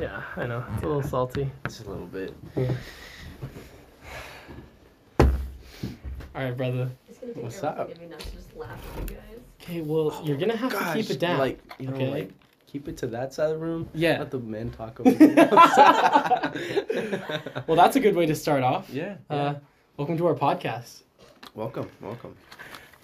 Yeah, I know. It's a little salty. Just a little bit. Yeah. All right, brother. It's gonna take What's everything up? of me not to just laugh at you guys. Okay, well, you're gonna have Gosh, to keep it down. Like, you know, okay? like, keep it to that side of the room. yeah. Let the men talk over the Well, that's a good way to start off. Yeah. Uh, welcome to our podcast. welcome, welcome.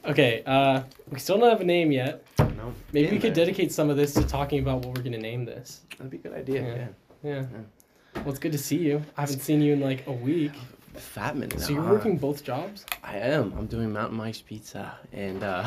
Okay, uh, we still don't have a name yet. No, Maybe we damn, could man. dedicate some of this to talking about what we're gonna name this. That'd be a good idea. Yeah. Yeah. Yeah. Well, it's good to see you. I haven't seen you in like a week. Fat minute. So you're huh? working both jobs? I am. I'm doing Mountain Mike's Pizza and uh,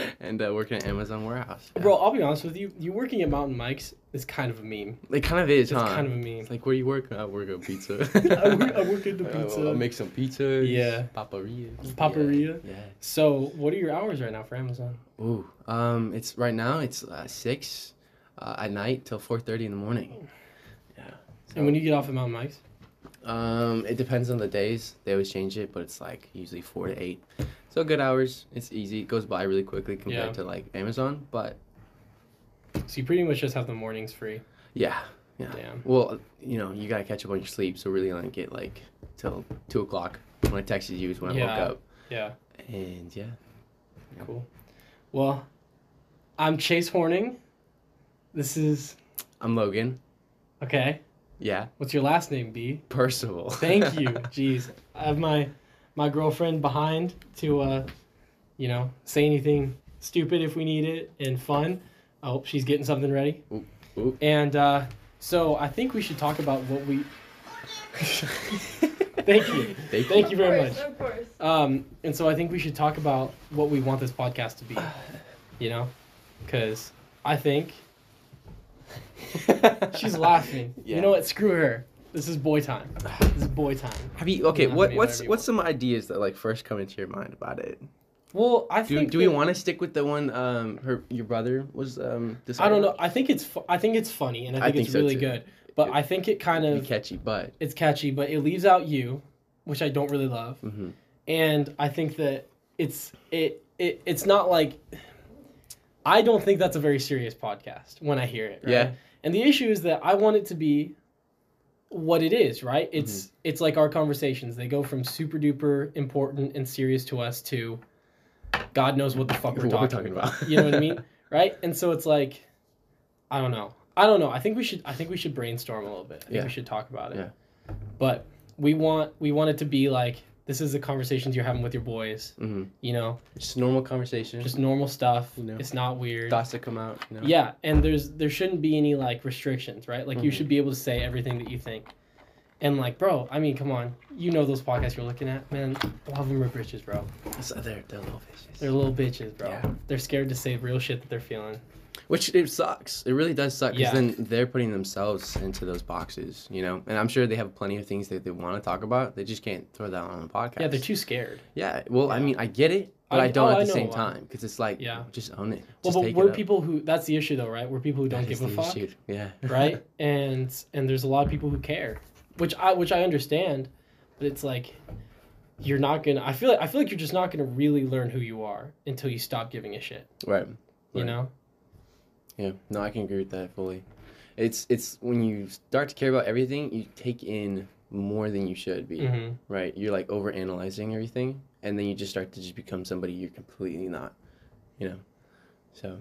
and uh, working at Amazon warehouse. Yeah. Bro, I'll be honest with you. You working at Mountain Mike's is kind of a meme. it kind of is, It's huh? kind of a meme. It's like where you work. I work at pizza. I work- I work at the Uh, well, pizza. I'll make some pizzas. Yeah. Paparia. Paparia? Yeah. yeah. So, what are your hours right now for Amazon? Ooh, um, it's right now. It's uh, six uh, at night till four thirty in the morning. Yeah. And Oh. when you get off at Mountain Mike's? um, it depends on the days. They always change it, but it's like usually four to eight. So good hours. It's easy. It goes by really quickly compared Yeah. to like Amazon, but So you pretty much just have the mornings free. yeah, yeah. Damn. Well, you know, you gotta catch up on your sleep, so really only get like till two o'clock. When I texted you is when I Yeah. woke up, Yeah. and yeah, Yeah. Cool. Well, I'm Chase Horning. This is I'm Logan. okay. Yeah, What's your last name, B? Percival. Thank you. Jeez, I have my my girlfriend behind to uh, you know, say anything stupid if we need it and fun. Oh, she's getting something ready. Oop, oop. And uh, so I think we should talk about what we. Thank you. Thank Thank you. you very of much. course, Of course. Um, and so I think we should talk about what we want this podcast to be, you know, because I think she's laughing. Yeah. You know what? Screw her. This is boy time. This is boy time. Have you okay? You know, What maybe what's whatever you what's some ideas that like first come into your mind about it? Well, I Do, think do we that- want to stick with the one um her your brother was um this I don't know. I think it's fu- I think it's funny and I I think, think it's so really too. good. But I think it kind be of catchy but it's catchy, but it leaves out you, which I don't really love. hmm and I think that it's it, it it's not like I don't think that's a very serious podcast when I hear it. Right? Yeah. And the issue is that I want it to be what it is, right? Mm-hmm. It's it's like our conversations. They go from super duper important and serious to us to God knows what the fuck we're, What talking, we're talking about. about. you know what I mean? Right? And so it's like I don't know. I don't know. I think we should I think we should brainstorm a little bit. I think Yeah. we should talk about it. Yeah. But we want we want it to be like this is the conversations you're having with your boys, hmm you know, just normal conversation just normal stuff. You know. It's not weird. thoughts that come out you know? Yeah, and there's there shouldn't be any like restrictions, right? Like you Mhm. should be able to say everything that you think. And like, bro, I mean, come on, you know those podcasts you're looking at, man. A lot of them are bitches, bro. so uh, they're, they're little fishes They're little bitches, bro. Yeah. They're scared to say real shit that they're feeling. which it sucks it really does suck because Yeah. then they're putting themselves into those boxes you know and I'm sure they have plenty of things that they want to talk about they just can't throw that on a podcast Yeah, they're too scared. yeah well I Yeah. mean I get it but I- I, don't oh, at I the know same why. time because it's like Yeah. just own it Well, just but take we're it up. people who that's the issue though, right? We're people who don't That give is a the fuck. issue. yeah right? And and there's a lot of people who care, which I which I understand, but it's like you're not gonna. I feel like I feel like you're just not gonna really learn who you are until you stop giving a shit. right You Right. know? Yeah, no, I can agree with that fully. It's it's when you start to care about everything, you take in more than you should be, Mm-hmm. right? You're like over analyzing everything, and then you just start to just become somebody you're completely not, you know. So,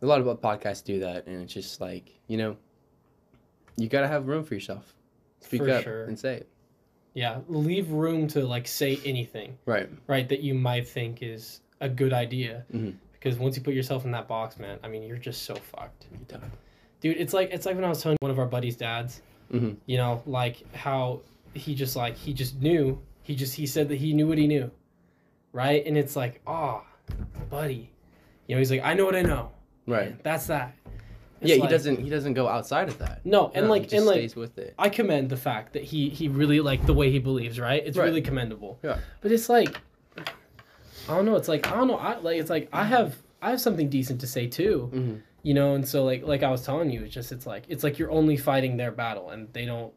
a lot of podcasts do that, and it's just like you know, you gotta have room for yourself. Speak For up sure. and say it. Yeah. Leave room to like say anything, Right. right? That you might think is a good idea, Mhm. because once you put yourself in that box, man, I mean, you're just so fucked, You're done. dude. It's like it's like when I was telling one of our buddies' dads. Mhm. you know like how he just like he just knew he just he said that he knew what he knew right and it's like ah buddy you know he's like i know what i know Right. that's that It's yeah, he like- doesn't. He doesn't go outside of that. no and No, he like just and like stays with it. i commend the fact that he he really like the way he believes right it's Right. really commendable Yeah. but it's like i don't know it's like i don't know i like it's like i have i have something decent to say too hmm you know and so like like i was telling you it's just it's like it's like you're only fighting their battle and they don't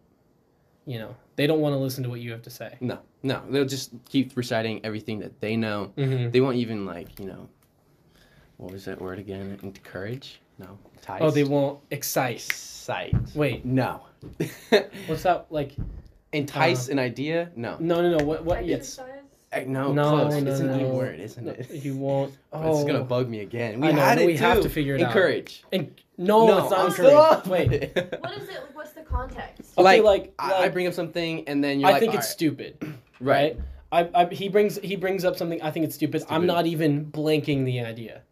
you know they don't want to listen to what you have to say No, no, they'll just keep reciting everything that they know. mm-hmm. They won't even like you know, what was that word again? Encourage. No. Tice. Oh, they won't excite. excite. Wait, No. what's uh, that like? Entice an idea? No. No, no, no. What? What? It's Exercise? Eh, No. No, close. no, it's an E no. word, isn't it? you won't. But It's gonna Oh. bug me again. We I know, had no, it we have too. to figure it out. Encourage. And no, no, it's not I'm still encouraged. up. Wait. What is it? What's the context? Okay, Like, like, like I, I bring up something and then you're I like, think "All it's right." stupid, right? I, I he brings he brings up something I think it's stupid. Stupid. I'm not even blanking the idea.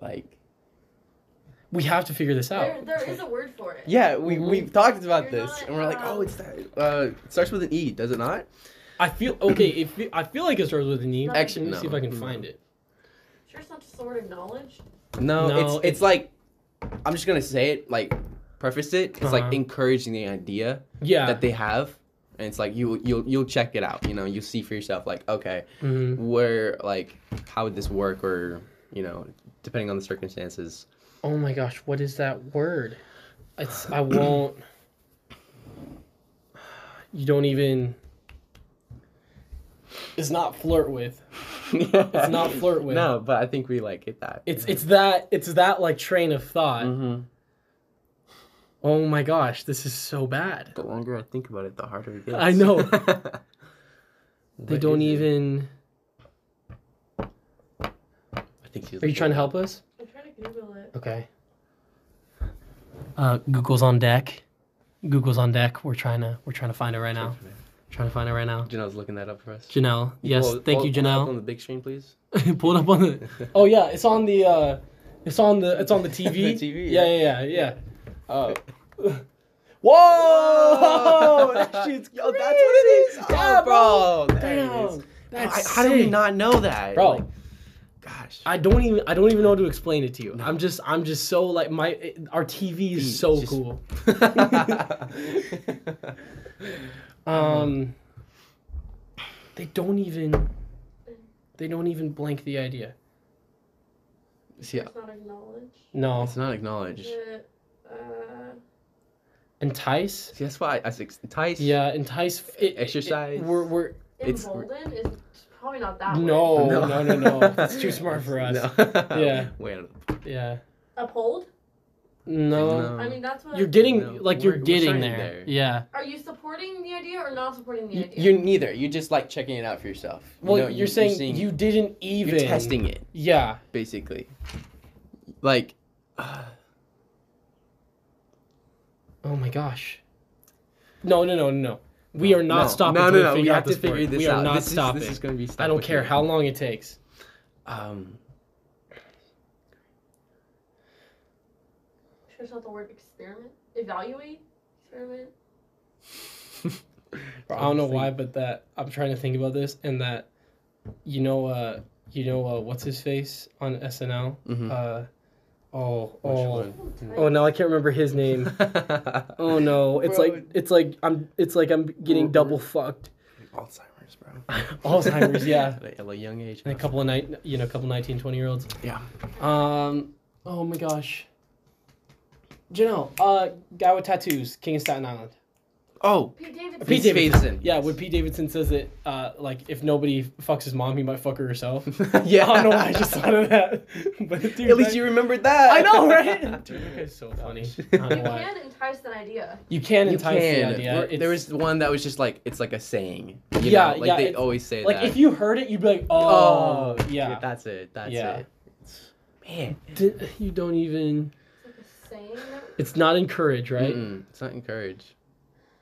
Like, We have to figure this out. There, there is a word for it. yeah, we Mhm. we've talked about You're this, not, and we're like, oh, um, it's that. Uh, it starts with an E, does it not? I feel okay. If it- I feel like it starts with an E. Actually, let me see if no. Mm-hmm. I can No. find it. Sure, it's not just a word of knowledge. No, No, it's, it's it's- like, I'm just gonna say it, like, preface it. It's Uh-huh. like encouraging the idea Yeah. that they have, and it's like you you'll you'll check it out. You know, you'll see for yourself. Like, okay, Mhm. where like how would this work, or you know, depending on the circumstances. Oh my gosh, what is that word? It's I won't. You don't even. It's not flirt with. it's not flirt with. No, but I think we like get that. It's it's that it's that like train of thought. Mhm. Oh my gosh, this is so bad. The longer I think about it, the harder it gets. I know. They What don't is it? even. I think Are she's you looking trying to at help us? I'm trying to Google it. Okay. Uh, Google's on deck. Google's on deck. We're trying to we're trying to find it right now. Trying to find it right now. Janelle's looking that up for us. Janelle, yes, Pull- thank pull- you, pull that up Janelle. On the big screen, please. Pulled up on the. Oh yeah, it's on the. Uh, it's on the. It's on the TV. The TV, Yeah, yeah, yeah, yeah. Oh. Uh, whoa! that shit's Yo, that's what it is. crazy. Yeah, bro. There it is. Damn. That's I- how do we sick. not know that, Bro. Like, gosh. I don't even I don't even know how to explain it to you. I'm just I'm just so like my it- our TV is Dude, so just- cool. Um they don't even they don't even blank the idea. See, It's not of knowledge. No. it's not acknowledged. The, uh, Entice? See, that's why I six entice. Yeah, entice f- it- it- Exercise. It, we're we're It's- embolden is probably not that word. no, Oh, no, no, no. That's too smart for us. No. Yeah. Wait. a- Yeah. Uphold? No. I mean, that's what. You're getting No, like you're we're- we're getting starting there. there. Yeah. Are you supporting the idea or not supporting the You, idea? you're neither. You're just like checking it out for yourself. You Well, know, you're, saying seeing- you didn't even you're testing it Yeah. basically. Like, uh, Oh my gosh. No, no, no, no, no. We are not no, stopping No, till we no, no. We figure have out to this figure word. this We out. are not this stopping. Is, this is going to be. I don't care complicated. how long it takes. Um, Sure, it's not the word experiment. Evaluate? Experiment? I don't know why, but that I'm trying to think about this and that, you know, uh, you know, uh, what's his face on SNL? Mhm. Uh, oh, Which oh, one? oh no, I can't remember his name. Oh no, it's Bro. like it's like I'm it's like I'm getting double fucked. Alzheimer's, bro. Alzheimer's, yeah. At a- at a young age. And a couple of night, you know, a couple 19, 20 year olds. Yeah. Um. Oh my gosh. Janelle, uh, guy with tattoos, King of Staten Island. Oh, Pete Davidson. Pete Pete Davidson. Davidson. Yeah, when Pete Davidson says that, uh, like if nobody fucks his mom, he might fuck her herself. yeah. I don't know why I just thought of that. But dude, At least that- you remembered that. I know, right? Dude, that guy's so funny. I don't know You why. can entice an idea. You can You entice can. the idea. We're- It's- there was one that was just like it's like a saying. You Yeah, know? Like yeah, they it's- always say like that. if you heard it, you'd be like, oh, yeah. dude, that's it. That's Yeah. it. Man, D- you don't even. It's like a saying. that- It's not encourage, right? Mm-mm, it's not encouraged.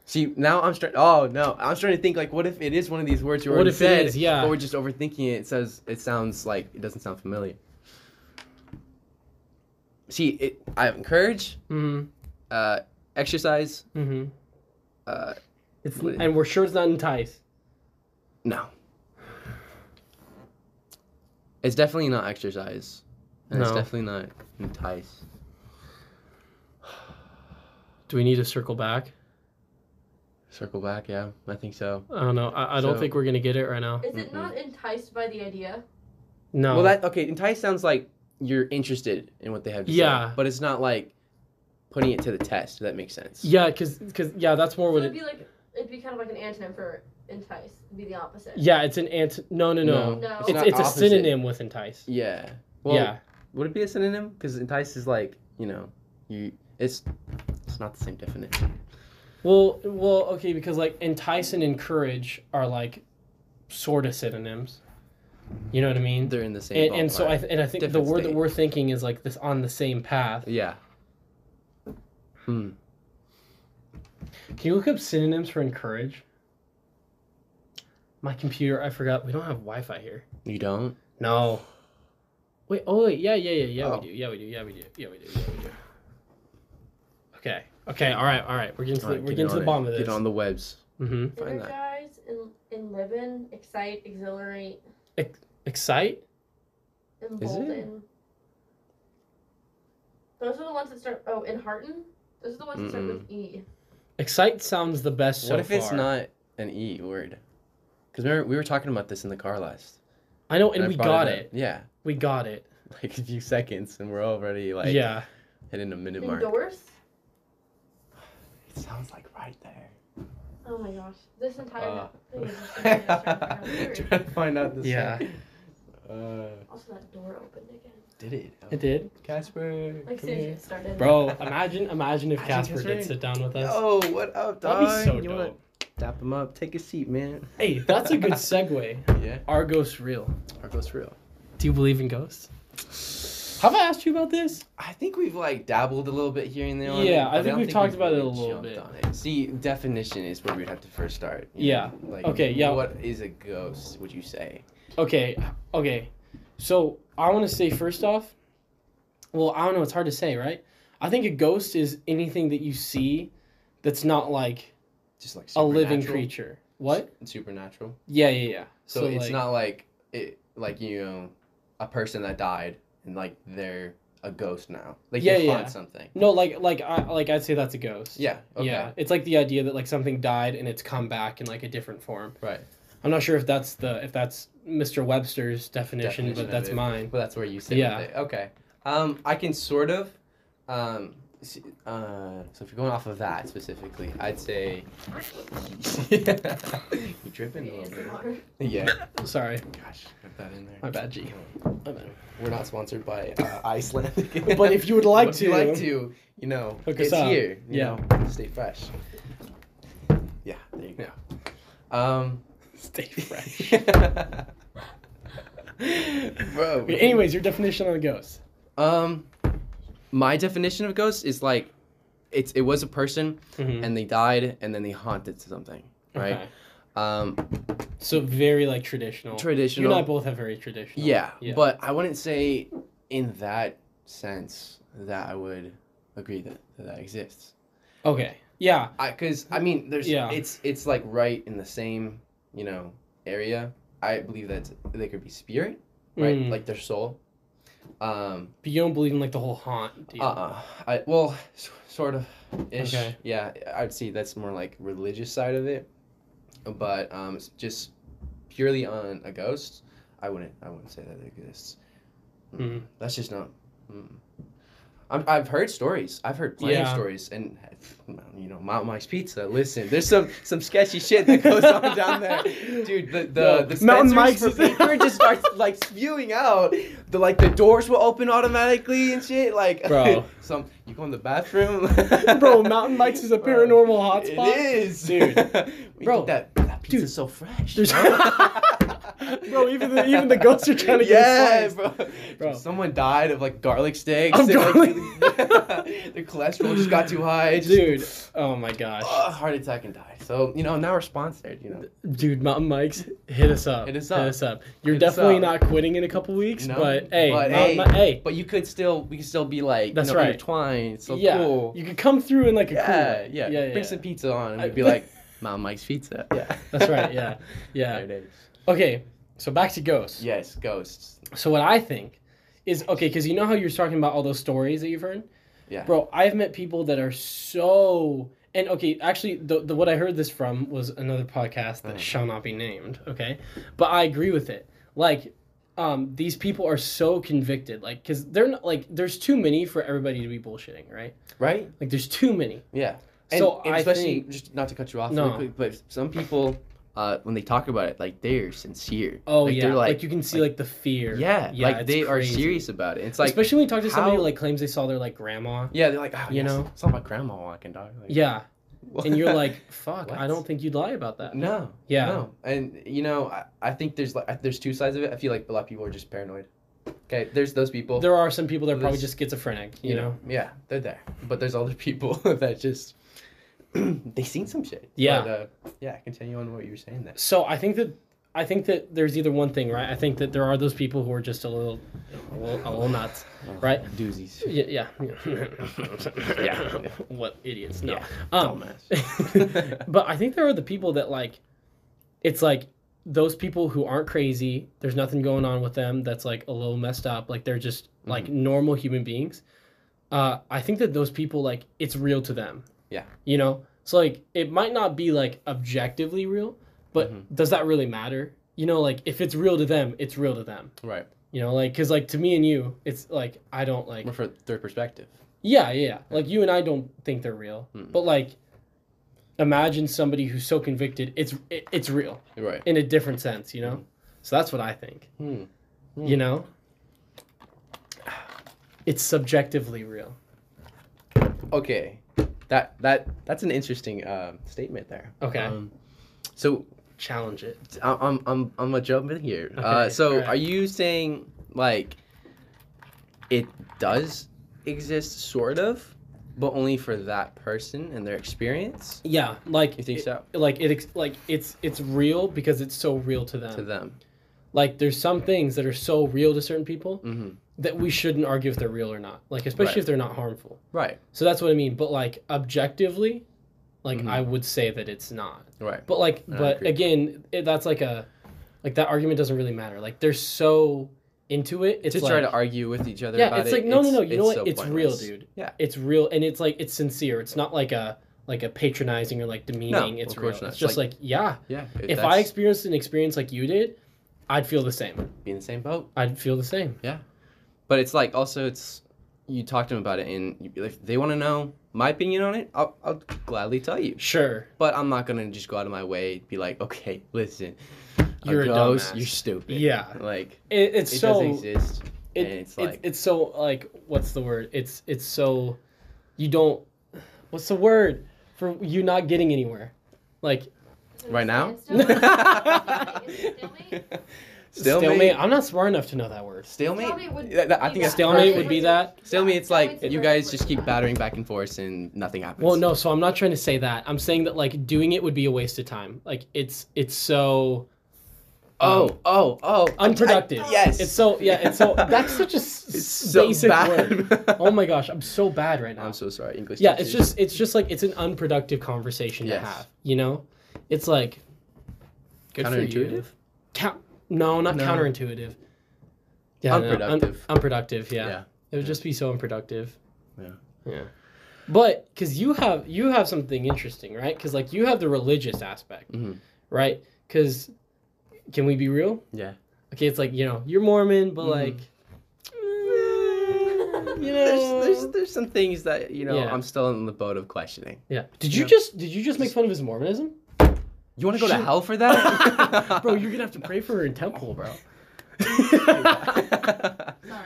See, now I'm starting. Oh no, I'm starting to think like, what if it is one of these words you What already if it said? is? Yeah. But we're just overthinking it. It says it sounds like it doesn't sound familiar. See, it. I have encourage, Mm. uh, exercise. hmm hmm Uh, It's What- and we're sure it's not entice. no. It's definitely not exercise. And It's No. definitely not entice. Do we need to circle back? Circle back, yeah, I think so. I don't know. I, I don't So- think we're gonna get it right now. Is it Mm-hmm. not enticed by the idea? No. Well, that okay. Entice sounds like you're interested in what they have to Yeah. say, but it's not like putting it to the test. If that makes sense. yeah, cause, 'cause- yeah, that's more So what it'd it. be like it'd be kind of like an antonym for entice. It'd be the opposite. Yeah, it's an ant. No, no, no. No. It's not it's a opposite. synonym with entice. Yeah. Well, yeah. Would it be a synonym? Because entice is like you know you it's it's not the same definition. Well, well, okay, because like entice and encourage are like sort of synonyms. You know what I mean? They're in the same. and, and so I ballpark. th- and I think the Different word that state. we're thinking is like this on the same path. yeah. Hmm. Can you look up synonyms for encourage? My computer, I forgot we don't have Wi-Fi here. You don't. No. Wait. Oh wait. Yeah. Yeah. Yeah. Yeah. Oh. We do. Yeah. We do. Yeah. We do. Yeah. We do. Yeah. We do. Okay. Okay. All right. All right. We're getting to the, Alright, we're get getting to on the bottom it. of this. Get on the webs. mm-hmm. Find that. Energize, en- enliven, excite, exhilarate, Excite. embolden. Those are the ones that start. Oh, and hearten. Those are the ones that start with E. Excite sounds the best. So what if it's far. not an e word? Because remember we were talking about this in the car last. I know, and I we brought got up. it. Yeah, We got it. like a few seconds, and we're already like yeah. hitting a minute mark. Endorse. It sounds like right there. Oh my gosh, this entire Uh. thing is just something that's trying to figure out. Trying to find out this. Yeah. Uh, Also, that door opened again. did it? It did. Casper. come Like seriously, here. it started. Bro, imagine imagine if Imagine Casper Casper. did sit down with us. Oh, what up, That'd dog? be so you dope. wanna dap him up? Take a seat, man. Hey, that's a good segue. Yeah. Are ghosts real? Argo's real. Do you believe in ghosts? Have I asked you about this? I think we've like dabbled a little bit here and there. on Yeah, it, I but think we've talked about it a little jumped bit. on it. See, definition is where we'd have to first start. Yeah, know, Like, okay, yeah. What is a ghost? Would you say? Okay, okay. So I want to say first off, well, I don't know. It's hard to say, right? I think a ghost is anything that you see that's not like Just like a living supernatural? creature. What? Supernatural. Yeah, yeah, yeah. So, it's like, not like it, like you know, a person that died and like they're a ghost now. Like Yeah, they yeah. haunt something. No, like, like, I, like I'd say that's a ghost. Yeah. Okay. Yeah, it's like the idea that like something died and it's come back in like a different form. Right. I'm not sure if that's the if that's Mr. Webster's definition, Definition but of that's it. mine. Well, that's where you sit. Yeah. With it. Okay. Um, I can sort of. Um, s- uh, so if you're going off of that specifically, I'd say. you dripping a little bit. ASMR. Yeah. Sorry, Gosh, put that in there. my bad, G. My bad. We're not sponsored by uh, Iceland. But if you would like But if you to- like to, you know, Hook us it's up. here. You Yeah. Know, stay fresh. Yeah. There you go. Um. Stay fresh. Bro. Okay, anyways, your definition on a ghost. Um, my definition of ghost is like, it's it was a person and they died and then they haunted something, right? Mm-hmm. Okay. Um, So very like traditional. You traditional. and I both have very traditional. yeah, Yeah. but I wouldn't say in that sense that I would agree that that, that exists. Okay. Yeah. I because I mean there's Yeah. it's it's like right in the same you know area. I believe that they could be spirit, right? Mm. Like their soul. Um, But you don't believe in like the whole haunt. Do you? Uh-uh. I, well, s- sort of ish. Okay. Yeah, I'd see that's more like religious side of it. But um, s- just purely on a ghost, I wouldn't. I wouldn't say that it exists. Mm. That's just not. Mm. I'm, I've heard stories. I've heard plenty of Yeah. stories, and you know, Mount Mike's Pizza. Listen, there's some some sketchy shit that goes on down there, dude. The the, Yo, the Mountain Spencer's Mike's for is- paper just starts like spewing out. The like the doors will open automatically and shit. Like, Bro. some you go in the bathroom, Bro, Mountain Mike's is a Bro, paranormal hotspot. It is, Dude. we Bro. Bro, that that pizza's Dude. so fresh. There's- Bro, even the- even the ghosts are trying to get yeah, a slice. bro. Bro. Dude, Someone died of like garlic steaks. Of and, like, garlic- the cholesterol just got too high. Just, Dude. Oh my gosh. ugh, heart attack and died. So you know now we're sponsored. You know, Dude, Mountain Mike's, hit us up. Hit us up. You're Hit us definitely up. not quitting in a couple weeks, No, but hey, but Mountain hey, Mi- hey, but you could still we could still be like That's you know, right. intertwined. It's So yeah, cool. you could come through in like a cool yeah, way. yeah, yeah, Bring yeah. some pizza on and I- we'd be like, Mom Mike's Pizza. Yeah. That's right. Yeah, yeah. There it is. Okay, so back to ghosts. Yes, ghosts. So what I think is okay because you know how you're talking about all those stories that you've heard. Yeah. Bro, I've met people that are so and okay. Actually, the, the what I heard this from was another podcast that Mhm. shall not be named. Okay, but I agree with it. Like, um, these people are so convicted. Like, cause they're not like there's too many for everybody to be bullshitting, right? Right? Like, there's too many. Yeah. And, So and I especially think- just not to cut you off No. really quick, but some people uh, when they talk about it, like they're sincere. Oh Like, yeah, they're like, you can see like, the fear. yeah, like it's they are crazy. serious about it. It's like Especially when you talk to somebody who how- like claims they saw their like grandma. yeah, they're like oh, You yes, know? it's not my grandma walking dog. Like, Yeah, and you're like, fuck, What? I don't think you'd lie about that. no, Yeah. no, and you know I, I think there's like there's two sides of it. I feel like a lot of people are just paranoid. Okay, there's those people. There are some people that are probably There's- just schizophrenic. You know. yeah they're there but there's other people that just they seen some shit Yeah. but, uh, yeah continue on what you were saying there So I think that I think that there's either one thing, right? I think that there are those people who are just a little, a little, a little nuts. Right. doozies Yeah, yeah, Yeah. what idiots? No. Yeah. Um, but I think there are the people that like, it's like those people who aren't crazy. There's nothing going on with them that's like a little messed up. Like they're just like normal human beings. Uh, I think that those people like it's real to them. Yeah. You know, so like it might not be like objectively real, but does that really matter? You know, like if it's real to them, it's real to them. right You know, like because like to me and you, it's like I don't like More for their perspective yeah, yeah, yeah. Like you and I don't think they're real, Mm. but like, imagine somebody who's so convicted. It's it, it's real right in a different sense, you know. So that's what I think. hmm. You know, it's subjectively real. okay that that that's an interesting um statement there Okay, um, so challenge it. I- i'm i'm i'm gonna jump in here uh Okay, so alright. are you saying like it does exist sort of but only for that person and their experience Yeah, like you think it- so Like it, ex- like it's it's real because it's so real to them. to them Like there's some things that are so real to certain people mm-hmm. that we shouldn't argue if they're real or not. Like especially Right. if they're not harmful. Right, So that's what I mean. But like objectively, like Mhm. I would say that it's not. right. But like, I but agree. again, it, that's like a, like that argument doesn't really matter. Like they're so into it. It's to like, try to argue with each other. yeah, about it's it, like no, no, no. You know what? so it's real, pointless. dude. Yeah. it's real, and it's like it's sincere. It's not like a like a patronizing or like demeaning. it's of real. course not. It's It's just like, yeah. Yeah. If I that's- experienced an experience like you did, I'd feel the same. be in the same boat, I'd feel the same. but it's like also it's you talk to them about it, and you, if they want to know my opinion on it, I'll, I'll gladly tell you. Sure. But I'm not gonna just go out of my way to be like, okay, listen, You're a ghost, dumbass." you're stupid. Yeah. Like It, it's it so doesn't exist. it, and it's it's like it's so like what's the word it's it's so you don't what's the word for you not getting anywhere like right now. Stalemate? stalemate, Stalemate. i'm not smart enough to know that word Stalemate would Stalemate. That- that- I be think that that's stalemate would perfect. be that Stalemate. It's like Stalemate's the you perfect guys word just for keep that. battering back and forth, and nothing happens. well no so i'm not trying to say that i'm saying that like doing it would be a waste of time like it's it's so Oh, oh, oh. I- um, unproductive I- yes. it's so yeah it's so that's such a s- It's so basic bad. word oh my gosh i'm so bad right now I'm so sorry, English. yeah it's teachers. just it's just like it's an unproductive conversation Yes. to have you know it's like good for you Counterintuitive? Count, no not No. counterintuitive yeah no, un- Unproductive. unproductive yeah. Yeah. it would just be so unproductive Yeah. yeah but because you have you have something interesting right because like you have the religious aspect Mhm. right because can we be real Yeah. okay it's like you know you're mormon but Mhm. like you know There's, there's there's some things that you know Mm. Yeah. I'm still in the boat of questioning. yeah did you Yeah. just did you just make fun of his mormonism You want to go to Shit. hell for that, bro, you're gonna have to pray for her in temple, bro. Sorry. That's not I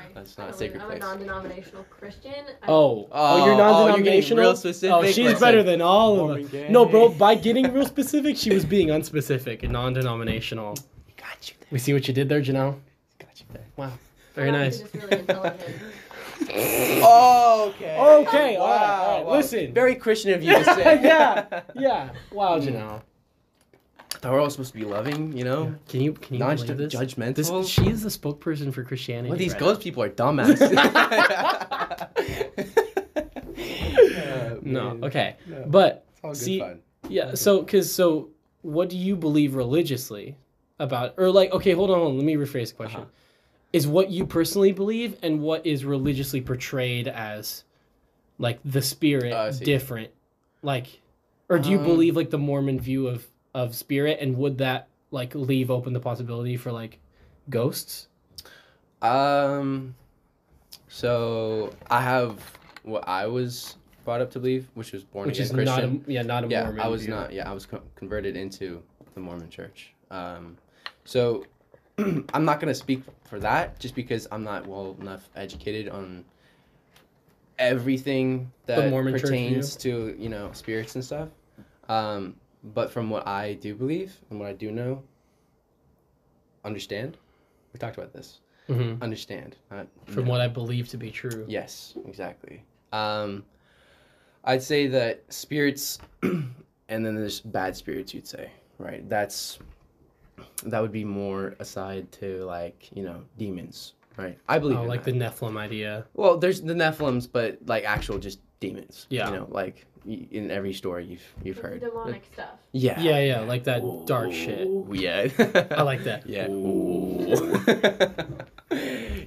a don't sacred really- I'm place. a non-denominational Christian. I- Oh, oh, you're oh, you're getting non-denominational. real specific, Oh, she's like- better than all of Mormon us. gay. No, bro, by getting real specific, she was being unspecific and non-denominational. Got you there. We see what you did there, Janelle. Got you there. Wow, very Rob is nice. just really intelligent. Oh, okay. Okay, all right, all right, listen. Very Christian of you to say. Yeah, Yeah. Wow, Janelle. Thought we're all supposed to be loving, you Oh. know, Can you can you believe this? non-judgmental. This she is the spokesperson for Christianity. Well, these right ghost people are dumbasses. Uh, now. man. No, okay, No. but It's all good See- fun. yeah. So, cause so, what do you believe religiously about, or like, okay, hold on, hold on let me rephrase the question. Uh-huh. Is what you personally believe and what is religiously portrayed as, like the spirit, Oh, I see. different, like, or do you Um, believe like the Mormon view of of spirit, and would that like leave open the possibility for like ghosts? Um, so I have what I was brought up to believe, which was born Which again is Christian. not a yeah not a yeah, Mormon. I was view. not. Yeah, I was co- converted into the Mormon Church. Um, so I'm not gonna speak for that just because I'm not well enough educated on everything that Mormon Church pertains to you know spirits and stuff. Um, but from what I do believe and what I do know, understand. We talked about this. Mhm. Understand. Not, From know. what I believe to be true. Yes, exactly. Um, I'd say that spirits, and then there's bad spirits. You'd say, right? That's that would be more aside to like you know demons, right? I believe Oh, in like that. the Nephilim idea. well, there's the Nephilims, but like actual just demons. Yeah. you know, like y- in every story you've you've Like the heard. demonic stuff. Yeah, Yeah, yeah, like that dark shit. Ooh, Yeah, I like that. Yeah.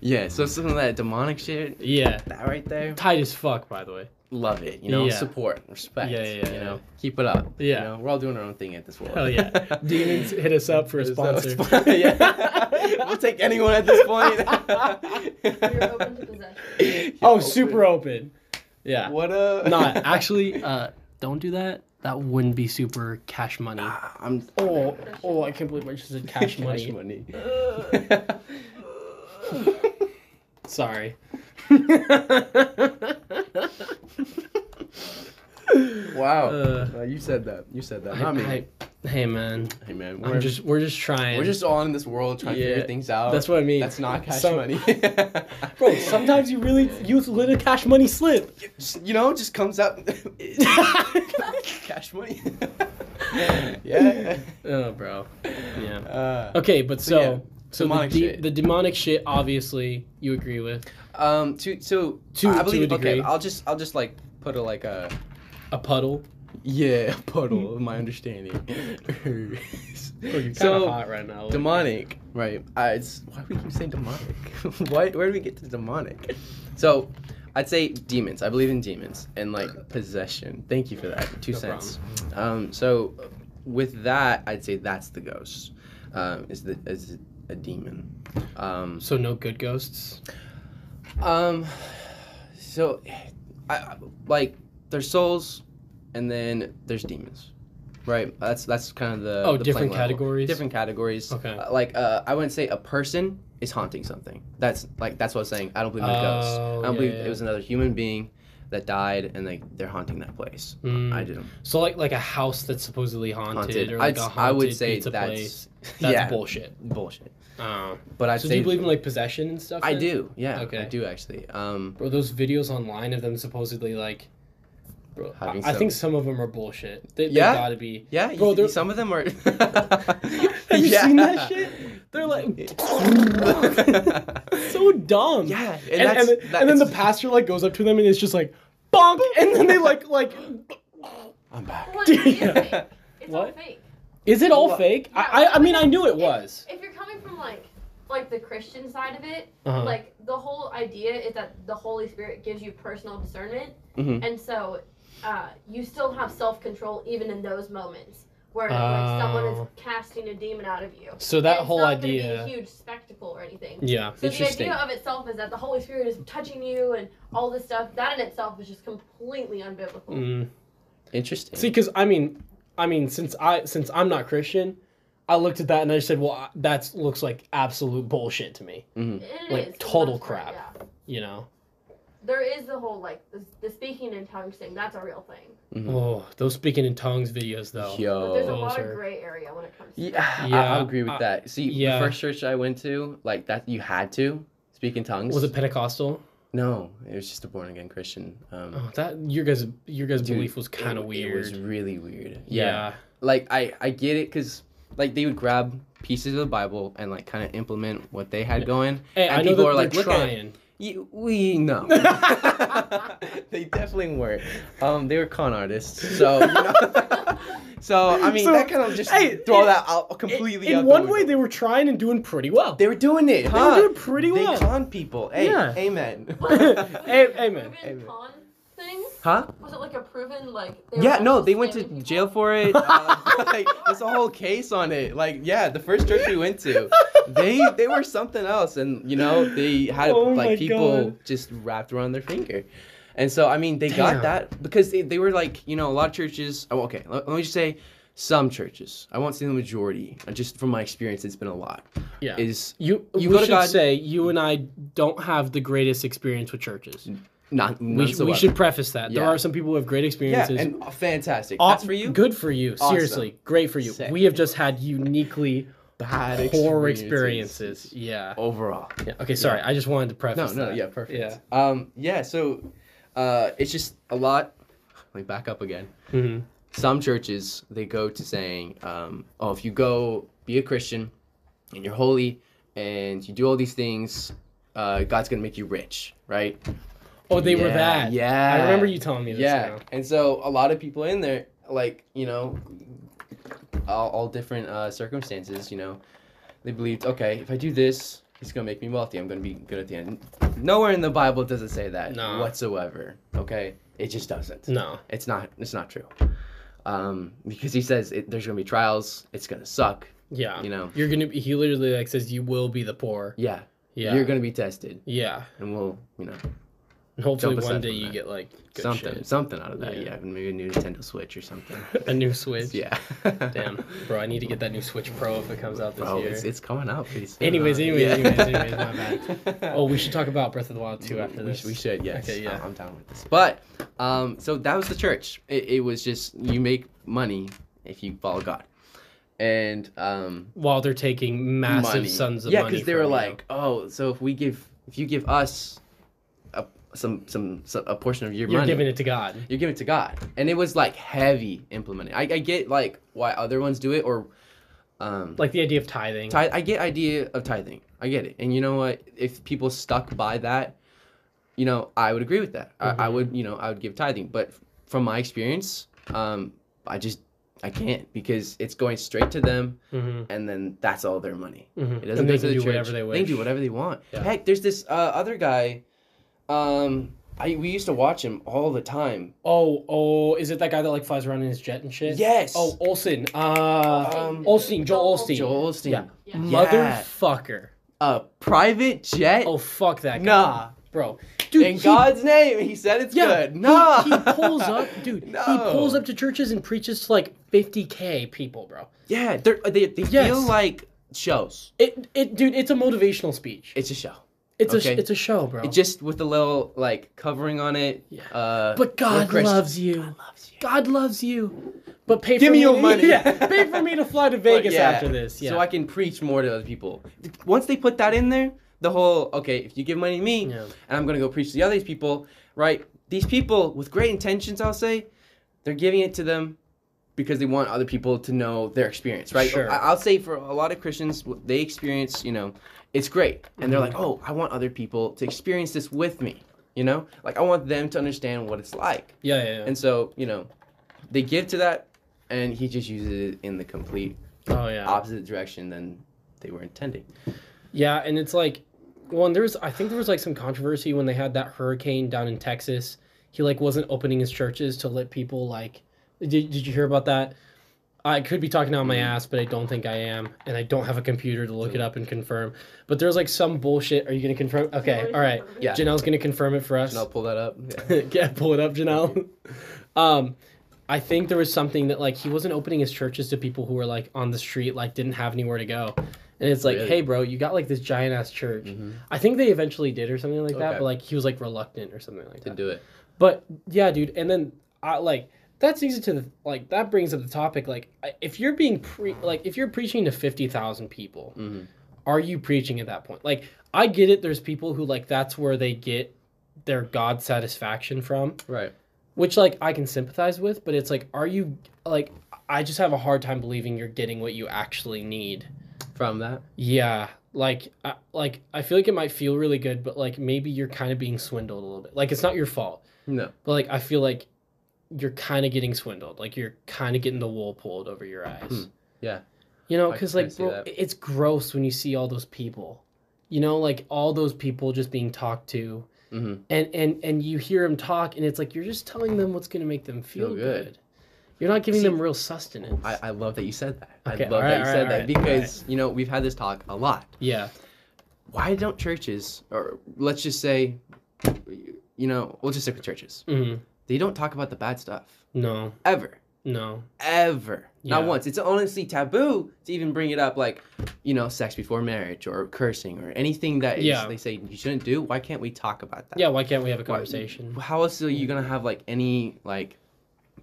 yeah. So some of that demonic shit. Yeah. That right there. Tight as fuck, by the way. love it. You know, Yeah. support, respect. Yeah, yeah, You yeah. know, keep it up. Yeah. You know, we're all doing our own thing at this world. Hell yeah. Demons hit us up for a Hit us up. sponsor. yeah. We'll take anyone at this point. You're open to possession. oh, super open. Yeah. What a. Not actually. Uh, don't do that. That wouldn't be super cash money. Ah. I'm. Oh, oh! I can't believe I just said cash money. money. Sorry. wow. Uh, Uh, you said that. You said that. I- not me. I- hey man, hey man, I'm we're just just we're just trying. we're just all in this world trying to Yeah. figure things out. That's what I mean. That's not cash Some- money. Bro, sometimes you really you let a cash money slip. Just, you know, just comes out. Cash money. yeah. Oh, bro. Yeah. Uh, Okay, but so yeah, so, demonic the, de- shit. the demonic shit obviously you agree with um. To so To- to I a believe. okay. degree. I'll just I'll just like put a like a a puddle. yeah puddle of my understanding. right now. demonic, right? I, it's why do we keep saying demonic. why? Where do we get to demonic? So. I'd say demons. I believe in demons and like possession. Thank you for that. Two No problem. cents. Um, so, with that, I'd say that's the ghost. Um, is the is a demon. Um, So no good ghosts. um, so, I- I, like there's souls, and then there's demons, right? That's that's kind of the Oh, the different playing level. categories? Different categories. Okay. Uh, like uh, I wouldn't say a person is haunting something. That's like that's what I was saying. I don't believe in a ghost. Oh, I don't yeah, believe yeah. it was another human being that died, and like they're haunting that place. Mm. I didn't So like like a house that's supposedly haunted, haunted. or like I'd, a haunted I would say pizza that's place. That's yeah, bullshit. bullshit. Oh. But I So say do you believe in like possession and stuff? I then? do. Yeah, I Okay. do actually. Um, Bro, those videos online of them supposedly like. Bro, I, Having I think some of them are bullshit. They, they Yeah? gotta be. yeah, you- Bro, they're- some of them are. Have you seen that shit? They're like so dumb. yeah, and, and, that's- then- that- and then the it's- pastor like goes up to them and it's just like bonk, and then they like like. I'm back. Well, it's Yeah. fake. It's all What? fake. Is it all What? fake? Yeah. I I, I mean I knew it was. If you're coming from like like the Christian side of it, Uh-huh. like the whole idea is that the Holy Spirit gives you personal discernment, Mhm. and so uh, you still have self control even in those moments where like, someone is Oh. casting a demon out of you. so that it's whole not gonna idea. Be a huge spectacle or anything. Yeah. So the Interesting. idea of itself is that the Holy Spirit is touching you and all this stuff. That in itself is just completely unbiblical. Mm. Interesting. See, because I mean, I mean, since I since I'm not Christian, I looked at that and I said, well, that looks like absolute bullshit to me. And it Like, is, for the total most part, crap. yeah. You know, There is the whole like the, the speaking in tongues thing. That's a real thing. Mhm. oh, those speaking in tongues videos though. But there's a Oh, Yo. lot sir. of gray area when it comes to Yeah, I- I, Yeah, agree with I- that. See, yeah. the first church I went to, like that, you had to speak in tongues. Was it Pentecostal? No, it was just a born again Christian. Um, Oh, that your guys your guys Dude, belief was kind it- of weird. It was really weird. yeah. yeah. like I I get it because like they would grab pieces of the Bible and like kind of implement what they had going. Hey, And I know people that are like like, they're "Look at- trying. Y- we know they definitely weren't. Um, they were con artists. So you know. so I mean So, that kind of just hey, throw it- that out completely. In out one the way, window. they were trying and doing pretty well. they were doing it. They were huh? doing pretty They well. con people. Hey, Yeah. amen. hey, hey, man. proven con thing? huh? Was it like a proven like? were Yeah, no, actually they went to scamming people? jail for it. Uh, like, there's a whole case on it. Like, yeah, the first church we went to, they they were something else, and you know they had Oh my like people God. just wrapped around their finger, and so I mean they Damn. got that because they, they were like you know a lot of churches. Oh, okay, let, let me just say Some churches, I won't say the majority, uh, just from my experience, it's been a lot. Yeah. Is you, You we go to should God- say you and I don't have the greatest experience with churches. not We, sh- we should preface that. There Yeah. are some people who have great yeah, experiences. and uh, fantastic. Aw- That's for you. Good for you. Awesome. Seriously, great for you. Sick. We have just had uniquely Bad poor experiences. Yeah. overall. yeah. Okay, sorry. I just wanted to No, preface no, that. yeah, perfect. Yeah. Um, yeah. So, uh, it's just a lot. Let me back up again. Mhm. some churches they go to saying, um, "Oh, if you go be a Christian and you're holy and you do all these things, uh, God's gonna make you rich, right?" Oh, they were Yeah, that. Yeah, I remember you telling me this. Yeah, now. and so a lot of people in there, like you know, all, all different uh, circumstances, you know, they believed, okay, if I do this, it's gonna make me wealthy. I'm gonna be good at the end. Nowhere in the Bible does it say that No. whatsoever. Okay, it just doesn't. No. It's not. It's not true. Um, because he says it, there's gonna be trials. It's gonna suck. Yeah. You know. You're gonna be. He literally like says, "You will be the poor." Yeah. Yeah. You're gonna be tested, Yeah. and we'll, you know, And hopefully Jump one aside day from you that. get like good something, shit. something out of that. Yeah. Yeah. maybe a new Nintendo Switch or something. a new Switch. yeah. Damn, bro, I need to get that new Switch Pro if it comes out this Bro, year. it's, it's coming out pretty soon. Anyways, huh? anyways, Yeah. anyways, anyways, my bad. oh, we should talk about Breath of the Wild 2 after we, this. sh- We should, yes. Okay, yeah. I'm- I'm down with this. But, um, so that was the church. It, it was just you make money if you follow God, and um, While they're taking massive money. sums of yeah, money. they were from you. like, oh, so if we give, if you give us, a, some, some some a portion of your you're money, giving it to God. you're giving it to God. And it was like heavy implemented. I, I get like why other ones do it or, um, Like the idea of tithing. Tithe, I get idea of tithing. I get it. And you know what? If people stuck by that, you know, I would agree with that. I, Mm-hmm. I would, you know, I would give tithing. But f- from my experience, um, I just I can't because it's going straight to them, hmm and then that's all their money. Mhm. It And doesn't they go to can the do church. whatever they They can do wish. whatever they want. Yeah. Heck, there's this uh, other guy. Um, I we used to watch him all the time. Oh, oh, is it that guy that like flies around in his jet and shit? Yes. Oh, Olsen. Uh, Um, Olstein, Joel Olstein. Joel Mm. Osteen. Yeah. Yeah. Yeah. Motherfucker. A private jet. Oh, fuck that guy. nah. Bro. Dude, In he- God's name, he said it's good. he- No, He, pulls up, dude. He No. pulls up to churches and preaches to like 50k people, bro. Yeah, they're, uh, they they feel Yes. like shows. It, it, dude, it's a motivational speech. It's a show. It's okay. a, it's a show, bro. It just with a little like covering on it. Yeah. Uh, but God Christians. loves you. God loves you. loves you. But pay Give for me your to- money. yeah, pay for me to fly to But Vegas yeah, after this. Yeah. So I can preach more to other people. Once they put that in there, the whole okay, if you give money to me, Yeah. and I'm gonna go preach to the other people, right? These people with great intentions, I'll say, they're giving it to them because they want other people to know their experience, right? Sure. I- I'll say for a lot of Christians, what they experience, you know, it's great, and they're like, oh, I want other people to experience this with me, you know, like I want them to understand what it's like. yeah, yeah, yeah. And so, you know, they give to that, and he just uses it in the complete oh yeah. opposite direction than they were intending. Yeah, and it's like, well, and there was I think there was like some controversy when they had that hurricane down in Texas. He like wasn't opening his churches to let people like. Did Did you hear about that? I could be talking out Mm-hmm. my ass, but I don't think I am, and I don't have a computer to look it up and confirm. But there's like some bullshit. Are you gonna confirm? Okay, all right. Yeah. Janelle's gonna confirm it for us. And I'll pull that up. Yeah. yeah, pull it up, Janelle. um, I think there was something that like he wasn't opening his churches to people who were like on the street, like didn't have anywhere to go. And it's like, Really? Mm-hmm. hey, bro, you got like this giant ass church. I think they eventually did or something like that, Okay. but like he was like reluctant or something like To that. do it. But yeah, dude, and then I like that leads to the like that brings up the topic like I- if you're being pre like if you're preaching to fifty thousand people, Mm-hmm. are you preaching at that point? Like I get it. There's people who like that's where they get their god satisfaction from Right. which like I can sympathize with, but it's like, are you like? I just have a hard time believing you're getting what you actually need. From that. Yeah, like, I, like I feel like it might feel really good, but like maybe you're kind of being swindled a little bit. Like it's not your fault, No. but like I feel like you're kind of getting swindled. Like you're kind of getting the wool pulled over your eyes. Hmm, yeah. you know, I because can like see bro, that. it's gross when you see all those people. You know, like all those people just being talked to, hmm and and and you hear them talk and it's like you're just telling them what's going to make them feel Feel good. good. you're not giving See- them real sustenance I, I love that you said that. Okay, I love alright, that you alright, said that alright, because, you know, we've had this talk a lot. yeah Why don't churches, or let's just say, you know, we'll just stick with churches, hmm they don't talk about the bad stuff no ever. No. ever. Not Yeah. once. It's honestly taboo to even bring it up, like, you know, sex before marriage or cursing or anything that is, Yeah. they say you shouldn't do. Why can't we talk about that? Yeah, why can't we have a Why- conversation? How else are you going Mm. to have, like, any, like,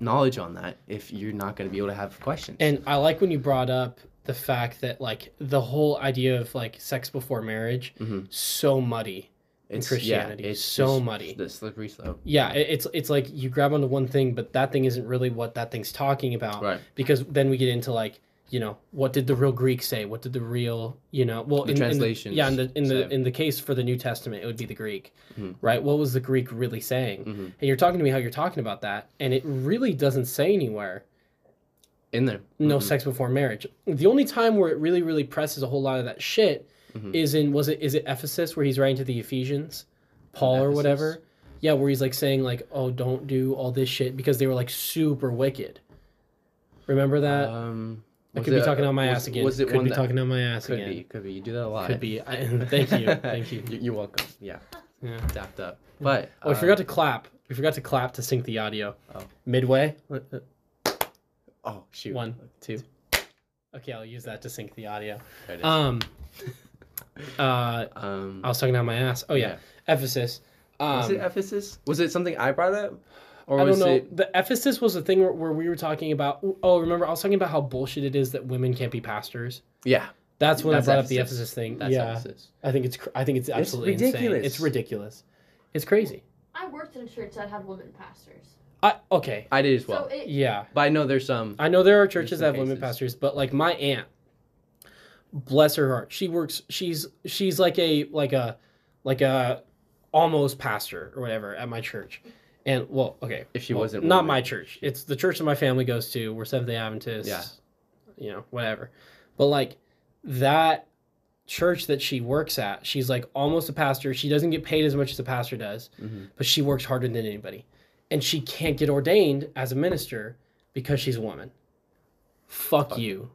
knowledge on that if you're not going to be able to have questions? And I like when you brought up the fact that like the whole idea of like sex before marriage Mhm. so muddy. in it's, Christianity, yeah, it's it's so just muddy. The slippery slope. Yeah, it, it's it's like you grab onto one thing, but that thing isn't really what that thing's talking about. Right. Because then we get into like you know what did the real Greek say? What did the real you know well The in, in translations yeah, in the in the say. in the case for the New Testament, it would be the Greek, Mhm. right? What was the Greek really saying? Mhm. And you're talking to me how you're talking about that, and it really doesn't say anywhere. In there. no Mhm. sex before marriage. The only time where it really, really presses a whole lot of that shit Mhm. is in was it is it Ephesus where he's writing to the Ephesians, Paul or Ephesus. whatever. Yeah, where he's like saying like, oh, don't do all this shit because they were like super wicked. Remember that? um, I was could be it- talking on my was- ass again. Was it could one be that talking on my ass could again. be? Could be. You do that a lot. Could be. I, thank you. Thank you. You're welcome. Yeah. Yeah. Dapped up. But Oh, we forgot to clap. We forgot to clap to sync the audio. Oh. Midway. Oh shoot. One. two. Okay, I'll use that to sync the audio. There it is. Um. Uh, Um, I was talking on my ass. Oh yeah. Ephesus. Um, was it Ephesus? Was it something I brought up? Or I was don't know. it The Ephesus was the thing where, where we were talking about. Oh, remember I was talking about how bullshit it is that women can't be pastors. Yeah. That's when That's I brought up the Ephesus. Ephesus thing. That's yeah, Ephesus. I think it's cr- I think it's absolutely insane. ridiculous. It's ridiculous. It's crazy. I worked in a church that had women pastors. I okay. I did as well. so it, Yeah, but I know there's some I know there are churches some that have women cases. pastors, but like my aunt, bless her heart, she works. She's she's like a like a like a almost pastor or whatever at my church. And well, okay, if she Well, wasn't not woman. my church. It's the church that my family goes to. We're Seventh Day Adventists. Yeah. You know, whatever. But like that church that she works at, she's like almost a pastor. She doesn't get paid as much as a pastor does, Mhm. but she works harder than anybody. And she can't get ordained as a minister because she's a woman. Fuck, you.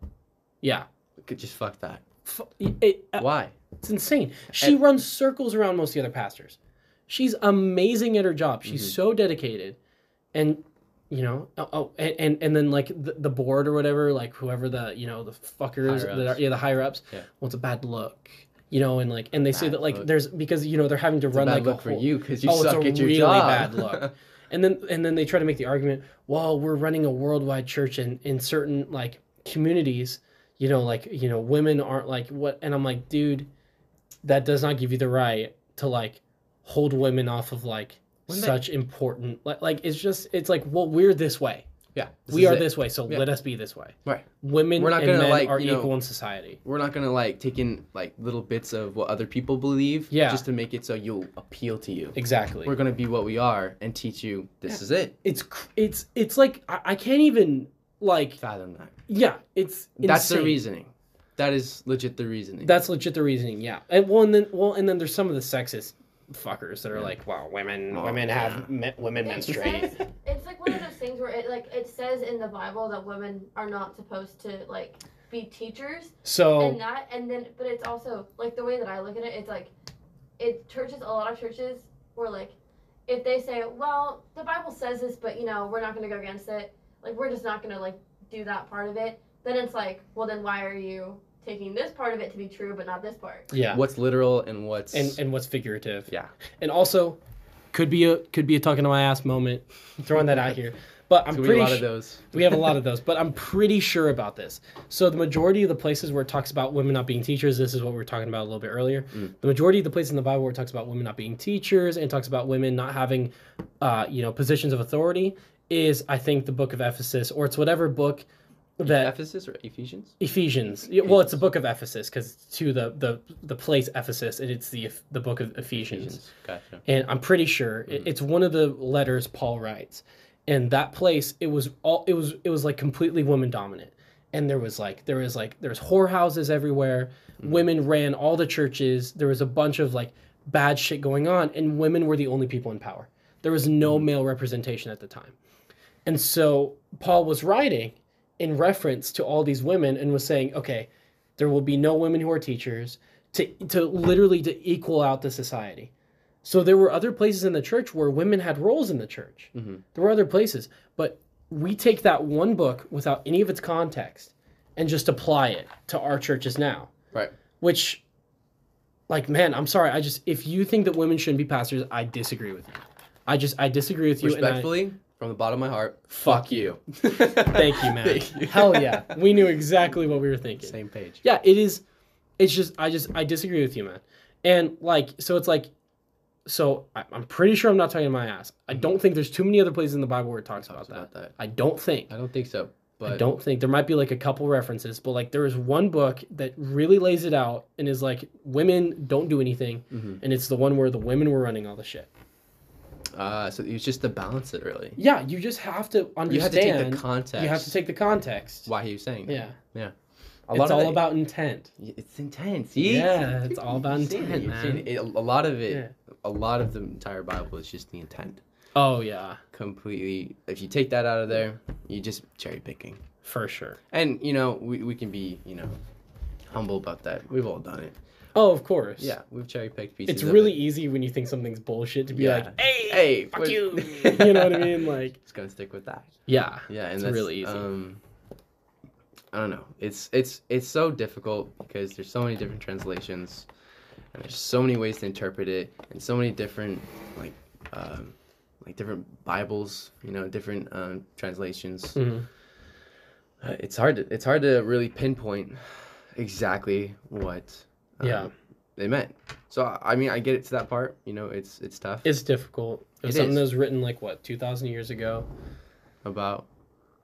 Yeah. Could just fuck that. Fu- it- uh, Why? it's insane. She And- runs circles around most of the other pastors. She's amazing at her job. She's Mm-hmm. so dedicated, and you know, oh, oh and, and and then like the, the board or whatever, like whoever the you know the fuckers Higher that ups. are, yeah the higher ups. Yeah. Well, it's a bad look, you know, and like and they say Bad that like look. there's because you know they're having to It's run a bad like look a for whole- you because you Oh, it's suck a at your really job. bad look. and then and then they try to make the argument, well, we're running a worldwide church in in certain like communities, you know, like you know, women aren't like what, and I'm like, dude, that does not give you the right to like hold women off of like Wouldn't that- such important like like it's just it's like well we're this way yeah. we is are it. this way so Yeah. let us be this way Right. women We're not and gonna, men like, are you know- equal in society We're not gonna like take in like little bits of what other people believe. Yeah. Just to make it so you'll appeal to you. exactly We're gonna be what we are and teach you this is it. it's cr- it's it's like I, I can't even like Fathom that. yeah it's That's the insane. reasoning. That is legit the reasoning. That's legit the reasoning, yeah. And well, and then well, and then there's some of the sexist fuckers that are like, "Well, women, Oh, women yeah. have me- women It menstruate." says- it's like one of those things where it like it says in the Bible that women are not supposed to like be teachers and So that and then but it's also like the way that I look at it, it's like it churches a lot of churches were like if they say, Well, the Bible says this but you know, we're not gonna go against it, like we're just not gonna like do that part of it, then it's like, Well then why are you taking this part of it to be true but not this part? yeah, what's literal and what's and and what's figurative, yeah. and also could be a could be a talking to my ass moment, throwing that out here. But I'm So we have pretty a lot su- of those. we have a lot of those, but I'm pretty sure about this. So the majority of the places where it talks about women not being teachers, this is what we were talking about a little bit earlier. The majority of the places in the Bible where it talks about women not being teachers and talks about women not having, uh, you know, positions of authority is I think the book of Ephesus or it's whatever book that Ephesus or Ephesians? Ephesians. Yeah, Well, it's a book of Ephesus because to the the the place Ephesus and it's the the book of Ephesians Gotcha. and I'm pretty sure it it's one of the letters Paul writes. And that place, it was all it was it was like completely woman dominant. And there was like there was like there's whorehouses everywhere. Women ran all the churches. There was a bunch of like bad shit going on, and women were the only people in power. There was no male representation at the time. And so Paul was writing in reference to all these women and was saying, okay, there will be no women who are teachers to, to literally to equal out the society. So there were other places in the church where women had roles in the church. Mhm. There were other places, but we take that one book without any of its context and just apply it to our churches now. Right. Which, like, man, I'm sorry. I just, if you think that women shouldn't be pastors, I disagree with you. I just, I disagree with you. and I- Respectfully, from the bottom of my heart, Fuck fuck you. Thank Thank you, man. Hell yeah. We knew exactly what we were thinking. Same page. Yeah, it is. It's just I just I disagree with you, man. And like, so it's like, so I, I'm pretty sure I'm not talking my ass. I don't think there's too many other places in the Bible where it talks, about, Talks about that. that. I don't think. I don't think so. But I don't think there might be like a couple references, but like there is one book that really lays it out and is like women don't do anything, Mhm. and it's the one where the women were running all the shit. Uh, so it's just to balance it, really. Yeah, you just have to understand. You have to take the context. You have to take the context. why he was saying. that. Yeah, A it's all it- about intent. It's intense. See? Yeah, it's all about You've seen it, intent, you've seen man. it. It- a lot of it, a lot of the entire Bible is just the intent. Oh yeah, Completely. If you take that out of there, you just cherry picking. for sure. And you know, we, we can be you know humble about that. We've all done it. Oh, of course. Yeah, we've cherry picked pieces. it's of really it. easy when you think something's bullshit to be Yeah. like, hey, Hey, fuck what- you. you know what I mean? Like, Just gonna stick with that. yeah, Yeah, and It's that's really easy. Um, I don't know. It's it's it's so difficult because there's so many different translations, and there's so many ways to interpret it, and so many different like um, like different Bibles, you know, different um, translations. Mhm. Uh, it's hard to it's hard to really pinpoint exactly what um, Yeah. they meant. So I- I mean, I get it to that part. You know, it's it's tough it's difficult. It was It something is. that was written like what, two thousand years ago, about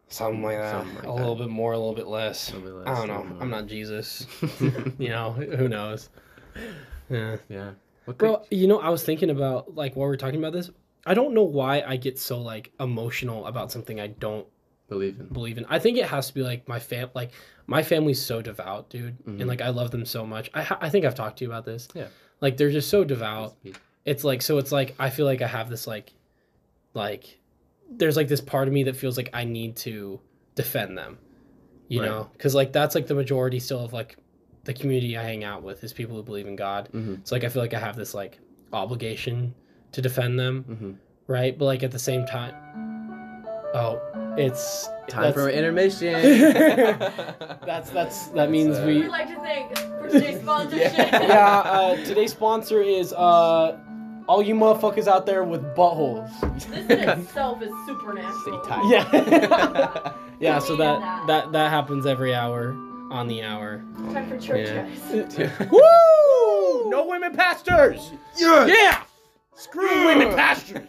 something like that. Something like a that. little bit more, a little bit less. Something less, I don't something know. more. I'm not Jesus. you know, who knows? Yeah. yeah. What could, Bro, you know, I was thinking about like while we are talking about this. I don't know why I get so like emotional about something I don't believe in. believe in. I think it has to be like my fam, like my family's so devout, dude, Mhm. and like I love them so much. I ha- I think I've talked to you about this. Yeah. like they're just so devout. It's like so. It's like I feel like I have this like, like, there's like this part of me that feels like I need to defend them, you Right. know, because like that's like the majority still of like the community I hang out with is people who believe in God. Mhm. So like I feel like I have this like obligation to defend them Mm-hmm. right? But like at the same time, oh, it's Time for that's- intermission. That's that's that It's, means uh, we. We'd like to thank for today's sponsorship. Yeah, uh, today's sponsor is uh, all you motherfuckers out there with buttholes. This in itself is supernatural. Stay tight. Yeah, yeah. So Believe that that. that that happens every hour on the hour. Time for church, Yeah. guys. Woo! No women pastors. Yeah. Screw women pastors.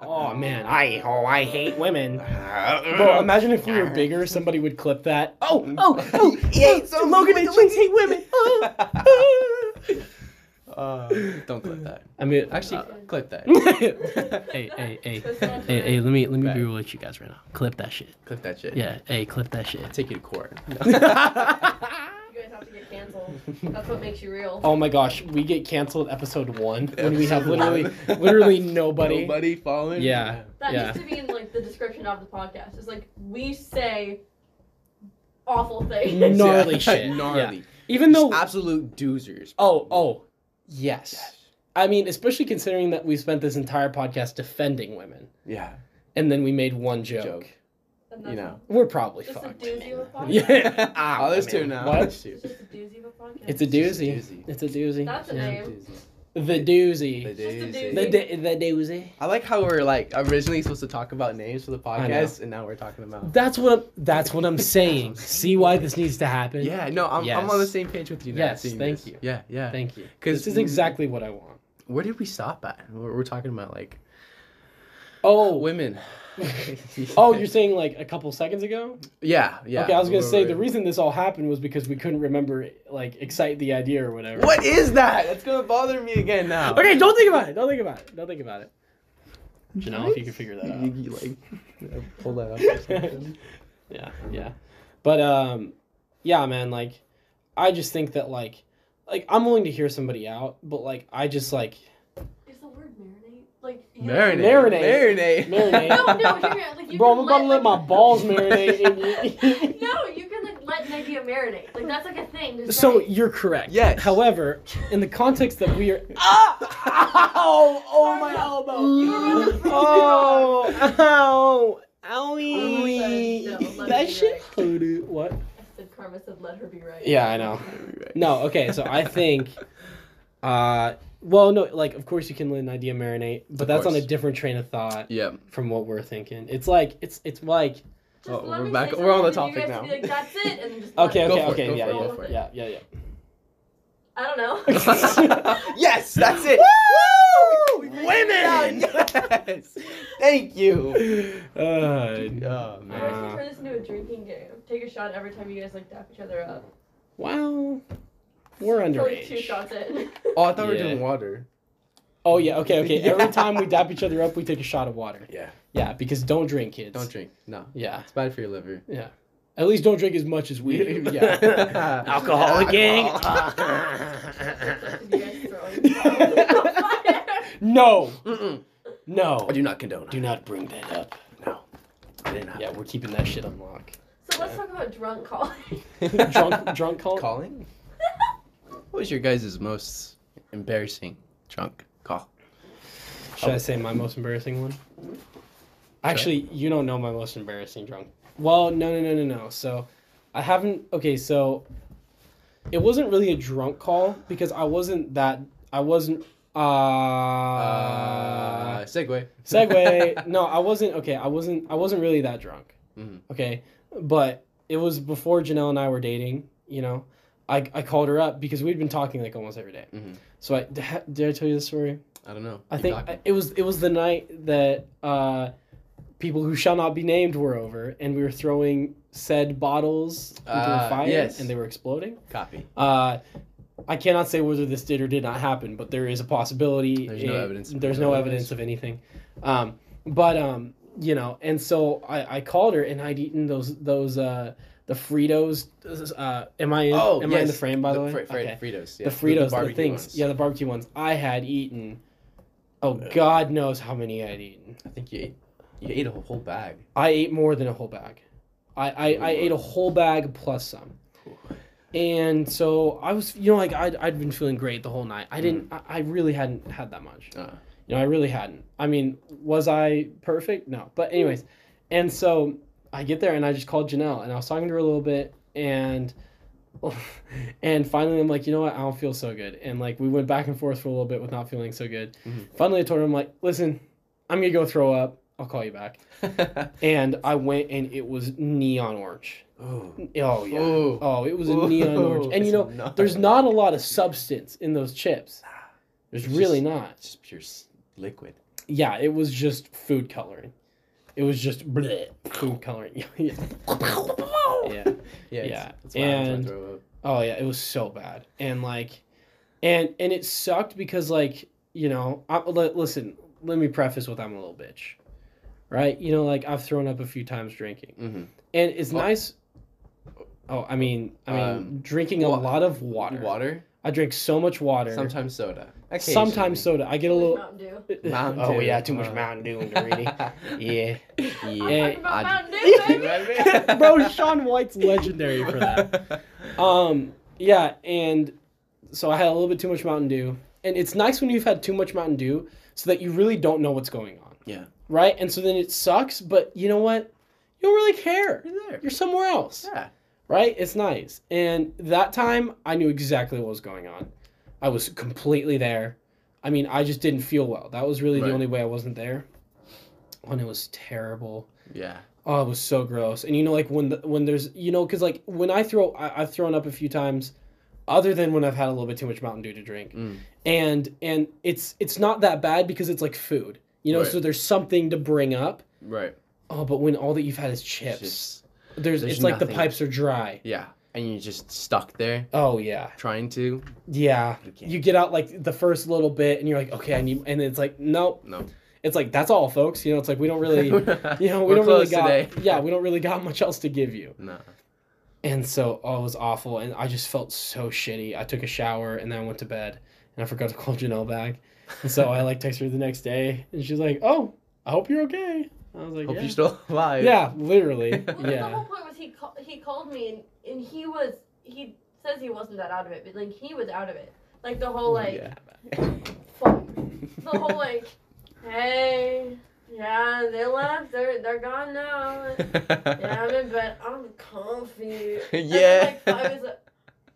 Oh man, I oh I hate women. Bro, imagine if we were bigger, somebody would clip that. Oh, oh, oh, yeah, so Logan and Jinx hate women. Don't clip that. I mean, Actually, uh, clip that. hey, hey, hey, hey, hey, let me let me Back. be real with you guys right now. Clip that shit. clip that shit. Yeah, hey, clip that shit. Take you to court. You guys have to get canceled. That's what makes you real. oh my gosh, we get canceled episode one when we have Episode literally, one. literally nobody. Nobody following. Yeah. That Yeah. needs to be in like the description of the podcast. It's like we say awful things. Gnarly Yeah. shit. Gnarly. Yeah. Even though. Just absolute doozers. Oh, oh, yes. I mean, especially considering that we spent this entire podcast defending women, Yeah. and then we made one joke. Joke. And You that's know. We're probably Just a fucked. doozy of a Oh, podcast. Yeah. Ah, oh, there's two man. now. What? There's two. It's just a doozy of a podcast. It's a It's just a doozy. doozy. It's a doozy. That's a Yeah. name. The The doozy. Just a doozy. The, d- the doozy. I like how we're like originally supposed to talk about names for the I know. podcast, and now we're talking about. That's what I'm, that's what I'm saying. See why this needs to happen? Yeah, no, I'm, I'm on the Yes. same page with you. Now, Yes, seeing thank this. you. Yeah, yeah. Thank you. 'Cause This is we- exactly what I want. Where did we stop at? We're, we're talking about like Oh, women. oh, you're saying like a couple seconds ago? Yeah, yeah. okay, I was gonna We're- say the we're- reason this all happened was because we couldn't remember like excite the idea or whatever. What is that? That's gonna bother me again now. Okay, don't think about it. Don't think about it. Don't think about it. Janelle, if you can figure that You, out. you, you, like yeah, pull that up. Or something. yeah yeah but um yeah man like i just think that like like i'm willing to hear somebody out but like i just like Is the word marinate? Like you marinate. Marinate. Marinate. Marinate. No, no, you're not. Like, you bro can i'm about to let my like- balls marinate in you No, you can like let an idea marinate. Like that's like a thing. to so say. you're correct Yes. however in the context that we are Oh ah! Ow! Oh my elbow. You remember- oh ow owie let her be right. Yeah, I know. No, okay, so I think uh well no, like of course you can let an idea marinate, but Of that's on a course. different train of thought yeah. from what we're thinking. It's like it's it's like Just Oh, let we're me back- say we're on the something, topic and now. you guys can be Like, That's it. And then just let okay, it Go okay, for it, okay, go yeah, for it, yeah, go for it. yeah, yeah, yeah. I don't know. yes, that's it. Woo! We figured it out. Women! Yes. Thank you. Uh, Oh I actually Uh, turn this into a drinking game. Take a shot every time you guys like dap each other up. well, we're We're, Like two underage. shots in. Oh, I thought we were Yeah. doing water. Oh yeah, okay, okay. Every Yeah. time we dap each other up, we take a shot of water. Yeah. Yeah, because don't drink, kids. Don't drink. No, Yeah, it's bad for your liver. yeah. At least don't drink as much as we do. Yeah. yeah. Alcoholic gang. you guys throwing bottles in the fire. no, Mm-mm. no. I do not condone. Do not bring that up. No. I did not. Yeah, we're keeping that shit on lock. So let's talk about drunk calling. drunk, drunk call. calling. What was your guys' most embarrassing drunk call? Should I say my most embarrassing one? Actually, you don't know my most embarrassing drunk. Well, no, no, no, no, no. So, I haven't. Okay, so it wasn't really a drunk call because I wasn't that. I wasn't. Uh, Uh, segue. segue. no, I wasn't. Okay, I wasn't. I wasn't really that drunk. Mhm. Okay, but it was before Janelle and I were dating. You know, I I called her up because we'd been talking like almost every day. Mhm. So I d- ha- did I tell you the story? I don't know. I Keep think talking. it was it was the night that uh, people who shall not be named were over, and we were throwing said bottles into Ah, a fire, yes. and they were exploding. copy. Uh, I cannot say whether this did or did not happen, but there is a possibility. There's no evidence of There's whether no it evidence is. of anything. Um, but um, you know, and so I, I called her, and I'd eaten those those uh, the Fritos. Uh, am I in, am I in the Oh, yes. frame by the, way? Fri- fri- Okay Fritos. Yeah. the Fritos, the, barbecue things, ones. yeah, the barbecue ones. I had eaten. Oh Ugh. God knows how many I'd eaten. I think you ate, you ate a whole bag. I ate more than a whole bag. I I, I ate a whole bag plus some. And so I was, you know, like I'd, I'd been feeling great the whole night. I didn't, I, I really hadn't had that much. Uh, You know, I really hadn't. I mean, was I perfect? No. But anyways, and so I get there and I just called Janelle and I was talking to her a little bit and and finally I'm like, you know what, I don't feel so good. And like we went back and forth for a little bit with not feeling so good. Mhm. Finally I told her I'm like, listen, I'm gonna go throw up. I'll call you back. And I went and it was neon orange. Ooh. Oh yeah. Ooh. Oh, it was a neon orange. And you know, It's not- there's not a lot of substance in those chips. There's It's really just- not It's just pure s- liquid. yeah, it was just food coloring. It was just bleh, food coloring. yeah. yeah. Yeah. it's- Yeah, That's why I and- always wanna throw up. Oh yeah, it was so bad. And like and and it sucked because like, you know, I, li- listen, let me preface with I'm a little bitch. Right? You know, like I've thrown up a few times drinking. Mhm. And it's Oh. nice Oh, I mean, I mean, Um, drinking a wa- lot of water. Water. I drink so much water. Sometimes, Sometimes soda. Occasionally. soda. I get a Like little. Mountain Dew. Mountain oh Dew. yeah, too much Uh. Mountain Dew and Dorini. yeah. I'm Yeah, talking about I- Mountain Dew, baby. bro sean white's legendary for that um yeah and so i had a little bit too much mountain dew and it's nice when you've had too much mountain dew so that you really don't know what's going on Yeah. right and so then it sucks but you know what you don't really care You're there. you're somewhere else Yeah. right it's nice and that time i knew exactly what was going on i was completely there i mean i just didn't feel well that was really Right. the only way i wasn't there and it was terrible Yeah. Oh, it was so gross. And you know, like when the, when there's you know, because like when I throw, I, I've thrown up a few times, other than when I've had a little bit too much Mountain Dew to drink, Mm. and and it's it's not that bad because it's like food, you know. Right. So there's something to bring up. Right. Oh, but when all that you've had is chips, Just- there's, there's it's like the nothing. pipes are dry. yeah. And you're just stuck there Oh yeah, trying to. yeah. You can't. You get out like the first little bit, and you're like, okay, I need, and it's like, nope. No. It's like that's all, folks. You know, it's like we don't really, you know, we We're don't really closed got, today. yeah, we don't really got much else to give you. No. And so oh, it was awful, and I just felt so shitty. I took a shower and then I went to bed, and I forgot to call Janelle back. And so I like texted her the next day, and she's like, "Oh, I hope you're okay." I was like, Hope yeah. you're still alive. yeah, literally, Well, Well, The yeah, whole point was he call, he called me and, and he was he says he wasn't that out of it, but like he was out of it. Like the Mm, whole like Yeah. fuck. the whole like hey yeah yeah, they left. They're they're gone now. Yeah, I'm in bed. I'm comfy. And Yeah. then, like, I was like,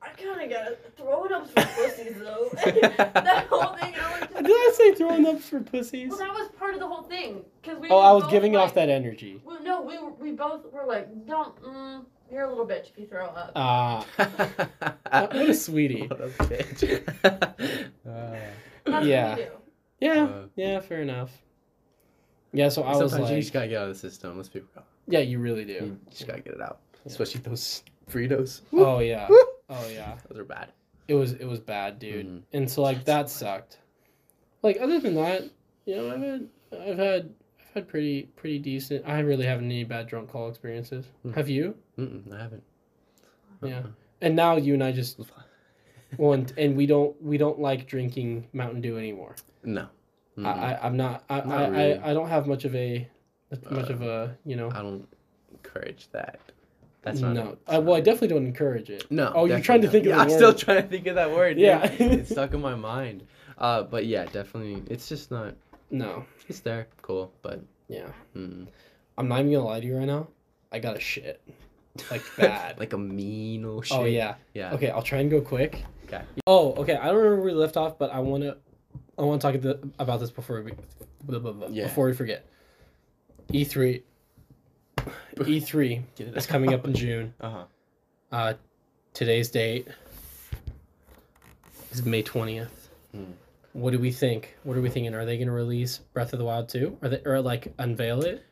I kind of got throwing up for pussies though. that whole thing. I was just, Did I say throwing ups for pussies? Well, that was part of the whole thing because we. Oh, were I was both, giving like, off that energy. Well, no, we were- we both were like, don't. Mm, you're a little bitch if you throw up. Ah, Uh, what a Uh, sweetie. What a bitch. That's yeah. What we do. Yeah, Uh, yeah, fair enough. Yeah, so I Sometimes was you like, just gotta Mm. get out of the system. Let's be real. yeah, you really do. You just gotta get it out. Yeah. Especially those Fritos. Oh yeah, Woo. oh yeah. Those are bad. It was it was bad, dude. Mhm. And so like that sucked. Like other than that, you know, I've had I've had I've had pretty pretty decent. I really haven't any bad drunk call experiences. Mm. Have you? Mm-mm, I haven't. Yeah. And now you and I just well, and, and we don't we don't like drinking Mountain Dew anymore. No. Mm-mm. I, I I'm not I Mm-hmm. Not I, really. Uh, I I don't have much of a much of a you know I don't encourage that. That's not. no. it. I, well, I definitely don't encourage it. No. Oh, you're definitely trying to not. think of yeah, the I'm still word. trying to think of that word. dude. Yeah. it's stuck in my mind. Uh, but yeah, definitely. It's just not. No. It's there. Cool. But. Yeah. Mm. I'm not even gonna lie to you right now. I got a shit. Like bad. like a mean old shit. oh yeah. Yeah. Okay, I'll try and go quick. Okay. Oh, okay. I don't remember where we left off, but I wanna, I wanna talk the, about this before we, blah, blah, blah, Yeah. before we forget. E three, E three Get it is coming up in June. Uh huh. Uh, today's date is May twentieth. Hmm. What do we think? What are we thinking? Are they gonna release Breath of the Wild two? Are they or like unveil it?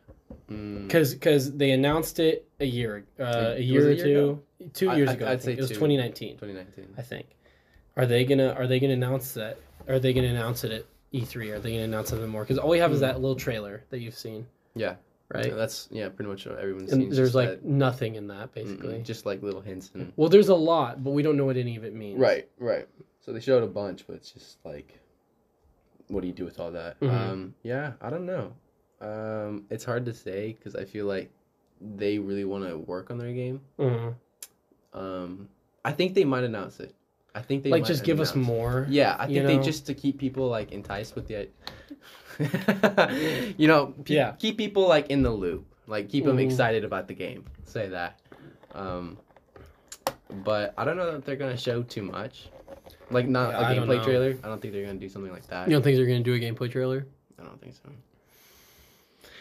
Mm. Because because they announced it a year, uh, Was it a a year or year two, two I- years I- ago. I'd I'd say say it was two. twenty nineteen. 2019. I think. Are they gonna Are they gonna announce that? Are they gonna announce it at E three? Are they gonna announce it more? Because all we have is that little trailer that you've seen, Hmm. Yeah. right? Yeah, that's yeah. Pretty much what everyone's seen. and It's there's just like that- nothing in that mm-mm, basically. just like little hints and. Well, there's a lot, but we don't know what any of it means. Right. Right. So they showed a bunch, but it's just like. What do you do with all that? Mhm. Um. Yeah. I don't know. Um. It's hard to say because I feel like they really want to work on their game. Mhm. Um, I think they might announce it. I think they Like might just give us announce it. more. Yeah, I you think they know? just to keep people like enticed with the, you know, pe- Yeah. keep people like in the loop, like keep them Mhm. excited about the game. Say that. Um, but I don't know that they're gonna show too much, like not Yeah, I a don't gameplay know. trailer. I don't think they're gonna do something like that. You don't think they're gonna do a gameplay trailer? I don't think so.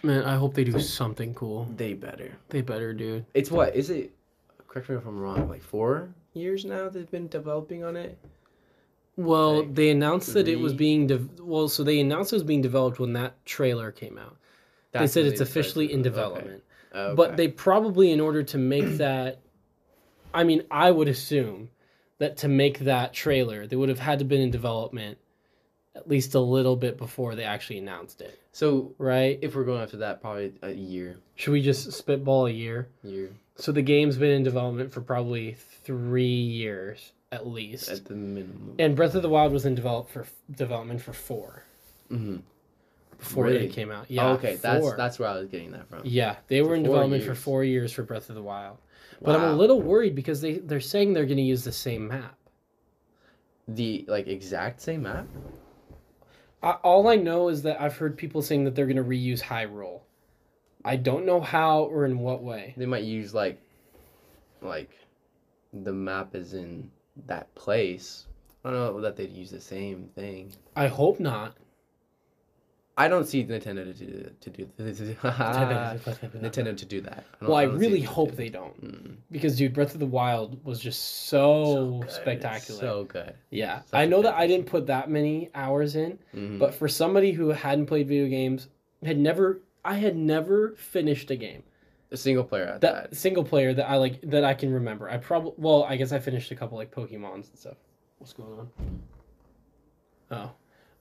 Man, I hope they do something cool. They better. They better, dude. It's what is it? Correct me if I'm wrong. Like four years now they've been developing on it. Well, Like, they announced that it was three- being de- well, so they announced it was being developed when that trailer came out. That's they said when it's decided officially to- in okay. development. Okay. But they probably, in order to make that, I mean, I would assume that to make that trailer, they would have had to been in development at least a little bit before they actually announced it, So right? if we're going after that, probably a year, Should we just spitball a year? year So the game's been in development for probably three years at least, at the minimum. and Breath of the Wild was in develop for development for four hmm before Really? Oh, it came out. Yeah, okay, that's four. that's where I was getting that from. Yeah, they So were in four development for years. four years for Breath of the Wild. But I'm a Wow. little worried because they, they're saying they're going to use the same map. The like exact same map. I, all I know is that I've heard people saying that they're going to reuse Hyrule. I don't know how or in what way. They might use like, like, the map is in that place. I don't know that they'd use the same thing. I hope not. I don't see Nintendo to do to do Ah, Nintendo to do that. don't- well, I don't see really it to hope do they that. don't Mm. because, dude, Breath of the Wild was just so, good. It's Oh, spectacular. So good. yeah, such I a know that good I didn't put that many hours in, Mhm. but for somebody who hadn't played video games, had never, I had never finished a game. a single player at that. that single player that I like that I can remember. I probably well, I guess I finished a couple like Pokemons and stuff. What's going on?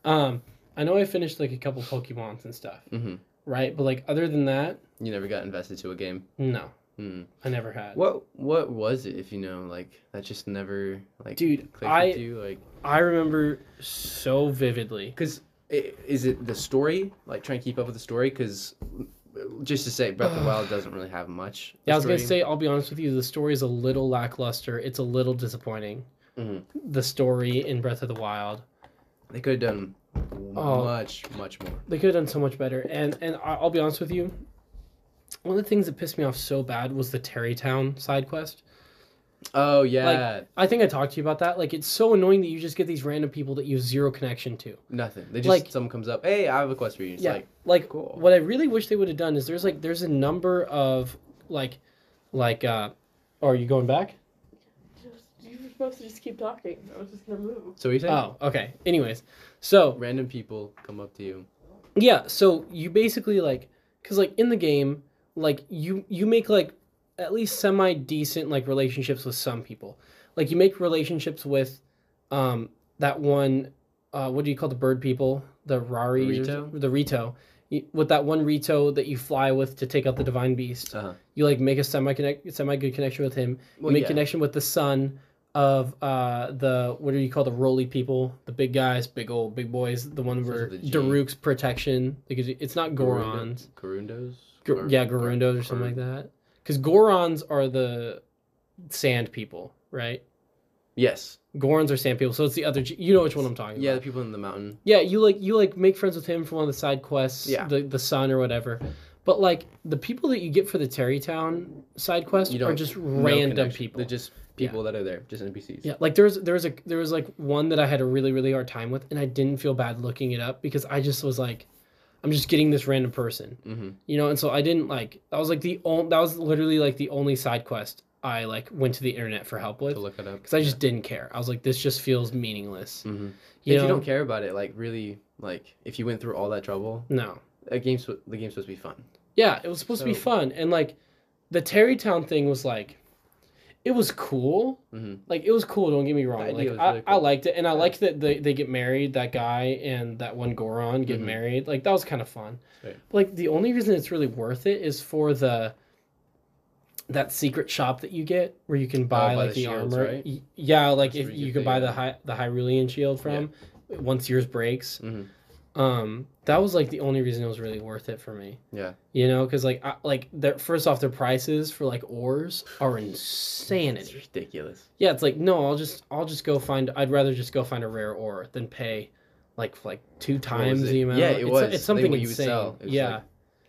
Oh, um, I know I finished like a couple Pokemons and stuff, hmm right? But like other than that, You never got invested to a game. no, Mm. I never had. What what was it if you know like that just never like Dude, clicked I- with you like I remember so vividly. because is it the story like trying to keep up with the story because just to say Breath of the Wild doesn't really have much. Yeah, I was gonna story. say, I'll be honest with you, the story is a little lackluster. It's a little disappointing. Mhm. The story in Breath of the Wild. they could have done Oh. Much, much more. They could have done so much better. And and I- I'll be honest with you, one of the things that pissed me off so bad was the Terrytown side quest. Oh yeah, I think I talked to you about that. Like it's so annoying that you just get these random people that you have zero connection to. nothing. They just like- someone comes up. Hey, I have a quest for you. It's yeah, like like, cool. what I really wish they would have done is there's like there's a number of like like uh oh, are you going back? Just, you were supposed to just keep talking. I was just gonna move. so what are you saying? Oh, okay. Anyways, so Random people come up to you. Yeah, so you basically like cuz like in the game, like you you make like at least semi decent like relationships with some people. Like you make relationships with um that one uh what do you call the bird people? The Rari Rito? the Rito. You- With that one Rito that you fly with to take out the divine beast. Uh huh. You like make a semi connect semi good connection with him. You Well, make yeah. connection with the son of uh the what do you call the roly people the big guys big old big boys the one Starts where with a G. daruk's protection because it's not gorons Garundos. Gor- Gar- yeah garundos or something like that because gorons are the sand people right Yes. gorons are sand people so it's the other G- you know which one i'm talking Yeah, the about people in the mountain. yeah you like you like make friends with him for one of the side quests Yeah. the, the son or whatever but like the people that you get for the terrytown side quest You are don't- just No random connection. people They're just people that are there, just NPCs. Yeah, like there was there was a there was like one that I had a really really hard time with, and I didn't feel bad looking it up because I just was like, I'm just getting this random person, Mhm. you know, and so I didn't like that was like the only that was literally like the only side quest I like went to the internet for help with To look it up. because I just didn't care. I was like, this just feels meaningless. Mm-hmm. You if know? you don't care about it, like really, like if you went through all that trouble, No. a game's sw- the game's supposed to be fun. Yeah, it was supposed to be So- fun, and like, the Terrytown thing was like, it was cool, hmm like it was cool. Don't get me The wrong. idea Like was I, really I cool. liked it, and I Yeah. liked that they, they get married. That guy and that one Goron get Mhm. married. Like that was kind of fun. Right. But, like the only reason it's really worth it is for the that secret shop that you get where you can buy buy like Oh, the the, shields, armor. right? Y- Yeah, like That's if where you, you get can the, buy the uh, high the Hyrulean shield from once yours breaks. Mhm. Um, that was like the only reason it was really worth it for me. Yeah. You know, because like I, like their first off, their prices for like ores are It's insanity. ridiculous. Yeah, it's like no, I'll just I'll just go find. I'd rather just go find a rare ore than pay, like f- like two was times it? the amount. Yeah, it it's, was. I It's think something what you would insane. sell, it was yeah, like-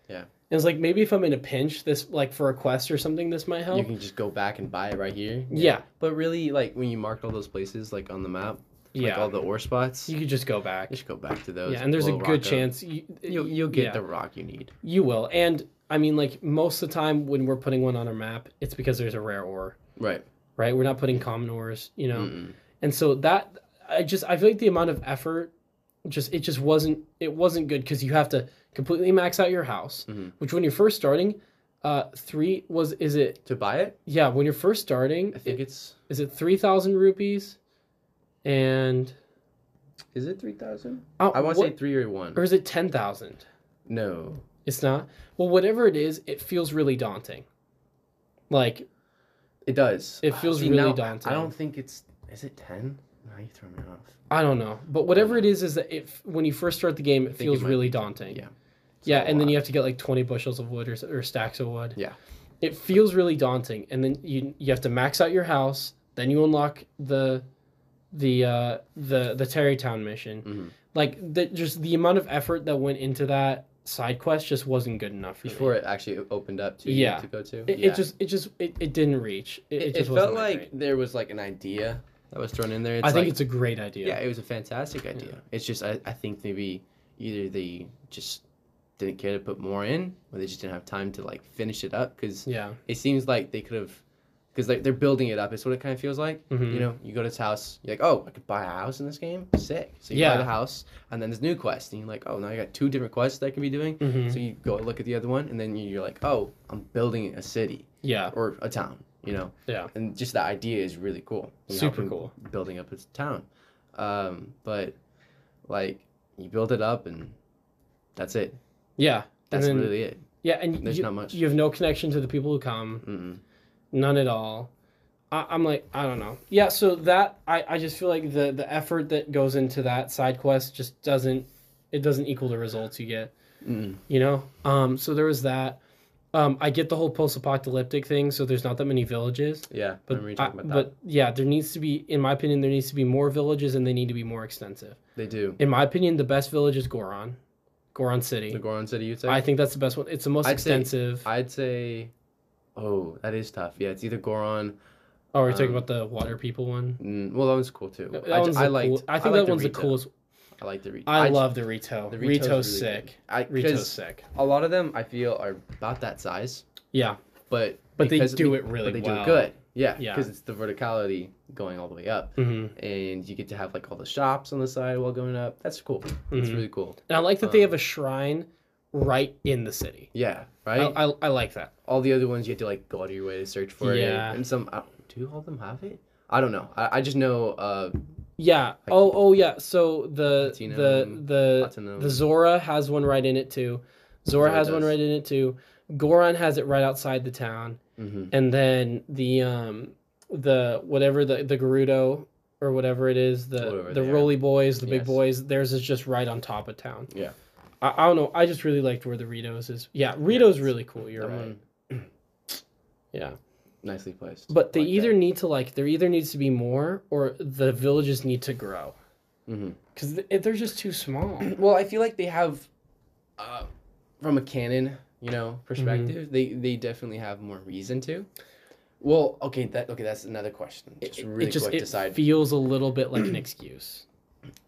yeah. And it's like maybe if I'm in a pinch, this like for a quest or something, this might help. You can just go back and buy it right here. yeah, But really, like when you marked all those places, like on the map, yeah. like all the ore spots, you could just go back. you should go back to those. Yeah, and there's a blow good rock up. chance you you'll you'll get yeah, the rock you need. you will. And I mean, like most of the time when we're putting one on our map, it's because there's a rare ore, Right. right? We're not putting common ores, you know. Mm-mm. and so that i just i feel like the amount of effort just it just wasn't it wasn't good because you have to completely max out your house Mhm. which when you're first starting uh three was is it To buy it, yeah when you're first starting I think it, it's is it 3000 rupees and is it three thousand? oh, I want to say what- three or one. or is it 10000 no. it's not well whatever it is it feels really daunting like It does. Uh, It feels See, really now, daunting. I don't think it's. Is it ten? No, you throw me off. i don't know but whatever it is is that it when you first start the game it think it feels might really be- daunting Yeah. It's Yeah, a and then lot. you have to get like 20 bushels of wood or, s- or stacks of wood. uh, Yeah. It feels really daunting and then you you have to max out your house, then you unlock the the uh the the Terrytown mission. Mhm. Like the just the amount of effort that went into that side quest just wasn't good enough for before me. it actually opened up to Yeah. yeah. to go to. It, yeah. it just it just it, it didn't reach. It, it, it, it just felt wasn't that like great. there was like an idea that was thrown in there. I think like- it's a great idea. yeah, it was a fantastic idea. It's just I, I think maybe either they just didn't care to put more in, or they just didn't have time to like finish it up because Yeah. it seems like they could have. Because like they're building it up, it's what it kind of feels like. Mhm. You know, you go to this house, you're like, oh, I could buy a house in this game, sick. So you Yeah. buy the house, and then there's new quest, and you're like, oh, now I got two different quests that I can be doing. Mhm. So you go look at the other one, and then you're like, oh, I'm building a city Yeah. or a town, you know? Yeah. And just the idea is really cool. you know, Super from cool. Building up its town. Um, but, like, you build it up, and that's it. Yeah. That's and then, really it. yeah, and there's you, not much. you have no connection to the people who come. Mm-mm. none at all. I, I'm like, I don't know. Yeah, so that I, I just feel like the the effort that goes into that side quest just doesn't it doesn't equal the results you get, Mm-mm. you know? Um so there was that. Um, I get the whole post-apocalyptic thing, so there's not that many villages. Yeah, I But remember you I- talking about that. but yeah, there needs to be, in my opinion, there needs to be more villages, and they need to be more extensive. They do. In my opinion, the best village is Goron, Goron City. The Goron City, you'd say? I think that's the best one. It's the most I'd say- extensive. I'd say, oh, that is tough. Yeah, it's either Goron. oh, are you talking um, about the water people one? Mm, well, that one's cool too. That I, j- one's I the liked. cool- I think liked that one's the Rito. coolest. I like the Rito. I, j- love the Rito. the Rito's, Rito's really sick. I Rito's because sick. a lot of them I feel are about that size, Yeah, but but they because- do be- it really but they well. do it good. Yeah, Yeah. because it's the verticality going all the way up, hmm and you get to have like all the shops on the side while going up. That's cool. That's Mhm. really cool. And I like that they have Um, a shrine right in the city. Yeah, I, right. I, I like that. all the other ones you have to like go out of your way to search for Yeah. it. And some I, do all of them have it? I don't know. I, I just know uh Yeah. Like- Oh, oh yeah. So the Platinum, the the Platinum. the Zora has one right in it too. Zora, Zora has one does. right in it too. Goron has it right outside the town, mhm. and then the um the whatever the the Gerudo or whatever it is the Whatever the they are. Roly Boys, the big Yes. boys. Theirs is just right on top of town. Yeah. I, I don't know. I just really liked where the Ritos is. Yeah, Ritos it's- really cool. You're That right. one, Yeah. nicely placed. But they Like either that. need to like there either needs to be more or the villages need to grow Mhm. because they're just too small. Well, I feel like they have uh from a canon, you know, Mm-hmm. perspective, they they definitely have more reason to. Well, okay, that okay, that's another question. Just it, really it just quick it to side. feels a little bit like an excuse.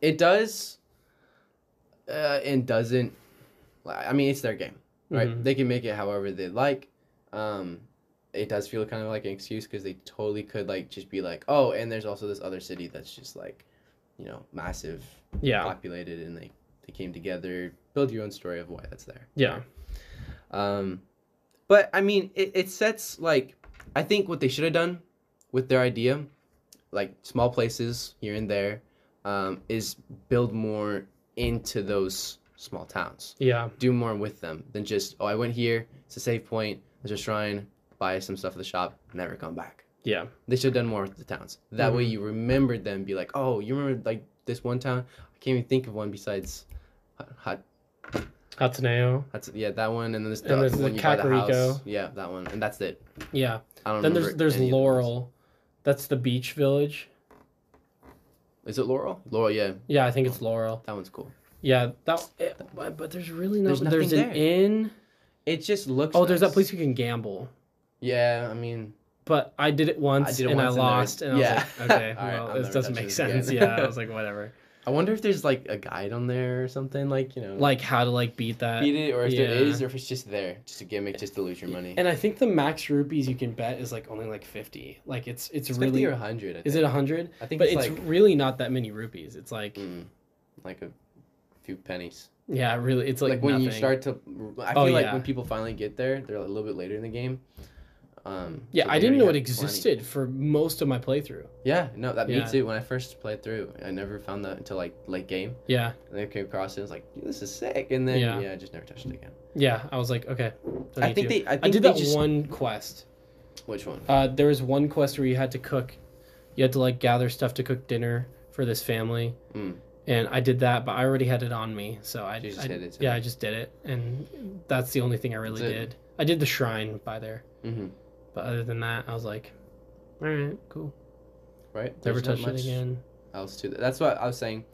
it does uh, and doesn't i mean it's their game right Mhm. they can make it however they like um it does feel kind of like an excuse because they totally could like just be like oh and there's also this other city that's just like you know massive Yeah, populated and they they came together build your own story of why that's there yeah, um, but I mean, it, it sets like I think what they should have done with their idea, like small places here and there, um, is build more into those small towns. yeah, Do more with them than just oh I went here, it's a safe point, there's a shrine, buy some stuff at the shop, never come back. yeah, They should have done more with the towns. That Mm-hmm. way you remembered them, be like oh you remember like this one town. I can't even think of one besides. Hot, hot Hatsuneo. that's yeah, that one, and then there's the, And there's the one you buy the Kakariko. house. Yeah, that one, and that's it. Yeah. I don't Then there's remember there's any of the ones. Laurel. That's the beach village. Is it Laurel? Laurel, yeah, Yeah, I think Oh. it's Laurel. that one's cool. Yeah, that. It, but but there's really no. There's There's, nothing an there. inn. It just looks. Oh, there's that nice. place you can gamble. Yeah, I mean, But I did it once did it and once I and there- lost, and, I yeah. was like, okay, All right, well, I'll this never doesn't touch make this sense. again. yeah, I was like, whatever. I wonder if there's like a guide on there or something, like you know, Like how to like beat that. beat it, or if there Uh, yeah. is, or if it's just there, just a gimmick, just to lose your money. And I think the max rupees you can bet is like only like fifty. Like it's it's, it's really really or hundred. is it hundred? I think But it's, it's like really not that many rupees. It's like mm, like a few pennies. yeah, really. It's like, Like, when you nothing. start to, I feel Oh, like yeah. when people finally get there, they're a little bit later in the game. Um, Yeah, so I they didn't already know have it 20. existed for most of my playthrough. Yeah, no, that Yeah. me too. When I first played through, I never found that until like late game. Yeah, And then I came across it, and was like, "Dude, this is sick. And then Yeah. yeah, I just never touched it again. yeah. I was like, okay. don't I need think to. they, I think I did they that just, one quest. Which one? Uh, there was one quest where you had to cook. You had to like gather stuff to cook dinner for this family. Mm. And I did that, but I already had it on me, so I You just I- did it Yeah, today. I just did it, and that's the only thing I really That's it. did. I did the shrine by there. Mm-hmm. But other than that, I was like, all right, cool. Right. Never There's not touched it much again. Else to that. That's what I was saying.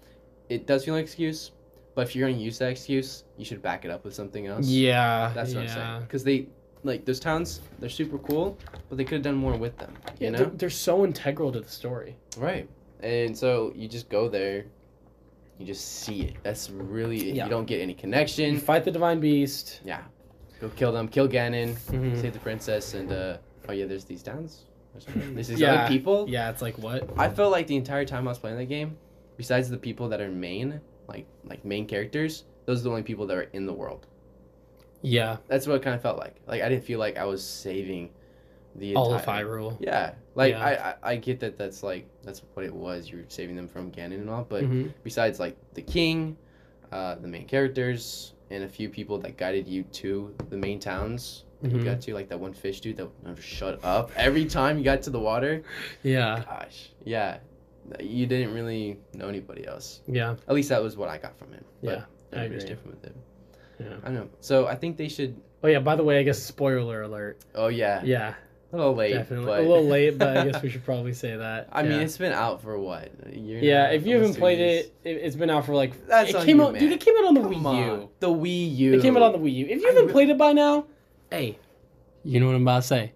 It does feel like an excuse, but if you're gonna use that excuse, you should back it up with something else. Yeah. That's what yeah. I'm saying. Because they like those towns, they're super cool, but they could have done more with them. You Yeah, know. they're, they're so integral to the story. Right. And so you just go there, you just see it. That's really Yeah. you don't get any You connection. fight the divine beast. Yeah. Go kill them, kill Ganon, Mhm. save the princess and uh oh yeah, there's these towns. There's, there's these Yeah. other people. Yeah, it's like what? I felt like the entire time I was playing that game, besides the people that are main, like like main characters, those are the only people that are in the world. Yeah, That's what it kind of felt like. Like I didn't feel like I was saving the all of entire Hyrule. yeah, like Yeah. I, I I get that that's like that's what it was. You're saving them from Ganon and all, but Mhm. besides like the king, uh, the main characters, and a few people that guided you to the main towns. Mhm. You got to like that one fish dude that would never shut up. Every time you got to the water, Yeah, gosh, yeah, you didn't really know anybody else. yeah, At least that was what I got from it. But Yeah, I everybody's agree. different with it. Yeah. I don't know. So I think they should. Oh yeah. By the way, I guess spoiler alert. Oh yeah, Yeah, a little late. definitely but- a little late, but I guess we should probably say that. I yeah. mean, it's been out for what? A year and a yeah. half, If you haven't almost two played years? it, it, it's been out for like. That's it on came you, out, man. dude. It came out on the Come Wii on. U. The Wii U. It came out on the Wii U. If you I haven't re- played it by now, hey, you know what I'm about to say.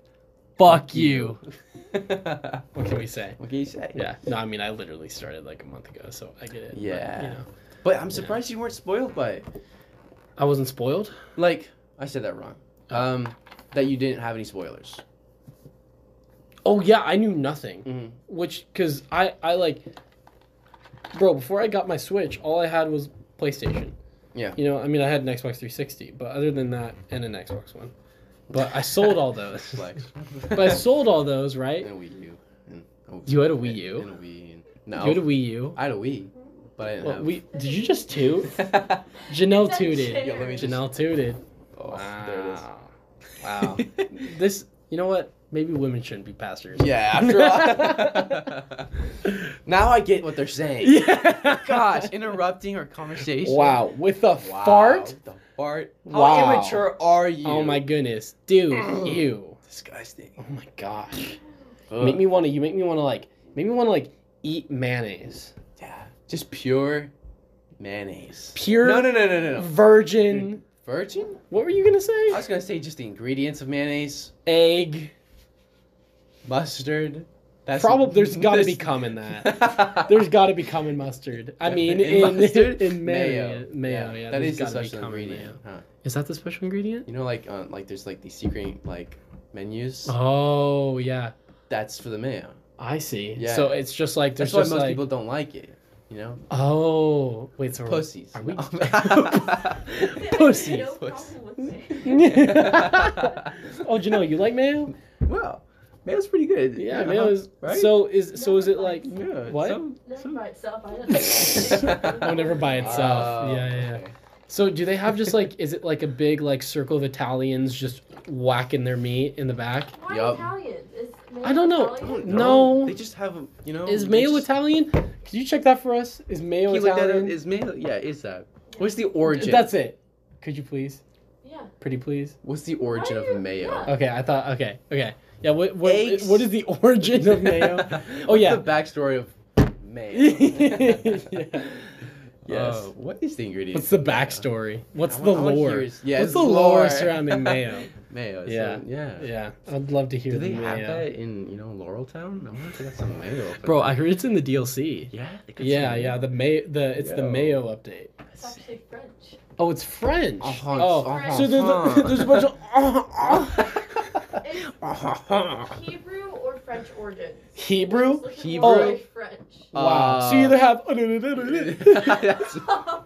Fuck you. What can we say? what can you say? Yeah. No, I mean, I literally started like a month ago, so I get it. but, Yeah. you know, But I'm surprised you weren't spoiled by it. I wasn't spoiled. Like I said that wrong. Um, that you didn't have any spoilers. Oh yeah, I knew nothing. Mhm. Which, cause I, I like, bro. Before I got my Switch, all I had was PlayStation. Yeah. You know, I mean, I had an Xbox 360, but other than that, and an Xbox One. But I sold all those. Flex. but I sold all those, and right? a Wii U. And a, You had a Wii U? And, and a Wii. And, no. You had a Wii U. I had a Wii, but I didn't Well, have. we did you just toot? Wii. Janelle That's tooted. shit. Yo, let me just. Janelle tooted. Oh, There Wow. it is. this, you know what? Maybe women shouldn't be pastors. Yeah, after all. now I get what they're saying. yeah. Gosh, interrupting our conversation. Wow. With a Wow, fart? The fart. Wow. How immature are you? Oh my goodness, dude. you. Disgusting. Oh my gosh. Ugh. Make me want to. You make me want to like. Make me want to like eat mayonnaise. Yeah. Just pure mayonnaise. Pure. No, no, no, no, no, no. Virgin. Virgin? What were you gonna I say? was gonna say just the ingredients of mayonnaise, Egg. mustard. That's Probably there's got to this- be cum in that. There's got to be cum in mustard. I mean, In in, in, mustard? mayo, mayo, yeah. that there's is the gotta be special cum in ingredient. mayo. Huh. Is that the special ingredient? You know, like uh, like there's like these secret like menus. Oh yeah, That's for the mayo. I see. Yeah. So it's just like there's That's why just most like people don't like it. You know, oh wait, so pussies. Are we- Pussies. Pussy. No problem with it. oh, Janelle, you like mayo? Wow, mayo's pretty good. Yeah, mayo is. uh-huh. right? So is so is it like? Yeah, What? some- Never some- by itself. I don't Oh, never by itself. Oh, yeah, yeah, yeah. okay. So do they have just like is it like a big like circle of Italians just whacking their meat in the back? Why Yup. Italians? Is mayo I don't know. I Italian? don't No. know. They just have, a- you know. Is they mayo just- Italian? Could you check that for us? Is Can mayo you look that up? Italian? Is mayo? Yeah, is that? What's the origin? That's it. Could you please? Yeah. Pretty please? What's the origin Why of do you- mayo? yeah. Okay, I thought okay. Okay. Yeah, what what, Eggs. what is the origin of mayo? Oh, What's yeah. The backstory of mayo. Yeah. Yes. Uh, what is the ingredient? What's the of mayo? backstory? What's I the want- I wanna hear lore? his- yeah, What's his the lore, lore. surrounding mayo? Mayo. Yeah. Yeah. yeah. Yeah, I'd love to hear Do the they have mayo. that in you know Laureltown? I want to get some mayo. up in Bro, there. I heard it's in the DLC. Yeah. they got Yeah, some yeah, the may the it's the Yo. mayo update. It's actually French. Oh, it's French. Uh-huh, oh, uh-huh, so there's, uh-huh. there's a bunch of. uh-huh, It's Hebrew or French origin. Hebrew? Oh. Hebrew? Hebrew. French. wow. So you either have. That's- oh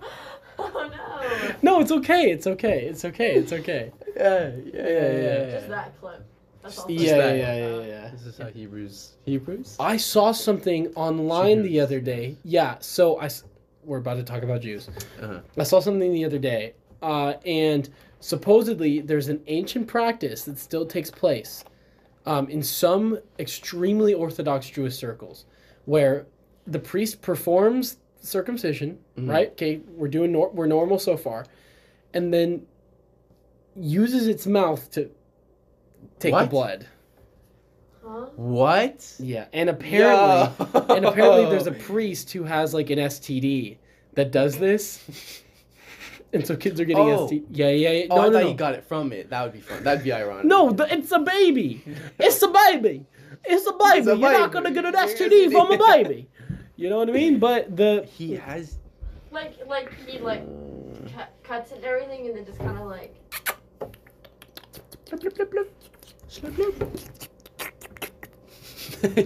no. no, it's okay. It's okay. It's okay. It's okay. yeah, yeah, yeah, yeah. Just that clip. That's all. Yeah, yeah, that yeah, yeah, yeah. This is how Hebrews. Hebrews. I saw something online the other day. Yeah, so I. s- We're about to talk about Jews. Uh-huh. I saw something the other day, uh, and supposedly there's an ancient practice that still takes place um, in some extremely Orthodox Jewish circles where the priest performs circumcision, Mhm. right? Okay, we're doing nor- we're normal so far, and then uses its mouth to take the What? blood. Huh? What? Yeah, and apparently, Yo. and apparently there's a priest who has like an STD that does this. And so kids are getting Oh. STD. Yeah, yeah, yeah. No, Oh, I no, thought no. you got it from it. That would be fun. That'd be ironic. No, the, it's a baby. It's a baby. It's a baby. a You're not baby. gonna get an You're STD from a STD. baby. You know what I mean? But the He has. Like, like he like cut, cuts and everything, and then just kind of like.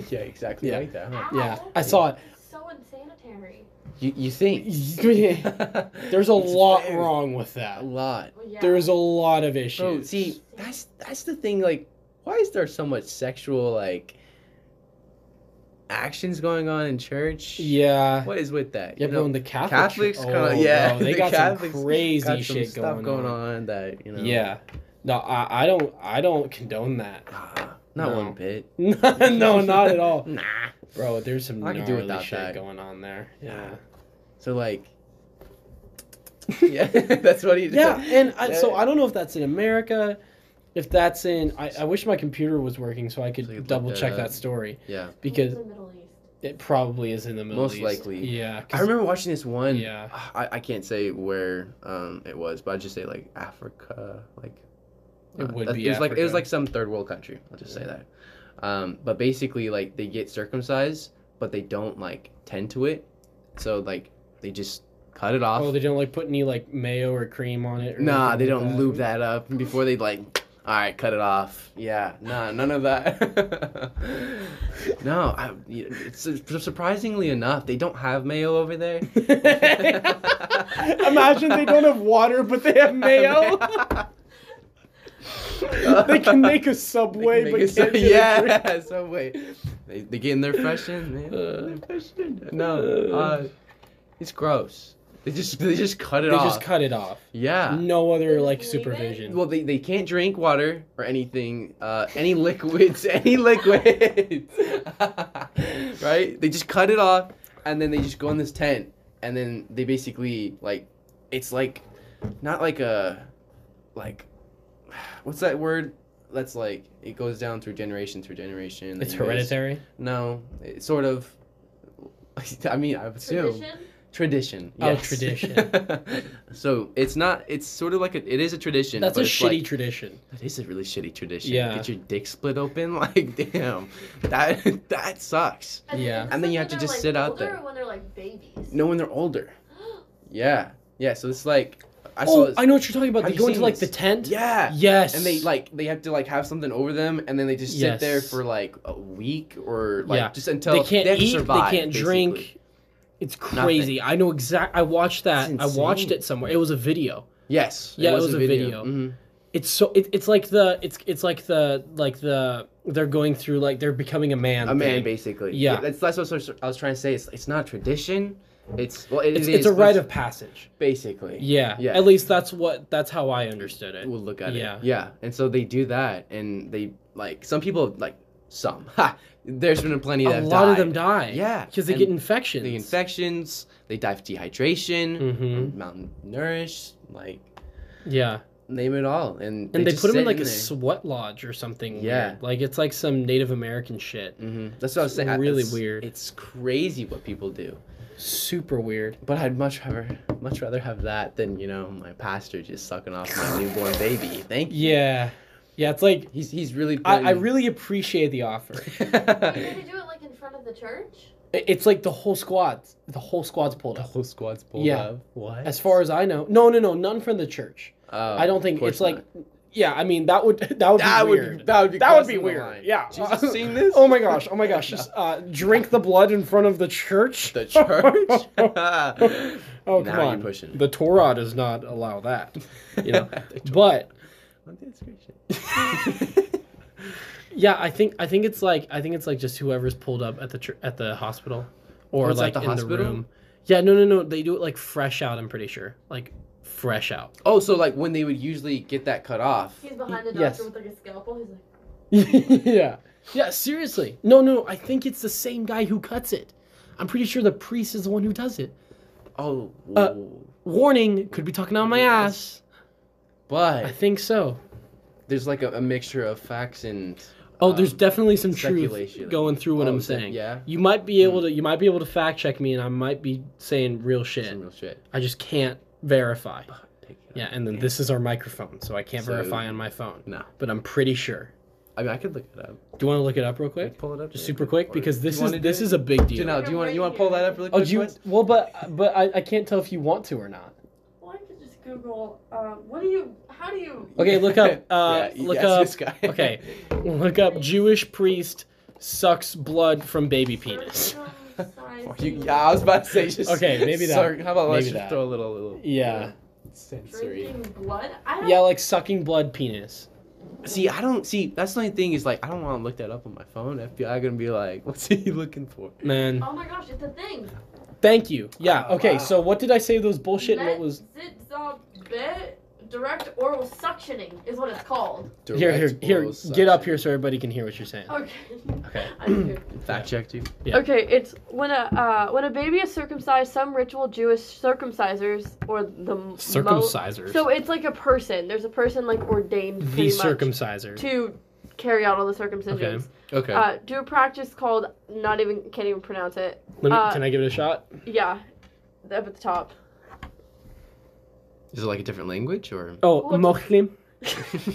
yeah, exactly Yeah. like that. Huh? Ow, yeah, that's I saw it. So unsanitary. You you think? There's a It's lot very- wrong with that. A lot. Well, yeah. There's a lot of issues. Bro, see, that's that's the thing. Like, why is there so much sexual like actions going on in church? yeah. What is with that? Yeah, You bro, know, and the Catholic Catholics, oh, kind of, yeah, bro, they the got Catholics some crazy got some shit stuff going on that you know. Yeah. No, I, I don't I don't condone that. Ah, not No. one bit. no, not at all. Nah. Bro, there's some I gnarly could do without shit that. going on there. Yeah. So like, yeah, that's what he did. yeah, and I, so I don't know if that's in America, if that's in. I, I wish my computer was working so I could So you could look double that check up. that story Yeah. because the Middle East. it probably is in the Middle Most East. likely. yeah. 'cause- I remember watching this one. Yeah. I, I can't say where um, it was, but I just say like Africa, like uh, It would that- be It was like it was Africa. like some third world country. I'll just say that. Um, but basically, like they get circumcised, but they don't like tend to it, so like they just cut it off. Oh, they don't like put any like mayo or cream on it. Or nah, anything they like don't lube that up before they like. All right, cut it off. Yeah, nah, none of that. no, I, it's surprisingly enough, they don't have mayo over there. Imagine they don't have water, but they have mayo. they can make a They subway, can but make it can't so- get a drink. yeah, subway. They they getting their freshen, man. Uh, Their freshen. No, uh, it's gross. They just they just cut it They off. just cut it off. yeah. No other like Leave it? supervision. Well, they, they can't drink water or anything, uh, any liquids, any liquids, right? They just cut it off, and then they just go in this tent, and then they basically like, it's like, not like a, like, what's that word? That's like it goes down through generation through generation. and it's you guys- hereditary. No, it's sort of. I mean, I assume Tradition. tradition. Oh, tradition. so it's not. It's sort of like a. It is a tradition. That's a but it's shitty like- tradition. that is a really shitty tradition. Yeah. Get your dick split open, like damn, that that sucks. And then- Yeah. this And then is you when have to they're, just like, sit out older there. or When they're like babies. No, when they're older. Yeah, yeah. So it's like I saw. oh, this- I know what you're talking about. Have They you go into seen like this? the tent. yeah. Yes. And they like they have to like have something over them, and then they just sit Yes. there for like a week or like Yeah. just until they can't have to eat. survive, they can't basically. drink. It's crazy. I know exact. I watched that. I That's watched insane. it somewhere. It was a video. Yes. Yeah, it was a video. Mhm. It's so. It, it's like the. It's it's like the like the. They're going through like they're becoming a man. A man, thing. basically. Yeah. That's that's what I was- I was trying to say. It's it's not a tradition. It's well, it It's, is, it's a but rite of passage. basically. Yeah. Yeah. At least that's what. That's how I understood it. will look at Yeah. it. Yeah. And so they do that, and they like some people like some. Ha! There's been plenty that a have lot of died. them die. Yeah, Because they and get infections. The infections. They die of dehydration. Mhm. Malnourished. Like Yeah. name it all, and And they, just put them in sit like a there. sweat lodge or something. Yeah. Weird. Like it's like some Native American shit. Mhm. That's what I was It's saying. I- really it's- weird. It's crazy what people do. Super weird. But I'd much rather, much rather have that than you know my pastor just sucking off my newborn baby. Thank you. Yeah. Yeah. It's like He's he's really. I, I putting- really appreciate the offer. You need to do it like in front of the church. I- It's like the whole squad. The whole squad's pulled the up. whole squad's pulled Yeah. up. What? As far as I know, no, no, no, none from the church. Oh, I don't of think course it's like. not. Yeah, I mean that would that would that be would weird. be that would be That would crossing be the weird. line. Yeah. Jesus seen this? Oh my gosh! Oh my gosh! Just uh, drink the blood in front of the church. The church. oh come Now you're on! pushing it. The Torah does not allow that. You know, but On the inscription. yeah, I think I think it's like I think it's like just whoever's pulled up at the chur at the hospital or Oh, it's at like the in the hospital? room. Yeah, no, no, no. They do it like fresh out. I'm pretty sure, like fresh out. oh, so like when they would usually get that cut off. He's behind a doctor yes. with like a scalpel. He's like, yeah. Yeah, seriously. No, no, I think it's the same guy who cuts it. I'm pretty sure the priest is the one who does it. Oh. Uh, whoa. Warning, could be talking on my ass. I but think so. there's like a, a mixture of facts and. Oh, um, there's definitely some speculation. truth going through what Oh, I'm is it- saying. yeah? Hmm. You might be able to you might be able to fact check me and I might be saying real shit. some real shit. I just can't verify. Take it out. Yeah, and then this is our microphone, so I can't So- verify on my phone. No. But I'm pretty sure. I mean, I could look it up. Do you want to look it up real quick? Pull it up. Just real super quick or- because you this is wanna do this it? is a big Do you deal. know- do you want you want to pull that up really Oh, quick? do you? Wes? Well, but but I, I can't tell if you want to or not. well, "Oh, I could just Google. Um, what do you? How do you? Okay, look up, uh, Yeah, you look ask up- This guy. Okay, look up Jewish priest sucks blood from baby penis. Or you- yeah, I was about to say just. Okay, maybe that. Sorry, how about let's Maybe just that. throw a little little. Yeah, Sensory. Drinking blood. I don't. yeah, like sucking blood penis. See, I don't see. That's the only thing is like I don't want to look that up on my phone. FBI gonna be like, what's he looking for? Man, Oh my gosh, it's a thing. thank you. Yeah. Oh, Okay. wow. So what did I say? Those bullshit. and What was? Zit, zob, bit, direct oral suctioning is what it's called. here, here, Direct here. oral Get up suction. here so everybody can hear what you're saying. Okay. Okay. I'm good. Fact checked you. Yeah. Okay, it's when a uh, when a baby is circumcised, some ritual Jewish circumcisers or the mo- Circumcisers. so it's like a person. There's a person like ordained the pretty much circumciser. to carry out all the circumcisions. Okay. Uh, do a practice called not even can't even pronounce it. Let me, uh, can I give it a shot? Yeah, up at the top. Is it like a different language or? Oh, What? Mochlim.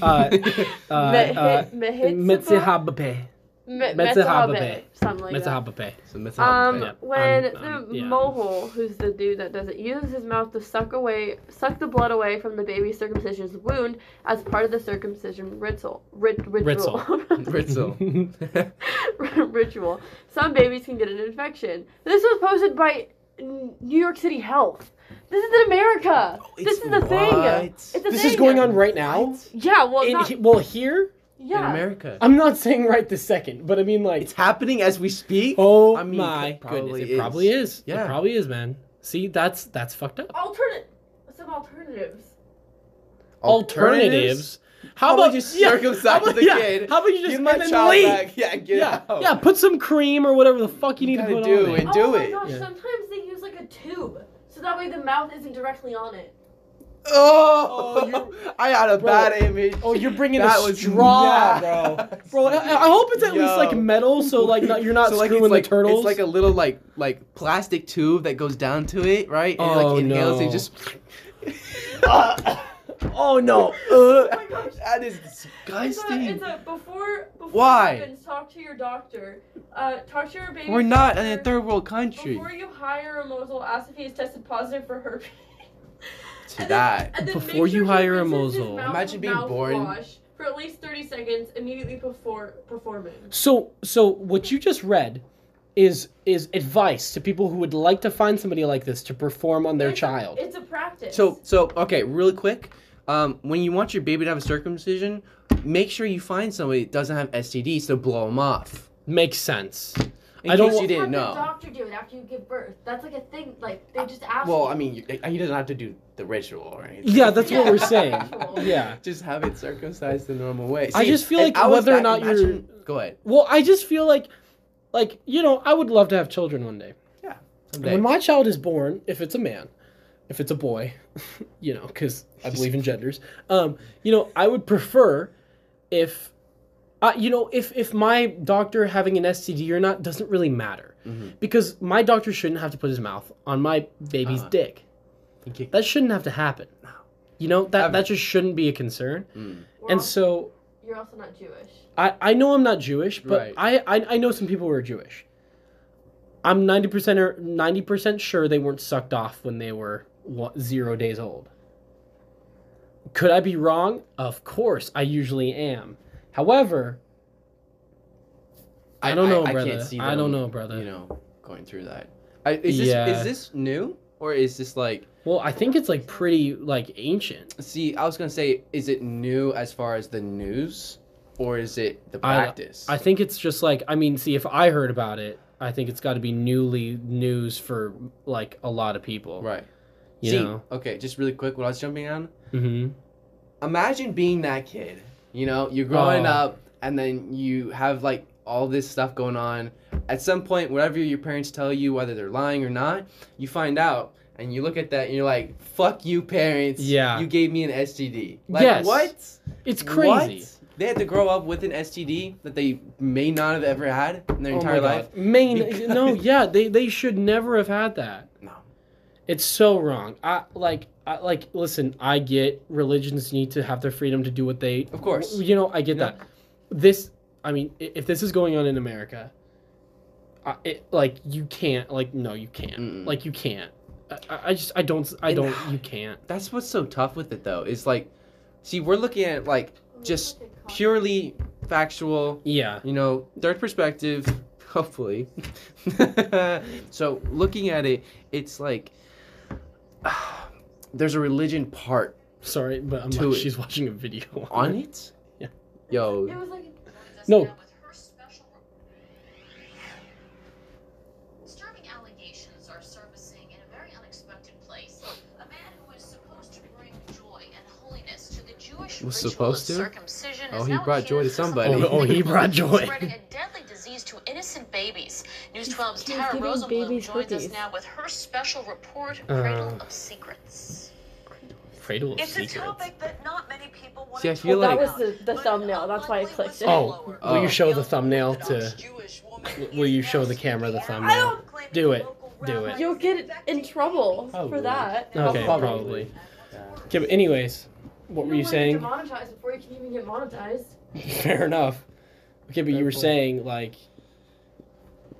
Uh, Uh, uh, Mehe- Mehitzibah? Metzihabape. Me- Metzihabape. Metzihababe, Something like that. Metzihabape. so method- Um, Yeah, when I'm- the I'm- yeah. mohel, who's the dude that does it, uses his mouth to suck away, suck the blood away from the baby's circumcision's wound as part of the circumcision ritual. Rit- ritual. Ritzel. ritual. Some babies can get an infection. This was posted by N- New York City Health. This is in America. Oh, this is the thing. It's a this thing. is going on right now. Yeah, well, In, not, he- well, here, In yeah. America. I'm not saying right this second, but I mean like, Uh, It's happening as we speak. oh I mean, my it probably goodness, it is. probably is. Yeah. it probably is, man. See, that's that's fucked up. Alternate, some alternatives. Alternatives. How about just yeah, circumcise how about- the yeah, kid? How about you just Give and my then child leave? back. Yeah, get yeah, out. yeah. Put some cream or whatever the fuck you, You need to gotta put do on it. it. do oh my it. gosh, Yeah. sometimes they use like a tube. So that way the mouth isn't directly on it. Oh, Oh, I had a Bro. bad image. Oh, you're bringing That a was straw, bro. nuts. Bro, I, I hope it's at least like Yo. metal, so like not, you're not so like screwing it's like the turtles. it's like a little like like plastic tube that goes down to it, right? And it, Oh, like inhales no. and just. oh no! Uh, my gosh. that is It's a, disgusting. it's a before before Why? it happens, talk to your doctor. Uh, talk to your baby. We're not in doctor. a third world country. Before you hire a mosel, ask if he is tested positive for herpes. To And then- that. and then make Before you he hire a rinses his mosel. mouth Imagine with being born- mouthwash for at least 30 seconds immediately before performing. So so what you just read is is advice to people who would like to find somebody like this to perform on their It's a- child. it's a practice. So so okay, really quick. Um, when you want your baby to have a circumcision, make sure you find somebody that doesn't have STDs to blow them off. Makes sense. In I don't case wa- you have didn't the know. doctor do it after you give birth. That's like a thing. Like Uh, they just ask. Well, you. I mean, you- he doesn't have to do the ritual or anything. Yeah, that's what Yeah. we're saying. Yeah. Just have it circumcised the normal way. I just feel if like I was whether or that- not you're- imagine- Go ahead. Well, I just feel like like you know, I would love to have children one day. Someday. When my child is born, if it's a man, if it's a boy, you know, cuz I believe in genders. Um, you know, I would prefer if uh, you know, if if my doctor having an STD or not doesn't really matter. Mhm. Because my doctor shouldn't have to put his mouth on my baby's Uh-huh. dick. Okay. That shouldn't have to happen. You know, that, that just shouldn't be a concern. Mm. We're And also- so you're also not Jewish. I, I know I'm not Jewish, but Right. I, I I know some people who are Jewish. I'm 90% or 90% sure they weren't sucked off when they were what, 0 days old. Could I be wrong? Of course, I usually am. However, I don't know, brother. I don't know, brother. You know, going through that. I, is this Yeah. is this new or is this like? well, I think it's like pretty like ancient. See, I was gonna say, is it new as far as the news, or is it the I- practice? I think it's just like I mean, see if I heard about it, I think it's got to be newly news for like a lot of people. right. You See, know. okay, just really quick, what I was jumping on. Mhm. Imagine being that kid. You know, you're growing Oh. up, and then you have like all this stuff going on. At some point, whatever your parents tell you, whether they're lying or not, you find out, and you look at that, and you're like, "Fuck you, parents! Yeah. you gave me an STD. Like Yes. what? It's crazy. What? They had to grow up with an STD that they may not have ever had in their Oh my entire life. God. Maine, Because- no, yeah, they they should never have had that. No. It's so wrong. I like I like listen, I get religions need to have their freedom to do what they Of course. You know, I get Yeah. that. This I mean, i- if this is going on in America, I, it, like you can't like no, you can't. Mm-mm. Like you can't. I- I, I just I don't I And- don't you can't. That's what's so tough with it though. Is like, see, we're looking at it like Oh, Just that's like a purely factual. Yeah. You know, third perspective, hopefully. so looking at it, it's like. there's a religion part Sorry, but I'm To like it. she's watching a video on it. it. Yeah. Yo, It was like No. Disturbing allegations are surfacing in a very unexpected place. A man who is supposed to bring joy and holiness Jewish Was ritual supposed to? of circumcision Oh, is he now brought joy to accused of somebody. Oh, oh, he brought joy. Spreading a deadly disease to innocent babies. News He's- 12's he's Tara giving Rosenblum babies joins us herpes. now with her special report, Uh. Cradle of Secrets. Cradle of It's a Secrets. topic that not many people want See, I to feel talk like- about, That was the- the but an thumbnail, that's why I unlikely clicked it. Oh, whistleblower, will you show the young thumbnail Orthodox to- Jewish woman w- will you is show now the camera the seeking thumbnail? air out, claiming Do it. local Do rabbis it. You'll get in infecting trouble Oh, for Lord. that. Okay, Probably. probably. Okay, but anyways, what were you don't wanna saying? Get monetized before you can even get monetized. Fair enough. Okay, but you were Fair point. saying like,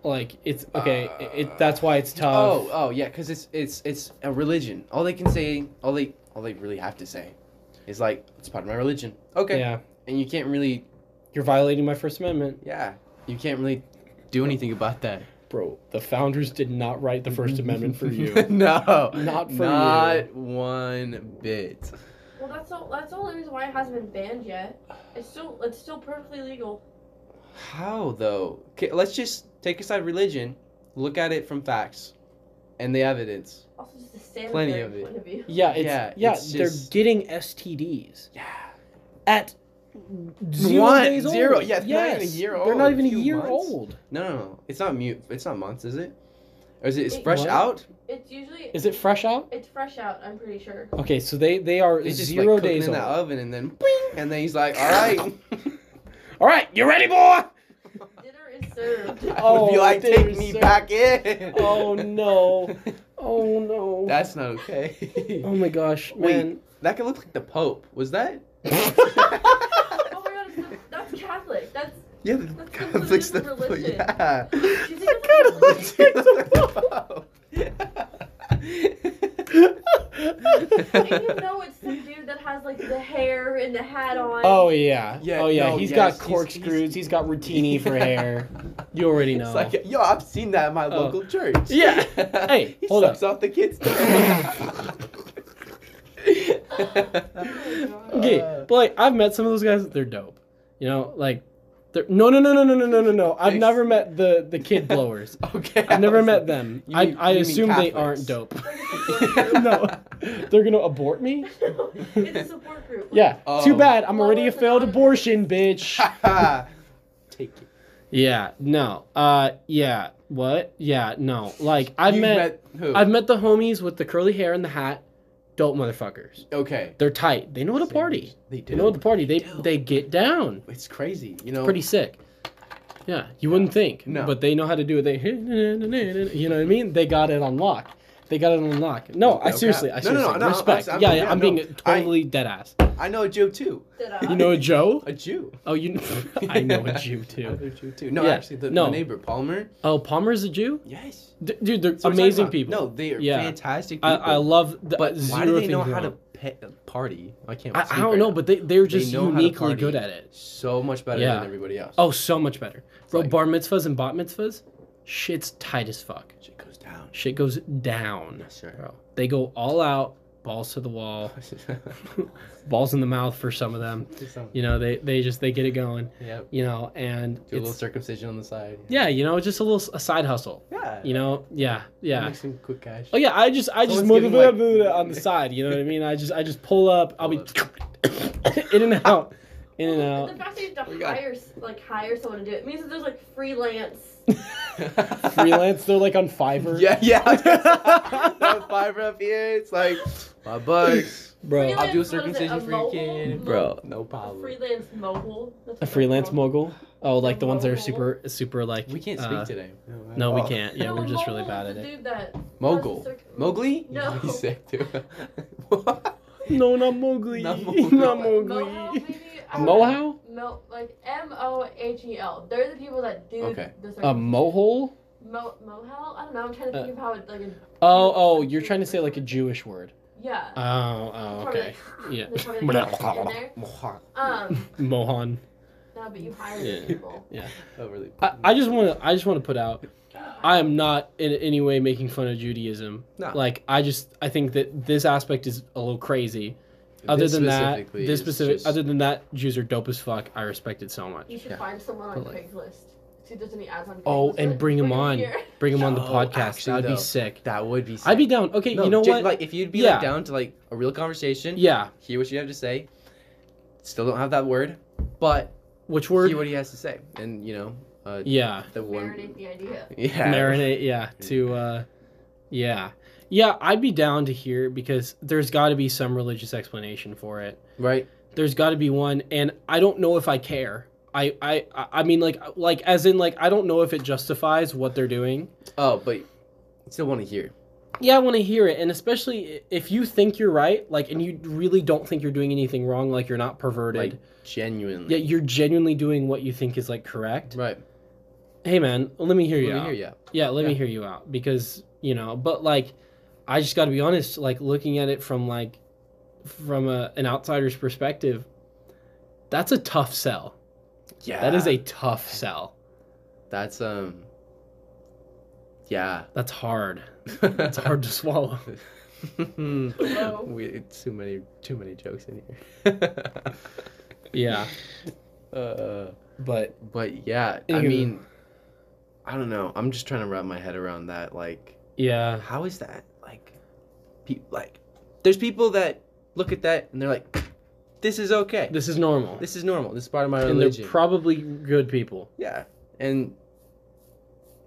like it's okay. Uh, it that's why it's tough. Oh, oh yeah, because it's it's it's a religion. All they can say, all they all they really have to say, is like it's part of my religion. Okay, yeah. and you can't really, You're violating my First Amendment, yeah, you can't really do anything about that. bro. The founders did not write the First Amendment for you. no, Not for not one bit. Well, that's all. That's the only reason why it hasn't been banned yet. It's still it's still perfectly legal. How though? Okay, let's just take aside religion, look at it from facts, and the evidence. Also, just a sanitary Plenty of it. point of view. Yeah, it's yeah, Yeah, it's they're just- getting STDs Yeah. at zero One, days old. zero, yeah, it's not even a Yes, year They're old, not even a few year months. old. No, no, no. It's not mute. It's not months, is it? Or is it? It's It- fresh What? out. It's usually Is it fresh out? it's fresh out. I'm pretty sure. Okay, so they they are It's just zero like cooking days in old. the oven, and then bing, and then he's like, "All right." All right, you ready, boy? Dinner is served. I Oh, would be like, dear "Take me sir. back in." Oh no! Oh no! That's not okay. oh my gosh, Wait. man. that could look like the Pope. Was that? Oh my god, it's the, that's Catholic. That's yeah, the That's conflicts the considered religion. Yeah. She's That kind of considered looks like the and you Pope. know it's the dude that has like the hair and the hat on. Oh yeah. Yeah, oh yeah. no, he's yes, got he's- corkscrews. he's- he's got rotini for hair. You already know. It's like, yo, I've seen that at my Oh. local church. Yeah. Hey, he hold up. sucks off the kids. uh, okay, but like I've met some of those guys. They're dope. You know, like they're no no no no no no no no no. I've Ex- never met the the kid blowers. Okay. I've never was met like, them. you I mean- I you mean assume they aren't Catholics. dope. no. They're gonna abort me. it's a support group. Yeah. Too Oh. bad. I'm already a Blowers failed Anonymous. abortion, bitch. Take it. Yeah, no. Uh yeah, what? Yeah, no. Like I've You've met, who? I've met the homies with the curly hair and the hat. Dope motherfuckers. okay. They're tight. They know the party. They They do. know the party. They do. they get down. it's crazy. You know. Pretty sick. Yeah, you wouldn't think. No. But they know how to do it. They you know what I mean? They got it on lock. They got it on lock. No, I No seriously, cap. I No, no, seriously no, no, respect. I'm- I'm- yeah, yeah, yeah, I'm no. being totally dead ass. I know a Jew too. Did I? You know a Joe? A Jew. Oh, you. I know a Jew I know too. a Jew too. No, Yeah, actually, the, no. the neighbor Palmer. Oh, Palmer's a Jew. Yes. D- dude, they're That's what I'm talking amazing about. people. No, they are Yeah. fantastic I, people. I love the But zero why do they know things how to wrong. pe- party? I can't. I, I speak don't right know, now. but they they're They just know how to uniquely party. good at it. so much better Yeah. than everybody else. Oh, so much better, bro. like- bar mitzvahs and bat mitzvahs, shit's tight as fuck. shit goes down. Shit goes down, Sure. bro. They go all out, balls to the wall, balls in the mouth for some of them. You know, they they just they get it going. yeah. You know, and Do a little it's- circumcision on the side. yeah, you know, just a little s- a side hustle. Yeah. You know, yeah, yeah. Make some quick cash. Oh yeah, I just I just Someone's motivate getting, like- on the side. You know what I mean? I just I just pull up. I'll be Pull in and out, in and Well, The out. fact that you have We to got- hire, s- like hire someone to do it means that there's like freelance. Freelance, they're like on Fiverr. Yeah, yeah. I was gonna say, that Fiverr up here. It's like my bucks. bro. Freelance- I'll do a What is it, circumcision a for your mobile? kid, Bro. No A problem. freelance mogul. That's Oh. A what freelance they're called. mogul. Oh, like the ones that are Mogul. super super like. We can't speak uh, today. No, No, we oh. can't. Yeah, No, we're a just really mogul bad is at the it. dude that does the Mogul. circ- Mowgli? No. He's sick too. What? No, not Mowgli. Not Not Mowgli. Mohel, Mowgli. maybe? I don't know. Mohow? Mo like M O H E L. They're the people that do Okay. the A circumcision. mohole? Mo Mohel? I don't know. I'm trying to Uh, think of how it like. A, Oh, oh, you're trying to say like a Jewish word. yeah. Oh, oh, Probably, okay. Yeah. There's probably, like, a in there. Mohawk. Um, Mohan. no, but you hire Yeah. these people. Oh, really? I, I just want to I just want to put out I am not in any way making fun of Judaism. No. Like I just I think that this aspect is a little crazy. Other This than that, specifically this is specific just- other than that, Jews are dope as fuck. I respect it so much. You should Yeah. find someone on But, like- Craigslist. See if there's any ads on Craigslist. Oh, and bring him 'em on. here. Bring them on the No, podcast. actually, That'd though. be sick. That would be. I'd be down. Okay, No, you know ju- what? Like, if you'd be Yeah. like down to like a real conversation, yeah, hear what you have to say, Still don't have that word, but Which word? see what he has to say. And you know, uh, yeah. the Marinate one. the idea. Yeah. marinate yeah to uh yeah yeah i'd be down to hear because there's got to be some religious explanation for it Right. there's got to be one and i don't know if i care I, I I- i mean like like as in like i don't know if it justifies what they're doing Oh, but still want to hear. yeah i want to hear it and especially i- if you think you're right like and you really don't think you're doing anything wrong like you're not perverted Like yeah genuinely. you're genuinely doing what you think is like correct Right. hey man let me hear you Let me out. hear you. out. Yeah, let me Yeah. hear you out because you know, but like, I just got to be honest. Like looking at it from like, from a, an outsider's perspective, that's a tough sell. Yeah. That is a tough sell. That's um. Yeah. That's hard. That's It's hard to swallow. Whoa. we, it's too many too many jokes in here. Yeah, uh, but but yeah, I Anywho. mean, I don't know. I'm just trying to wrap my head around that. Like, yeah, how is that? Like, pe- like, there's people that look at that and they're like, "This is okay. This, this is normal, is normal. This is part of my and religion." they're probably good people. yeah, and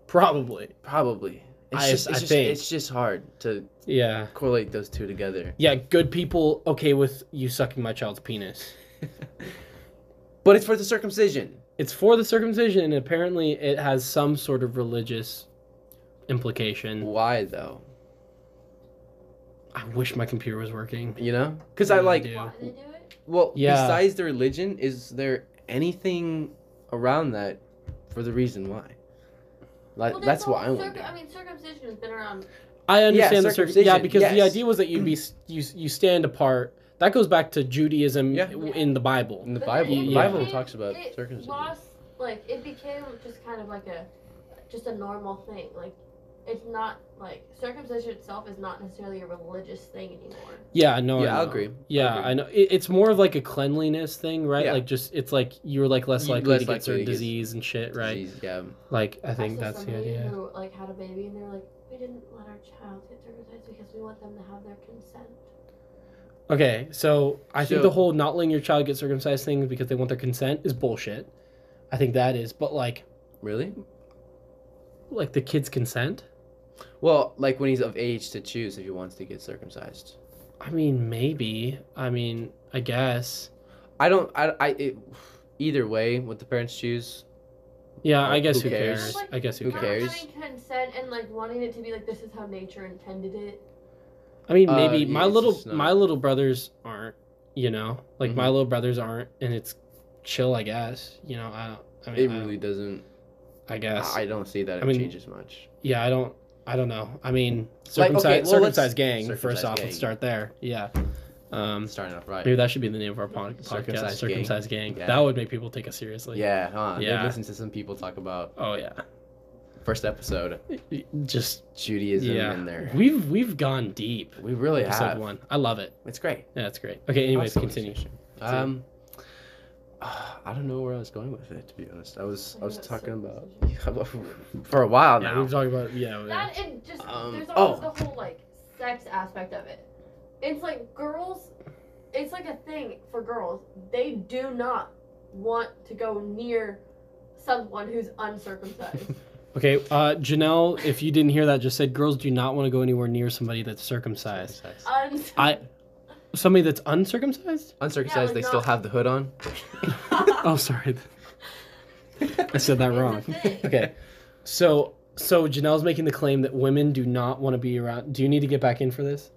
Probably. probably. It's I- just, I it's just, think. it's just hard to Yeah. correlate those two together. Yeah, good people okay with you sucking my child's penis. But it's for the circumcision. It's for the circumcision, and apparently it has some sort of religious implication. Why though? I wish my computer was working. You know? Because I Really like do. Yeah. Why do they do it? Well, Yeah. besides the religion, is there anything around that for the reason why? Uh, Like Well, there's that's what all I circum- wonder. I mean, circumcision has been around. I understand the circumcision. Yeah, circumcision, because the yes. idea was that you'd be you you stand apart. That goes back to Judaism Yeah. in the Bible. In the but Bible, then it the Yeah. Bible became- talks about it circumcision. Lost, like it became just kind of like a, just a normal thing. Like, it's not like circumcision itself is not necessarily a religious thing anymore. Yeah, no, Yeah, I I'll know. agree. Yeah, I'll agree. I know. It, it's more of like a cleanliness thing, right? Yeah. Like just it's like you're like less You're likely less to get likely certain to get disease and shit, right? Disease, yeah. Like I think saw that's the somebody idea. Who like had a baby and they're like, we didn't let our child get circumcised because we want them to have their consent. Okay, so I think So- the whole not letting your child get circumcised thing because they want their consent is bullshit. I think that is, but like Really? like the kid's consent. Well, like when he's of age to choose if he wants to get circumcised. I mean, maybe. I mean, I guess. I don't. I. I. It, either way, what the parents choose. Yeah, Well, I guess who who cares? cares? I guess who Who Not cares? cares? Having consent and like wanting it to be like this is how nature intended it. I mean, Uh, maybe yeah, my it's little just not- my little brothers aren't. You know, like my Mhm. little brothers aren't, and it's chill. I guess. You know, I don't. I mean, It I, don't- really doesn't. I guess. I don't see that it I mean, changes much. yeah, I don't. I don't know. I mean, Like, okay, circumcised, well, let's- circumcised gang. first circumcised off, gang. let's start there. Yeah. Um, Starting off right. maybe that should be the name of our pod- podcast. Circumcised gang. Circumcised gang. Yeah. That would make people take us seriously. yeah, huh? Yeah. They listen to some people talk about Oh yeah. first episode Just Judaism yeah. in there. We've we've gone deep. We really Episode have. one. I love it. It's great. Yeah, that's great. Okay. Anyways, continue. Um, I don't know where I was going with it. To be honest, I was I was talking about for a while Yeah, now. we've talked about yeah. yeah. That and just Um, there's also oh. the whole like sex aspect of it. It's like girls, it's like a thing for girls. They do not want to go near someone who's uncircumcised. Okay, uh, Janelle, if you didn't hear that, just said girls do not want to go anywhere near somebody that's circumcised. Uncircumcised. Uncircumcised. I- Somebody that's uncircumcised? Uncircumcised, like they still not- have the hood on. Oh, sorry, I said that It's a wrong. thing. Okay, so so Janelle's making the claim that women do not want to be around. Do you need to get back in for this?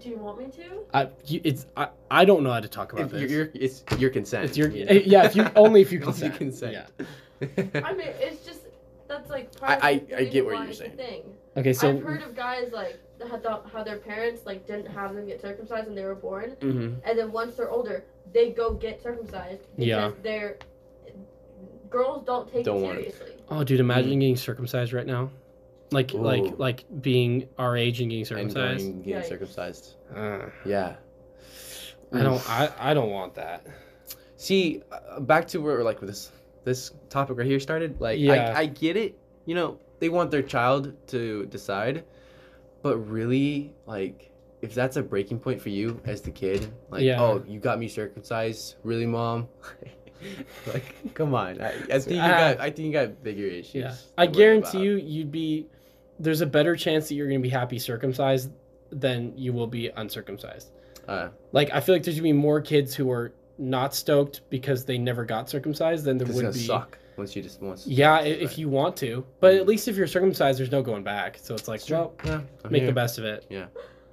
Do you want me to? I you, it's I, I don't know how to talk about If this. you're, you're- it's your consent. It's your- you eh, yeah, if you- only if you consent. I mean, it's just that's like. I- I- the I reason get what why you're it's a saying. Thing. okay, so I've heard of guys like that had the, how their parents like didn't have them get circumcised when they were born, hmm and then once they're older, they go get circumcised because Yeah. they're girls don't take Don't it want it. seriously. oh dude, imagine getting circumcised right now, like Mm. Ooh. like like being our age and getting And circumcised. going getting Yikes. circumcised. Uh, Yeah. I don't I, I don't want that. See, uh, back to where like this this topic right here started. Like, Yeah. I, I get it. You know, they want their child to decide, but really, like, if that's a breaking point for you as the kid, like, Yeah. oh, you got me circumcised, really, mom? like, come on. I, I think you Ah. got. I think you got bigger issues. Yeah. to I worry guarantee about. you, you'd be. There's a better chance that you're going to be happy circumcised than you will be uncircumcised. Uh, Like, I feel like there's going to be more kids who are not stoked because they never got circumcised than there it's would gonna be. suck once you just once. Yeah, i- once if like- you want to. But Mhm. at least if you're circumcised, there's no going back. So it's like, It's true. well, yeah, I'm make here. the best of it. Yeah.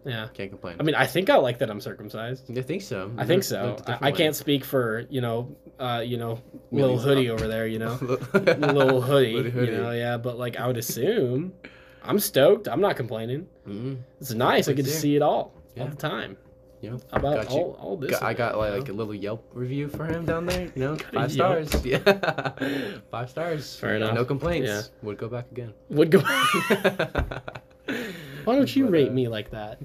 Yeah. Can't complain. I mean, I think I like that I'm circumcised. I think so. I think so. I, I can't speak for, you know, uh, you know, little Millie's hoodie up. over there, you know. little little hoodie, you know, yeah. But like, I would assume, I'm stoked. I'm not complaining. Mhm. It's nice. I It's get to there. see it all all Yeah. the time. Yeah. About Got you. all, all this. Got- I of it, got like, you know? a little Yelp review for him down there. You know, Got a five Yelp. stars. Yeah, five stars. Fair enough. No complaints. Yeah. Would go back again. would go. Why Why don't you uh, rate me like that?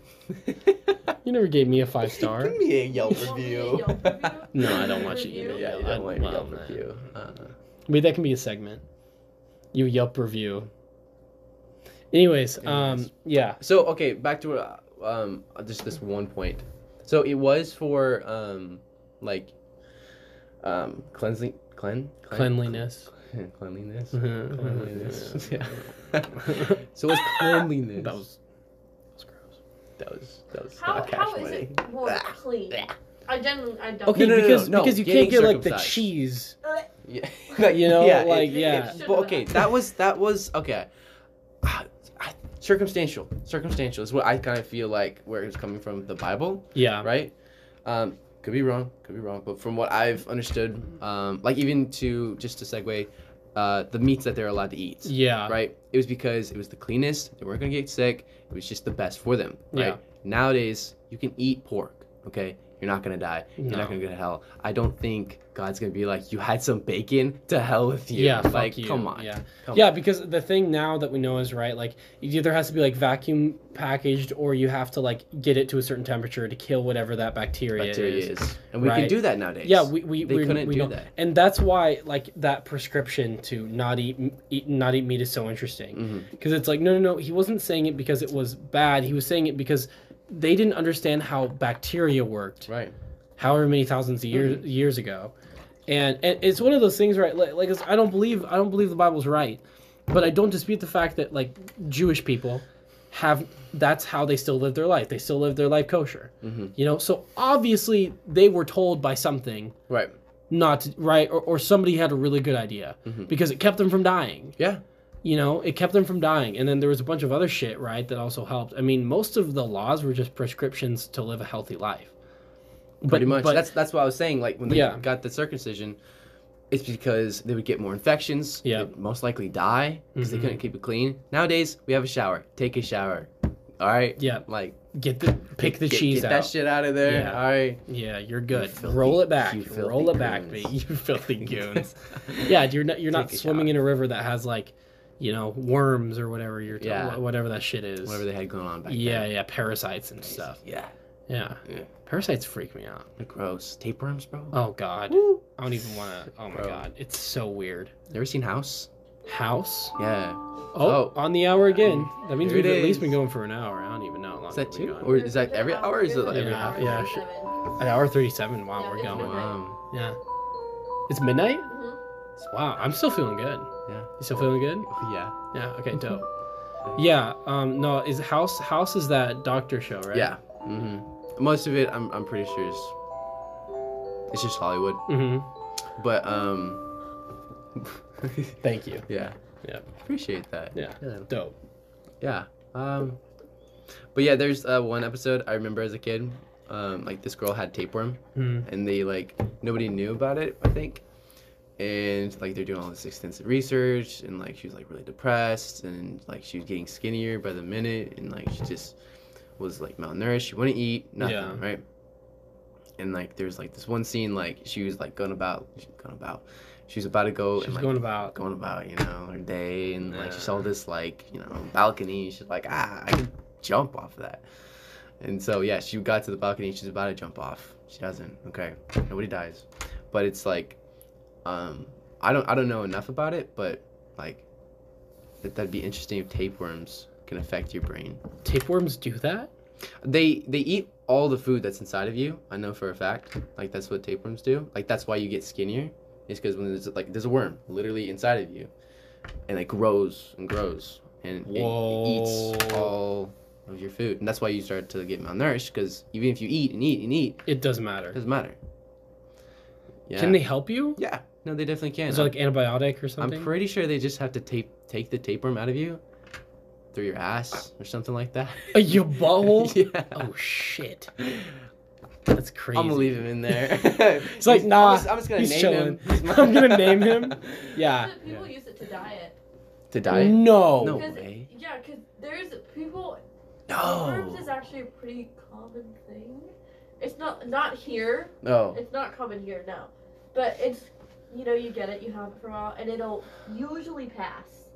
You never gave me a five star. Give me a Yelp You want me to review. Yelp review? No, I don't want you to Review? give me a Yeah, you Yelp. I- don't want your well, Yelp man. review. Uh, Maybe that can be a segment. You Yelp review. Anyways, um, Anyways. yeah, so okay, back to uh, um just this one point. So it was for um like um cleansing clean, clean cleanliness. cleanliness. Mhm, Cleanliness. mhm. Yeah. so it's cleanliness. That was. that was gross. that was that was How, not cash how is money. it more clean? I genuinely I don't. Okay, no, no, because no, no, because you getting can't get like the circumcised. cheese. Yeah. You know, Yeah, it- like it- yeah. Should've But okay, been. that was that was okay. Ah, I- Circumstantial, circumstantial is what I kind of feel like where it's coming from the Bible, Yeah. right? Um, could be wrong, could be wrong, but from what I've understood, um, like even to just to segue, uh, the meats that they're allowed to eat, Yeah. right? It was because it was the cleanest. They weren't gonna get sick. It was just the best for them. Right? Yeah. Nowadays, you can eat pork. Okay, you're not gonna die. You're No. not gonna go to hell. I don't think God's gonna be like, you had some bacon. To hell with you. Yeah, fuck like you. come on. Yeah, Come yeah, because the thing now that we know is right. Like, it either has to be like vacuum packaged, or you have to like get it to a certain temperature to kill whatever that bacteria, Bacteria is. is. and we can Right. do that nowadays. Yeah, we we They we couldn't we do know. that. and that's why like that prescription to not eat, m- eat not eat meat is so interesting Mhm. because it's like no no no he wasn't saying it because it was bad he was saying it because they didn't understand how bacteria worked Right. however many thousands of years Mm-hmm. years ago, and, and it's one of those things, right? Like, like it's- I don't believe I don't believe the Bible's right, but I don't dispute the fact that like Jewish people have that's how they still live their life. They still live their life kosher, Mm-hmm. you know. So obviously they were told by something Right. not to, right, or, or somebody had a really good idea because it kept them from dying. Mm-hmm. Yeah. You know, it kept them from dying, and then there was a bunch of other shit, right, that also helped. I mean, most of the laws were just prescriptions to live a healthy life. But- Pretty much. but- that's that's what I was saying. Like when they Yeah. got the circumcision, it's because they would get more infections. Yeah. they'd most likely die because Mhm. they couldn't keep it clean. Nowadays, we have a shower. Take a shower. All right. Yeah. Like Get the pick the get- cheese Get out. that shit out of there. Yeah. All right. yeah, you're good. filthy- Roll it back. you filthy Roll it back, goons. me. You filthy goons. yeah, you're not you're not Take a swimming shower. in a river that has like, you know, worms or whatever you're t- Yeah. wha- whatever that shit is. Whatever they had going on back yeah, then. yeah, parasites and stuff. Yeah. Yeah. Yeah. Parasites freak me out. They're gross. Tapeworms, bro. Oh god. Woo. I don't even want to. Oh my Bro. god. It's so weird. You ever seen House? House? Yeah. Oh, Oh. on the hour again. That means Here we've it at least is. been going for an hour. I don't even know how long Is that we've two? been going. Or is that every hour? Or is it like every Yeah. hour? yeah, sure. An hour 37. Wow, Yeah, we're it's going. midnight. Wow. Yeah. It's midnight? Mhm. Wow, I'm still feeling good. Yeah. You still feeling good? Yeah. Yeah, okay, dope. Yeah, um no, is House House is that doctor show, right? Yeah. hmm Most of it, I'm, I'm pretty sure is it's just Hollywood. hmm But um, Thank you. yeah, Yeah. appreciate that. Yeah. Yeah. Dope. Yeah. Um, but yeah, there's uh, one episode I remember as a kid. Um, like this girl had tapeworm, Mhm. and they like nobody knew about it. I think. And like they're doing all this extensive research, and like she was like really depressed, and like she was getting skinnier by the minute, and like she just was like malnourished. She wouldn't eat nothing, Yeah. right? And like there's like this one scene, like she was like going about, going about, she was about to go She's and like going about going about, you know, her day, and like she Yeah. saw this like, you know, balcony. and She's like, ah, I can jump off of that. And so yeah, she got to the balcony. She's about to jump off. She doesn't. Okay, nobody dies, but it's like, um, I don't, I don't know enough about it, but like, that that'd be interesting if tapeworms can affect your brain. tapeworms do that? They they eat all the food that's inside of you. I know for a fact. Like that's what tapeworms do. Like that's why you get skinnier. Is because when there's like there's a worm literally inside of you, and it grows and grows and it eats Whoa. all of your food. And that's why you start to get malnourished. Because even if you eat and eat and eat, It doesn't it matter. doesn't matter. Yeah. Can they help you? Yeah. No, they definitely can. Is it like antibiotic or I'm something? pretty sure they just have to tape take the tapeworm out of you through your ass or something like that. Uh, Your butthole? yeah. Oh shit. That's crazy. I'm gonna leave him in there. It's like, He's- I'm nah, just- I'm just gonna he's name chilling. him. I'm gonna name him. Yeah. But People use it to diet. To diet? No. Ah, No. 'Cause- way. Oh. Yeah, because there's people. Worms is No. actually a pretty common thing. It's not not here. No. It's not common here now, but it's you know you get it. You have it for a while, and it'll usually pass.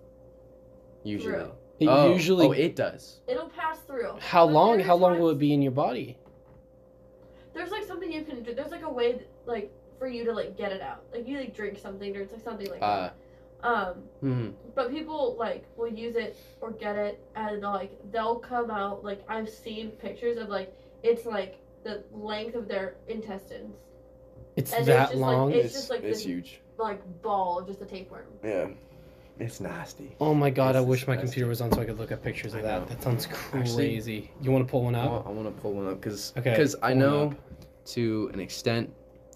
Usually. Through. It oh. usually. Oh, it does. It'll pass through. how But long? there are How long will times- it be in your body? There's like something you can do. There's like a way that, like for you to like get it out. Like you like drink something or it's like something like Uh. that. Um, Hmm. but people like will use it or get it and like they'll come out like I've seen pictures of like it's like the length of their intestines. It's And it's that just like- long. It's just like this- huge. Like ball of just a tapeworm. Yeah. It's nasty. oh my god! I This is wish my disgusting. computer was on so I could look up pictures I of know. that. That sounds Actually- crazy. you want to pull one I up? want, I want to pull one up because Okay, I pull one know to an extent,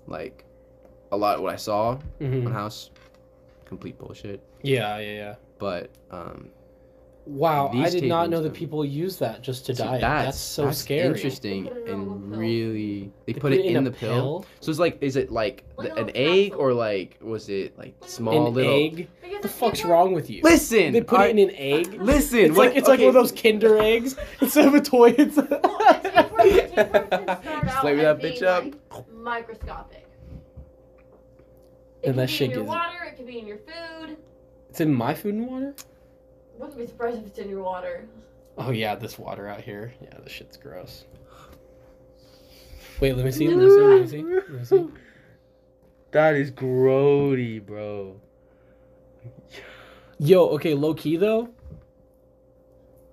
like a lot of what I saw on Mhm. House, complete bullshit. Yeah, yeah, yeah. But um, Wow, I These did not know that tapeworms, though. people use that just to See, diet. That's, so that's scary. Interesting They put it in a little and pill. really they, They put, it in, the a pill. So it's like, is it like Like the- a an little egg capsule. or like was it like An small an little? egg. Because What the if fuck's people- wrong with you? Listen, They put I- it in an egg. Listen, It's what- like it's like one of okay. those Kinder eggs. Instead of a toy, it's. Well, a tapeworm- a tapeworm can start Just out flavor as that bitch being, up. like, microscopic. It And could that be shit in your gets- water. It could be in your food. It's in my food and water. Wouldn't be surprised if it's in your water. Oh yeah, this water out here. Yeah, this shit's gross. Wait, let me see. No. Let me see. Let me see. Let me see. That is grody, bro. Yo, okay, low key though,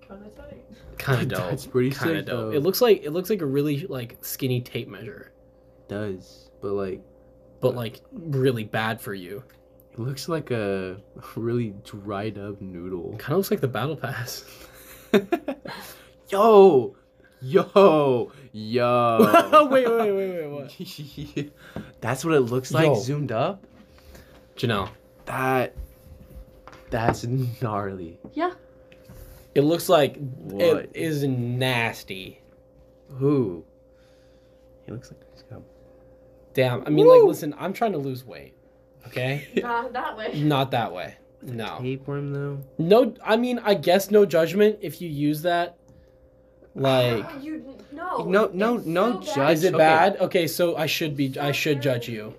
Kind of tight. kind of That's dope. pretty Kind sick. of dope. Dope. It looks like it looks like a really like skinny tape measure, does, but like but like really bad for you. it looks like a really dried up noodle. Kind of looks like the battle pass. yo, yo, yo. wait, wait, wait, wait, what? That's what it looks like Yo. zoomed up. Janelle, That that's gnarly. it looks like What? it is nasty. Who? He looks like he's got. Damn. I mean, like, Woo. listen, I'm trying to lose weight. Okay, Nah, that way. not that way. No. Tapeworm though. No, I mean, I guess no judgment if you use that. Like, No, Oh, you no. No- no- it's no so judge- is it Okay. bad? Okay, so I should be, I should judge you.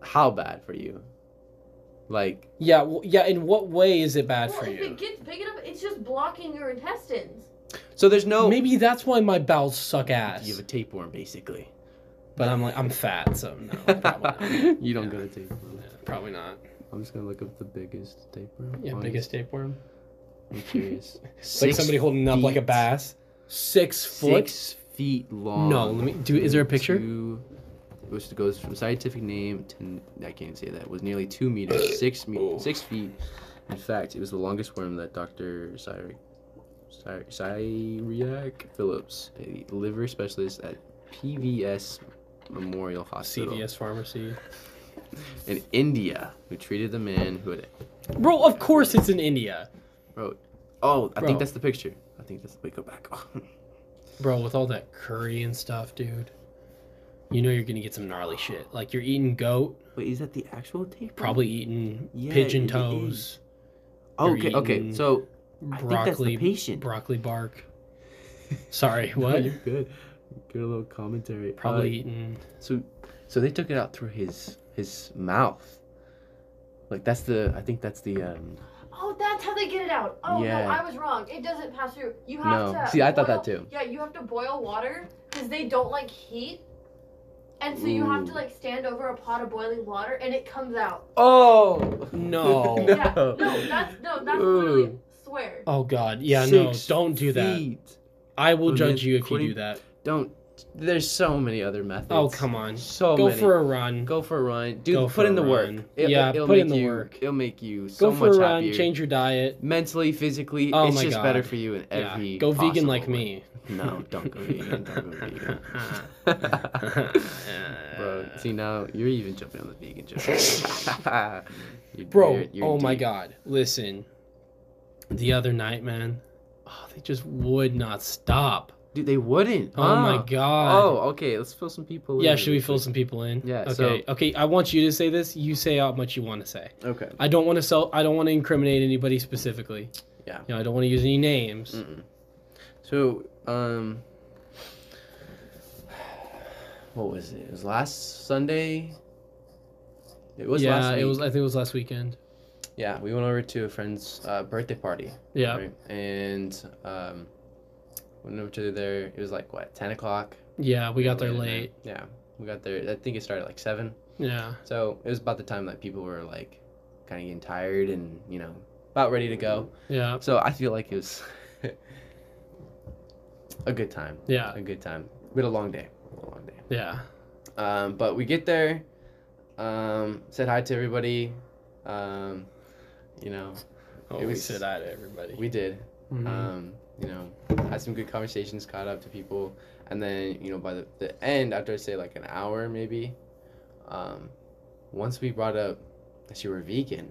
How bad for you? Like Yeah, well, yeah. In what way is it bad well, for if you? it gets big enough, it's just blocking your intestines. so? There's no. Maybe that's why my bowels suck you have ass. a tapeworm basically. But I'm like, I'm fat, so no, probably not. you don't Yeah. go to tapeworm. Yeah, probably not. I'm just gonna look up the biggest tapeworm. Yeah, Honest- biggest tapeworm. I'm curious. like somebody holding up like a feet. bass. Six foot. Six feet long. No, let me- do- is there a picture? Two, which goes from scientific name to n- I can't say that was nearly two meters, six me- Oh. six feet. In fact, it was the longest worm that Dr. Cyriac, Cyriac Phillips, a liver specialist at PVS Memorial Hospital CVS pharmacy. in India, who treated the man who had. Bro, of course it's in India. Oh, I Bro. think that's the picture. I think that's. Wait, go back. Bro, with all that curry and stuff, dude. You know you're gonna get some gnarly shit. Like you're eating goat, Wait, is that the actual tapeworm? probably eating Yeah, pigeon it toes, Oh, You're okay, eating okay. So I think that's the broccoli, patient. broccoli bark. Sorry, No, what? you're good. Good little commentary. probably Uh, eating. so, so they took it out through his his mouth. Like that's the. I think that's the. Um, Oh, that's how they get it out. Oh Yeah. no, I was wrong. It doesn't pass through. You have No. to. See, I thought that boil- too. Yeah, you have to boil water because they don't like heat, and so you have to Ooh. like stand over a pot of boiling water, and it comes out. oh No. Yeah. No, that's no, that's literally Ooh. swear. Oh God, yeah, no, Six don't do that. feet. I will Oh, judge man, you if you according- do that. Don't. There's so many other methods. Oh come on, So go many. for a run. Go, Go for a run. Dude, Go for put in a the work. run. Yeah, it'll put in make the you- work. It'll make you so for much a run. happier. Change your diet. Mentally, physically, Oh it's my just better God. for you in Yeah, every. go vegan possible like way. me. No, don't go vegan. Don't go vegan. Bro, see now you're even jumping on the vegan joke. You're- Bro, you're- you're oh my deep. god. Listen. The other night, man. Oh, they just would not stop. Dude, they wouldn't. Oh my Ah. god. Oh, okay. Let's fill some people in. Yeah, should we fill some people in? Yeah, Okay. so- Okay, I want you to say this. You say how much you want to say. Okay. I don't want to sell I don't want to incriminate anybody specifically. Yeah. Mm. You know, I don't want to use any names. Mm-mm. So, um, what was it? It was last Sunday. It was yeah, last week. it was I think it was last weekend. yeah, we went over to a friend's uh, birthday party. Yeah. right? And um, went over to there. It was like what, ten o'clock? Yeah, we got there at night. late. Yeah, we got there. I think it started at, like seven. Yeah. So it was about the time that people were like, kind of getting tired and you know about ready to go. Yeah. So I feel like it was a good time. Yeah. A good time. We had a long day. A long day. Yeah. Um, but we get there, um, said hi to everybody. Um, you know, Oh, It we was- said hi to everybody. we did. Mhm. Um, you know, had some good conversations, caught up to people, and then you know by the, the end, after I say like an hour maybe, um, once we brought up that you were vegan.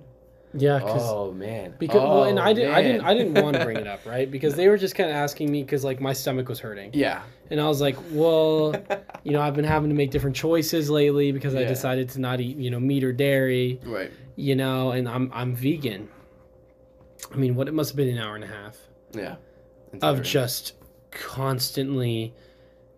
yeah, cuz Oh man. Because well, and Oh, I didn't, I didn't, I man. didn't want to bring it up, right? Because they were just kind of asking me because like my stomach was hurting, yeah. and I was like, well, you know, I've been having to make different choices lately because I Yeah. decided to not eat, you know, meat or dairy, right. you know, and I'm I'm vegan. I mean, what it must have been an hour and a half Yeah. of just constantly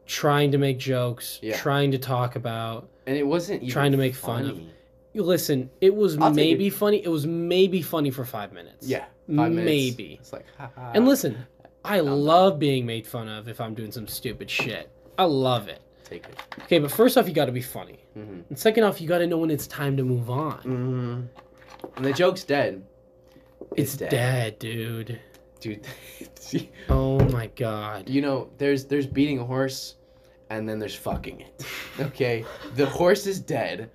trying to make jokes, Yeah. trying to talk about. and it wasn't even trying to make fun of- funny. You Listen, it was I'll take maybe funny. It was maybe funny for five minutes. Yeah, five minutes. Uh, Maybe. it's like ha ha. And listen, I Calm down. love being made fun of if I'm doing some stupid shit. I love it. take it. Okay, but first off, you got to be funny. Mm-hmm. And second off, you got to know when it's time to move on. Mm-hmm. And the joke's dead. it's dead. dude. dude. See, Oh my god. you know, there's there's beating a horse, and then there's fucking it. Okay, the horse is dead.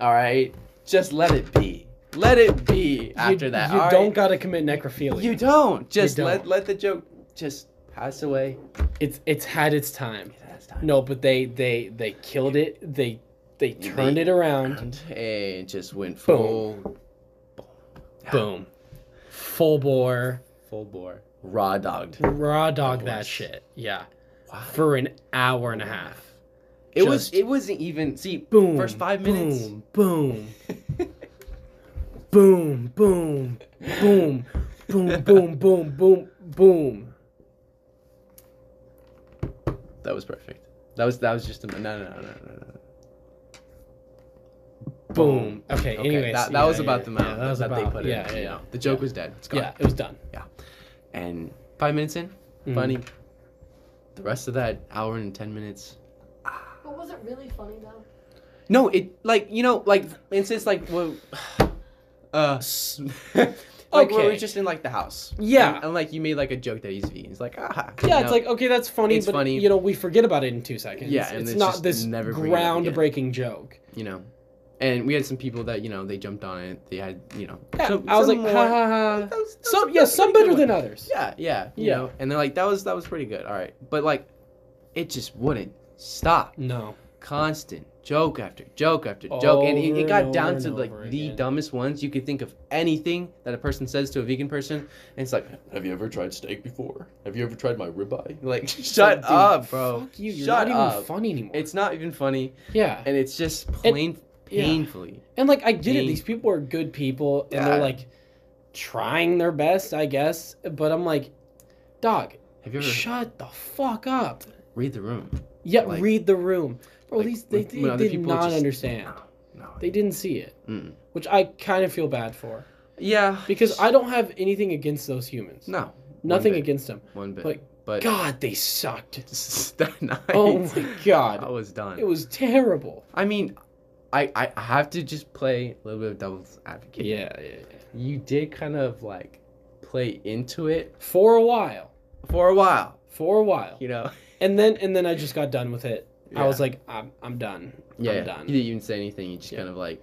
All right, just let it be. Let it be. After you, that, you all don't right? got to commit necrophilia. You don't. Just let don't. let the joke just pass away. It's it's had its time. That's time. No, but they they they killed it. They they turned it around. And it just went full Boom. Boom. Full bore, full bore, raw dogged. raw dog that course. shit. Yeah. Wow. For an hour and a half. It was. Just- It wasn't even. See, Boom. First five minutes. Boom. Boom. boom. Boom. Boom. Boom. Boom. Boom. Boom. Boom. That was perfect. That was. That was just. A, no, no, no, no, no, no. Boom. Okay. Okay, anyways, that, that yeah, was about yeah, the amount yeah, that, that was that about. they put yeah, in. Yeah. you Yeah. know. the joke was dead. It's gone. yeah. It was done. And five minutes in, Mhm. funny. The rest of that hour and ten minutes. But was it really funny though? No, it like you know like instance like well, uh, s- like where we're Okay. just in like the house. Yeah. And, and, like you made like a joke that he's vegan. It's like ah. you Yeah, it's know? like okay, that's funny, It's but funny. you know we forget about it in two seconds. Yeah, and it's, it's not just this never bring it up again. ground-breaking joke. you know. And we had some people that you know they jumped on it. They had you know. Yeah, some- I was like, some more- ha ha ha. Those- those Some, were yeah, those some pretty better good than ones. others. Yeah, yeah, you Yeah. know. And they're like, that was that was pretty good. All right, but like, it just wouldn't stop. No. Constant joke after joke after joke, and it, Over it and got over down and to like over the again. dumbest ones. You could think of anything that a person says to a vegan person, and it's like, have you ever tried steak before? Have you ever tried my ribeye? Like, shut Dude, up, bro. Fuck you. You're shut not up. even funny anymore. It's not even funny, yeah. and it's just plain yeah. painfully. And like I get it, Me. these people are good people and Yeah. they're like trying their best, I guess. But I'm like, dog, Have you ever shut the fuck up. read the room? Yeah, Like- read the room. Bro, like, these they, when- they when other did people not just- understand. No. They didn't see it. Mm. Which I kind of feel bad for. Yeah. Because I don't have anything against those humans. No. Nothing One bit. against them. One bit. But- but God, they sucked. that night, Oh my I god. was done. It was terrible. I mean, I I have to just play a little bit of devil's advocate. Yeah, yeah, yeah. You did kind of like play into it for a while, for a while. for a while, You know. and then and then I just got done with it. I Yeah. was like, I'm I'm done. Yeah. I'm yeah. done. You didn't even say anything. You just kind of like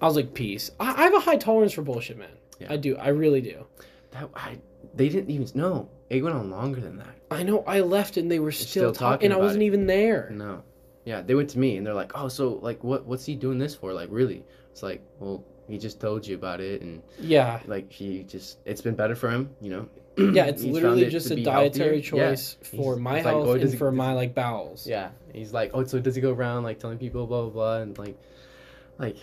I was like, peace. I, I have a high tolerance for bullshit, man. Yeah. I do. I really do. that. I they didn't even no. It went on longer than that. I know. I left and they were still, still talking talking, and I about wasn't it. even there. No. Yeah, they went to me and they're like, "Oh, so like what what's he doing this for? Like really?" It's like, "Well, he just told you about it and Yeah, like he just it's been better for him, you know." yeah. It's He's found literally it just to a be dietary healthier. Yeah. choice for He's- my it's like, health oh, does and it- for does my like bowels. Yeah. He's like, "Oh, so does he go around like telling people blah blah blah and like like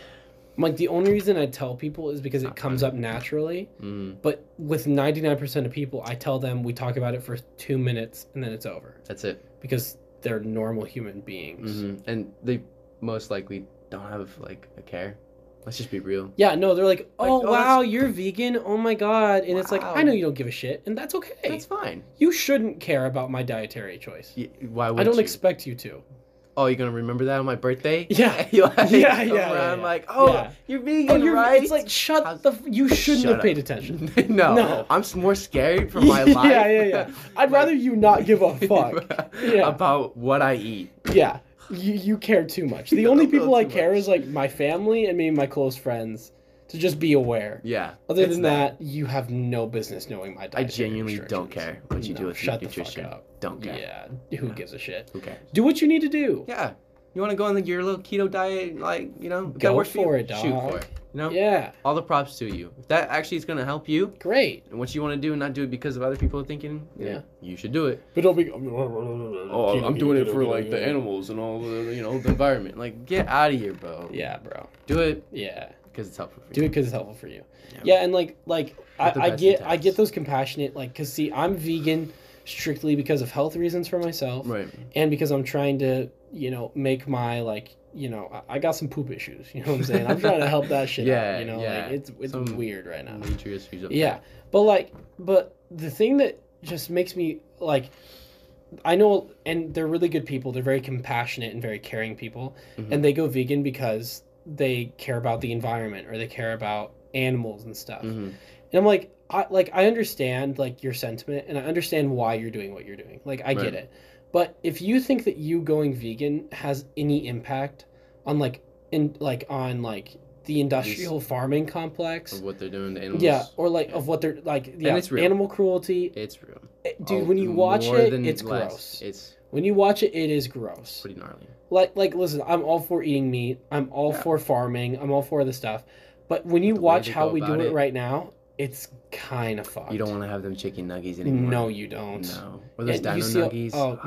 I'm like the only reason I tell people is because it comes up naturally. mm, But with 99% of people, I tell them we talk about it for two minutes and then it's over that's it." because they're normal human beings. hmm And they most likely don't have like a care. Let's just be real. Yeah, no, they're like, oh, oh, that's- wow, you're vegan. Oh my God. And it's like, I Wow. know you don't give a shit. And that's okay. That's fine. you shouldn't care about my dietary choice. Y- Why would I don't you? expect you to. Oh, you're gonna remember that on my birthday? Yeah. You're like, Yeah, yeah, come yeah, around, yeah. like, oh, Yeah. you're vegan, Oh, you're, right? It's like, shut How- the. F- you shouldn't Shut have up. paid attention. no, No. I'm s- more scared for my life. Yeah, yeah, yeah. I'd rather you not give a fuck. Yeah. About what I eat. Yeah. You, you care too much. The Yeah, only a little people I too care much. is like my family and maybe my close friends to just be aware. Yeah. Other it's than not- that, you have no business knowing my I dietary genuinely don't restrictions. care what you do No, with shut the nutrition. fuck up. Don't care. Yeah, who gives a shit? Who cares? Do what you need to do. Yeah. You want to go on like, your little keto diet, like you know, if Go that works you, for it, Shoot dog. for it. You know, Yeah, all the props to you. If that actually is gonna help you, great. and what you want to do, and not do it because of other people thinking, you know, Yeah. you should do it. But don't be. Oh, Oh, I'm doing it for like the animals and all the you know the environment. Like, get out of here, bro. Yeah, bro. Do it Yeah, because it's helpful for do you. it because it's helpful for you. Yeah. Yeah, and like like I, the I best get I intentions. get those compassionate like because see I'm vegan strictly because of health reasons for myself Right. and because I'm trying to you know make my like you know I- I got some poop issues. You know what I'm saying? I'm trying to help that shit. Yeah, out, You know, yeah. like it's it's Some- weird right now. Nature issues up Yeah, but like, but the thing that just makes me like, I know, and they're really good people. They're very compassionate and very caring people, Mhm. and they go vegan because they care about the environment or they care about animals and stuff. there. Mhm. And I'm like, I like I understand like your sentiment and I understand why you're doing what you're doing. Like I get Right. it. But if you think that you going vegan has any impact on like in like on like the industrial farming complex Of what they're doing to animals. yeah, or like Yeah. of what they're like. Yeah, it's real. animal cruelty, It's real. Eh, dude. Oh, when you watch more it, than it's less. gross. It's when you watch it, it is gross. pretty gnarly. Like, like, listen, I'm all for eating meat. I'm all Yeah. for farming. I'm all for the stuff. But when you The way watch they how go we do about it, it- right now, it's kind of fucked. You don't want to have them chicken nuggies anymore. No, you don't. No. Or those And dino you see- nuggies. oh,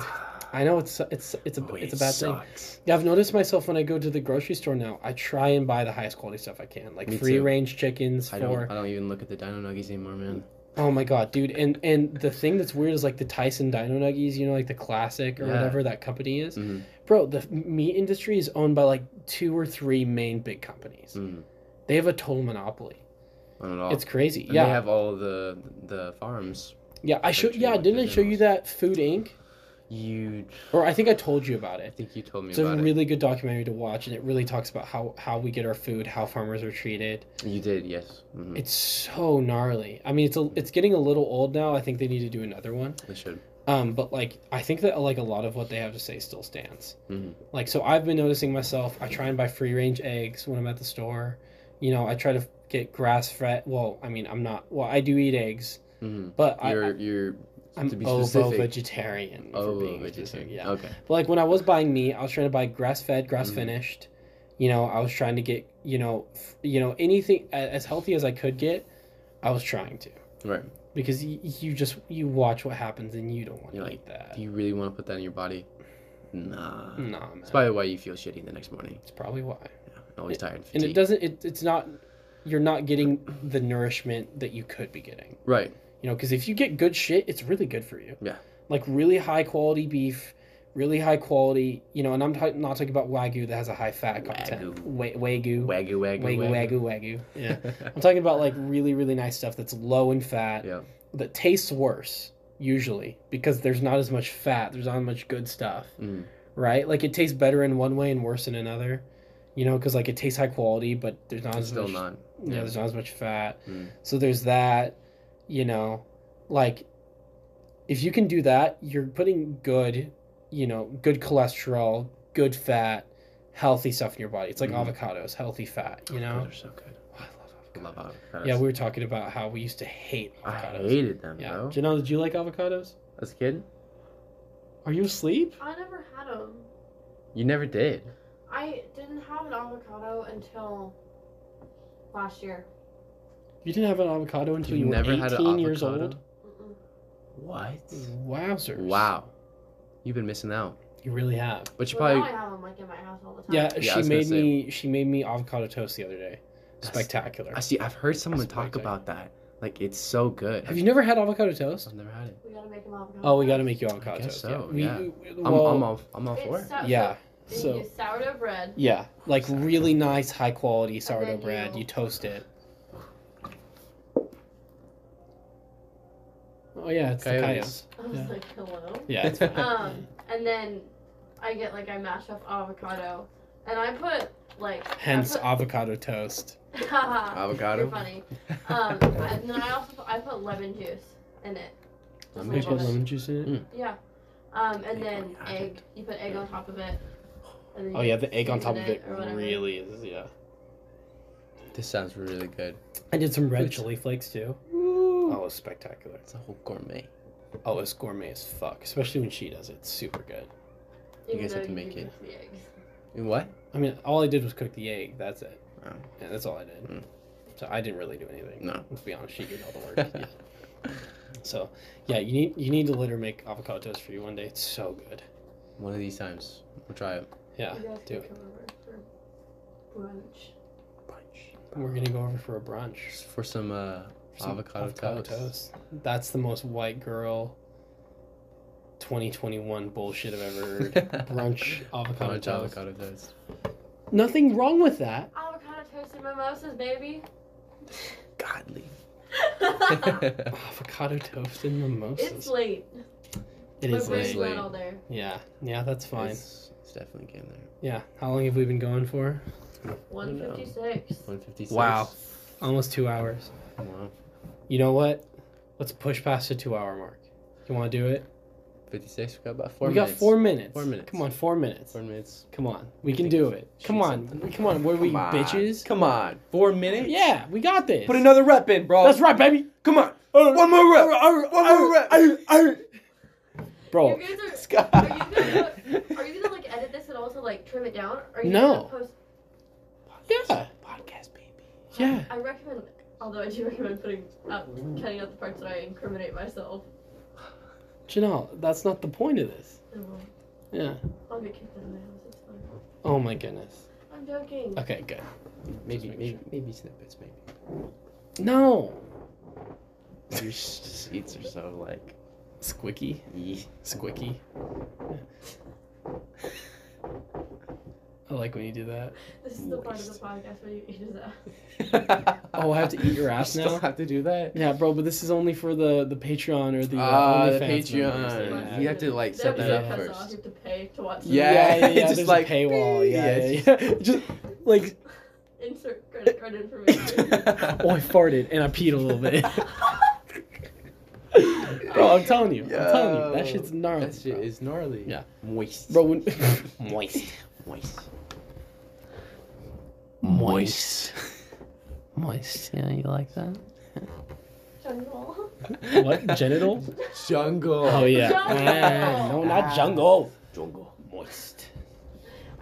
I know it's it's it's a Oh, it's a bad thing. thing. Yeah, I've noticed myself when I go to the grocery store now, I try and buy the highest quality stuff I can, like Me free too. range chickens I for don't, I don't even look at the dino nuggies anymore, man. Oh my god, dude! And and the thing that's weird is like the Tyson Dino Nuggies, you know, like the classic or Yeah. whatever that company is. Mhm. Bro, the f- meat industry is owned by like two or three main big companies. Mm. They have a total monopoly. Not at all. It's crazy. And yeah, They have all the the farms. yeah. I showed. actually Yeah, like didn't I those show you animals. that Food Inc. You. Or I think I told you about I it. think you told me It's a about really good documentary to watch, and it really talks about how how we get our food, how farmers are treated. it. You did, yes. hmm It's so gnarly. I mean, it's a, it's getting a little old now. I think they need to do another one. They should. Um, but like I think that like a lot of what they have to say still stands. Mhm. Like so, I've been noticing myself. I try and buy free range eggs when I'm at the store. You know, I try to get grass fed. Well, I mean, I'm not. Well, I do eat eggs, Mhm. but I, You're I, you're. I'm to be ovo specific. vegetarian. Oh, for being vegetarian. vegetarian. Yeah. Okay. But like when I was buying meat, I was trying to buy grass fed, grass Mhm. finished. You know, I was trying to get you know, f- you know anything a- as healthy as I could get. I was trying to Right. because y- you just you watch what happens and you don't want You're to like, eat that. Do you really want to put that in your body? Nah, Nah. man. That's probably why you feel shitty the next morning. It's probably why. Always tired. And And fatigued. it doesn't. It, it's not. You're not getting the nourishment that you could be getting. Right. You know, because if you get good shit, it's really good for you. Yeah. Like really high quality beef, really high quality. You know, and I'm ta- not talking about wagyu that has a high fat content. Wa- Wagyu. Wagyu. Wagyu, wagyu, Wagyu. wagyu. Wagyu. Yeah. I'm talking about like really really nice stuff that's low in fat. yeah. That tastes worse usually because there's not as much fat. There's not as much good stuff Mm. right? Like it tastes better in one way and worse in another, you know, because like it tastes high quality, but there's not It's as still much, not. yeah, Yeah. there's not as much fat. Mm. So there's that, you know like if you can do that you're putting good you know good cholesterol good fat healthy stuff in your body it's like Mhm. avocados healthy fat you Those know are so good. Oh, I love I love avocados. yeah we were talking about how we used to hate I avocados hated them, yeah bro. janelle did you like avocados As a kid, are you asleep I never had them. you never did. I didn't have an avocado until last year. you didn't have an avocado until you, You were never 18 had an years avocado? old Mm. Mm-mm. What? wowzers Wow, you've been missing out. you really have But you Well, probably now I have them like in my house all the time. yeah, I she was gonna made say- me she made me avocado toast the other day That's- spectacular I see. I've heard someone talk surprising. about that. Like it's so good. have you never had avocado toast I've never had it. We gotta make them avocado. Oh, we got to toast. make you avocado toast. guess so, We- yeah. we- I'm, well, I'm all. I'm all It's for it. so- yeah. Then So you use sourdough bread. yeah, like Sourdough. really nice, high quality sourdough then bread. you- You toast it. Oh yeah, it's the Coyotes. coyotes. I was Yeah. like, hello. Yeah, it's fine. Um, and then I get like I mash up avocado, and I put like I Hence put- avocado toast. Haha, Avocado? You're funny. Um, and then I also put, I put lemon juice in it. Just a Lemon They little put juice. bit. lemon juice in it. Mm. Yeah. Um, and Egg then on it. egg. You put egg on top of it. and then Oh you yeah, the egg on top season of it or whatever. really is. Yeah. This sounds really good. I did some red It's- chili flakes too. Oh, it's spectacular. It's a whole gourmet. Oh, it's gourmet as fuck, especially when she does it. It's super good. You even guys have though to make do it. cook the eggs. What? I mean, all I did was cook the egg. That's it. Wow. Yeah, that's all I did. Mm. So I didn't really do anything. No. Let's be honest, she did all the work. Yeah. So, yeah, you need you need to let her make avocado toast for you one day. It's so good. One of these times, we'll try it. Yeah, You guys Ah, do can it. come over for brunch. We're gonna go over for a brunch. Just for some uh, For some avocado, toast. That's the most white girl. 2021 bullshit I've ever heard. Brunch avocado Brunch toast. avocado toast. Nothing wrong with that. Avocado toast and mimosas, baby. Godly. Avocado toast and mimosas. it's late. It is My brain's late. late. not all there. Yeah, yeah, that's fine. It's, it's definitely getting there. Yeah. How long have we been going for? One know. fifty-six. 156. Wow. Almost two hours. Wow. You know what? Let's push past the two hour mark. You want to do it? 56. We got about four we minutes. got four minutes. Four minutes. Come on, four minutes. Four minutes. Come on, we I can think do we it. should Come shoot on, something. come on. What are we, Come on. bitches? Come on. Four minutes? Yeah, we got this. Put another rep in, bro. That's right, baby. Come on. One more rep. One more rep. You Bro, guys are. Scott. Are you Are you gonna like edit this and also like trim it down? Or are you No. Gonna post... yeah, Podcast, baby. yeah. I recommend, although I do recommend putting out, cutting out the parts that I incriminate myself. Janelle, that's not the point of this. I will. Yeah. I'll get kicked out of my house. It's fine. Oh my goodness. I'm joking. Okay, good. Maybe, make maybe, sure. maybe snippets, maybe. No, Your seats are so like. Squicky, ee. Squicky. I like when you do that. This is the part of the Moist. podcast where you eat his ass. Oh, I have to eat your ass you now? Still have to do that. Yeah, bro, but this is only for the the Patreon or the uh, Ah, the OnlyFans members that Patreon. we You have to, like, set That that episode up cuts first. Off. You have to pay to watch. Yeah, yeah, yeah, it's yeah, just there's like, a paywall. Yeah, yeah, yeah, yeah. just like the Insert credit card information. oh, I farted and I peed a little bit. bro, I'm telling you, I'm telling you, that Yo, shit's gnarly. That shit bro. is gnarly. Yeah. Moist. Bro, when moist, Moist. moist, moist. Yeah, you like that? Jungle. What genital? Jungle. Ah. Oh yeah. Jungle. Man, no, not Ah. jungle. Jungle. Moist.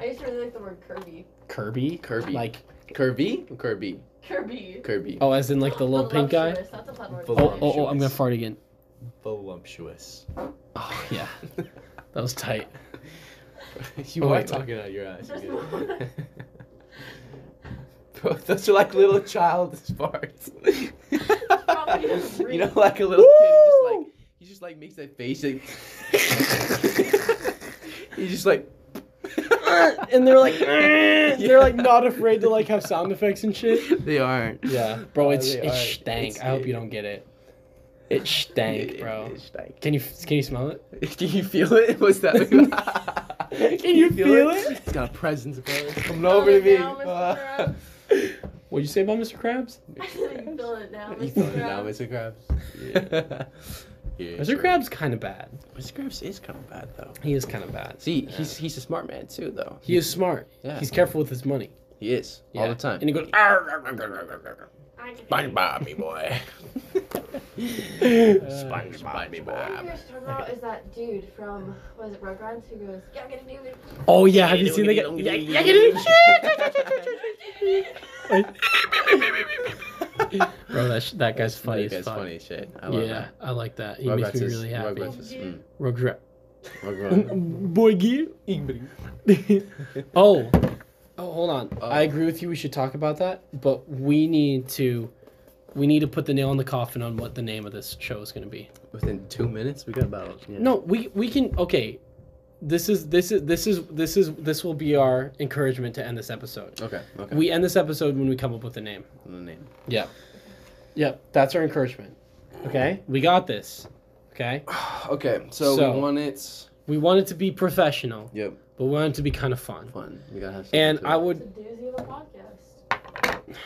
I used to really like the word Kirby. Kirby. Kirby. Like Kirby? Kirby. Kirby. Kirby. oh, as in like the little pink guy. Voluptuous, That's a fun word. Vol- Oh, oh, oh! I'm gonna fart again. Voluptuous. Oh yeah, that was tight. you Oh, are wait, talking out your eyes. Just you one. Bro, those are like little child farts. Probably just you know, reek. like a little kid, he just Woo! like he just like makes that face. Like, he just like. and they're like they're like Yeah. not afraid to like have sound effects and shit. They aren't. Yeah, bro, Uh, it's they it aren't. stank. It's- I hope it- you don't get it. It stank, It- bro. it stank. Can you can you smell it? Can you feel it? What's that? Can you feel it? It's got a presence, bro. It's coming Calm over it to me. down, Mr. Uh, What'd you say about Mr. Krabs? I said, Krabs? feeling it now. You Mr. feeling it now, Krabs. Mr. Krabs? Yeah. yeah. Mr. Krabs kind of bad. Mr. Krabs is kind of bad though. He is kind of bad. See, he's he's a smart man too though. He is smart. Yeah. He's careful with his money. He is all Yeah. the time. And he goes, SpongeBob, I can- me boy. Uh, SpongeBob, me What we were talking about is that dude from was it Rugrats who goes yeah get a new Oh yeah, have you seen the guy? Yeah, yeah, Bro, that, sh- that guy's funny as That's fuck. funny as shit. I love Yeah, that. I like that. He Rugrats makes me is- really happy. Rugrats is- mm, Rugrats. Rugrats. Boy, gear. oh, oh, hold on. I agree with you. We should talk about that, but we need to, we need to put the nail in the coffin on what the name of this show is going to be. Within two minutes, we got about yeah. No, we we can. Okay, this is this is this is this is this will be our encouragement to end this episode. Okay. Okay. We end this episode when we come up with a name. the name. Yeah. Yep. That's our encouragement. Okay. We got this. Okay. Okay. So, So- we want it. We want it to be professional, Yep. but we want it to be kind of fun. Fun. We gotta have. something And to I it. It's a would. doozy of a podcast.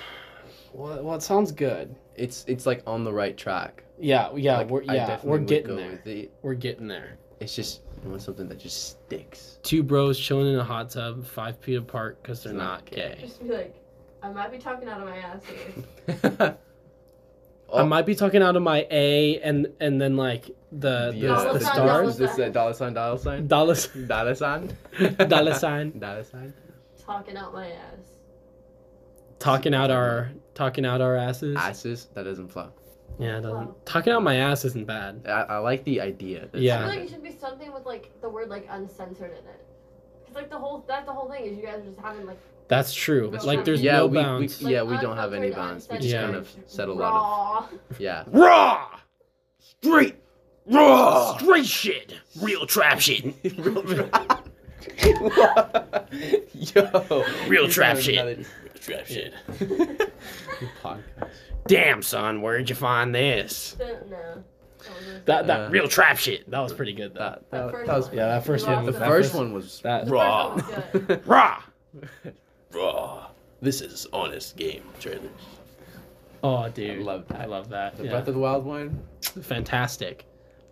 Well, well, it sounds good. It's it's like on the right track. Yeah. Yeah. Like, we're I yeah. definitely We're would getting go there. with it. We're getting there. It's just you want something that just sticks. Two bros chilling in a hot tub, five feet apart, because they're It's not not gay. Just be like, I might be talking out of my ass Uh, here. Oh. I might be talking out of my A, and and then like the the, Dollar the sign, stars, This that dollar sign, dollar sign, dollar dollar sign, dollar sign, dollar sign. Talking out my ass. talking out our talking out our asses. Asses. That doesn't flow. Yeah, it doesn't Wow. talking out my ass isn't bad. I, I like the idea. That's Yeah. I feel like something. it should be something with like the word like uncensored in it. Cause like the whole that's the whole thing is you guys are just having like That's true. That's like true. there's yeah, no we, bounds. We, yeah, we like, don't have any bounds. uncensored, We just Yeah. kind of settle a lot raw. of yeah. Raw, Straight, raw, straight shit, real trap shit. Yo, Real you trap sound shit. another- trap shit. Podcast. Damn son, where'd you find this? Don't know. That wasn't- That that Uh, real trap shit. That was pretty good though. That, that, first that was one. Yeah, that first You one. the lost that first one was That raw. The first one was raw. raw. This is honest game trailers. Oh dude, I love that. I love that. The yeah. Breath of the Wild one, Fantastic,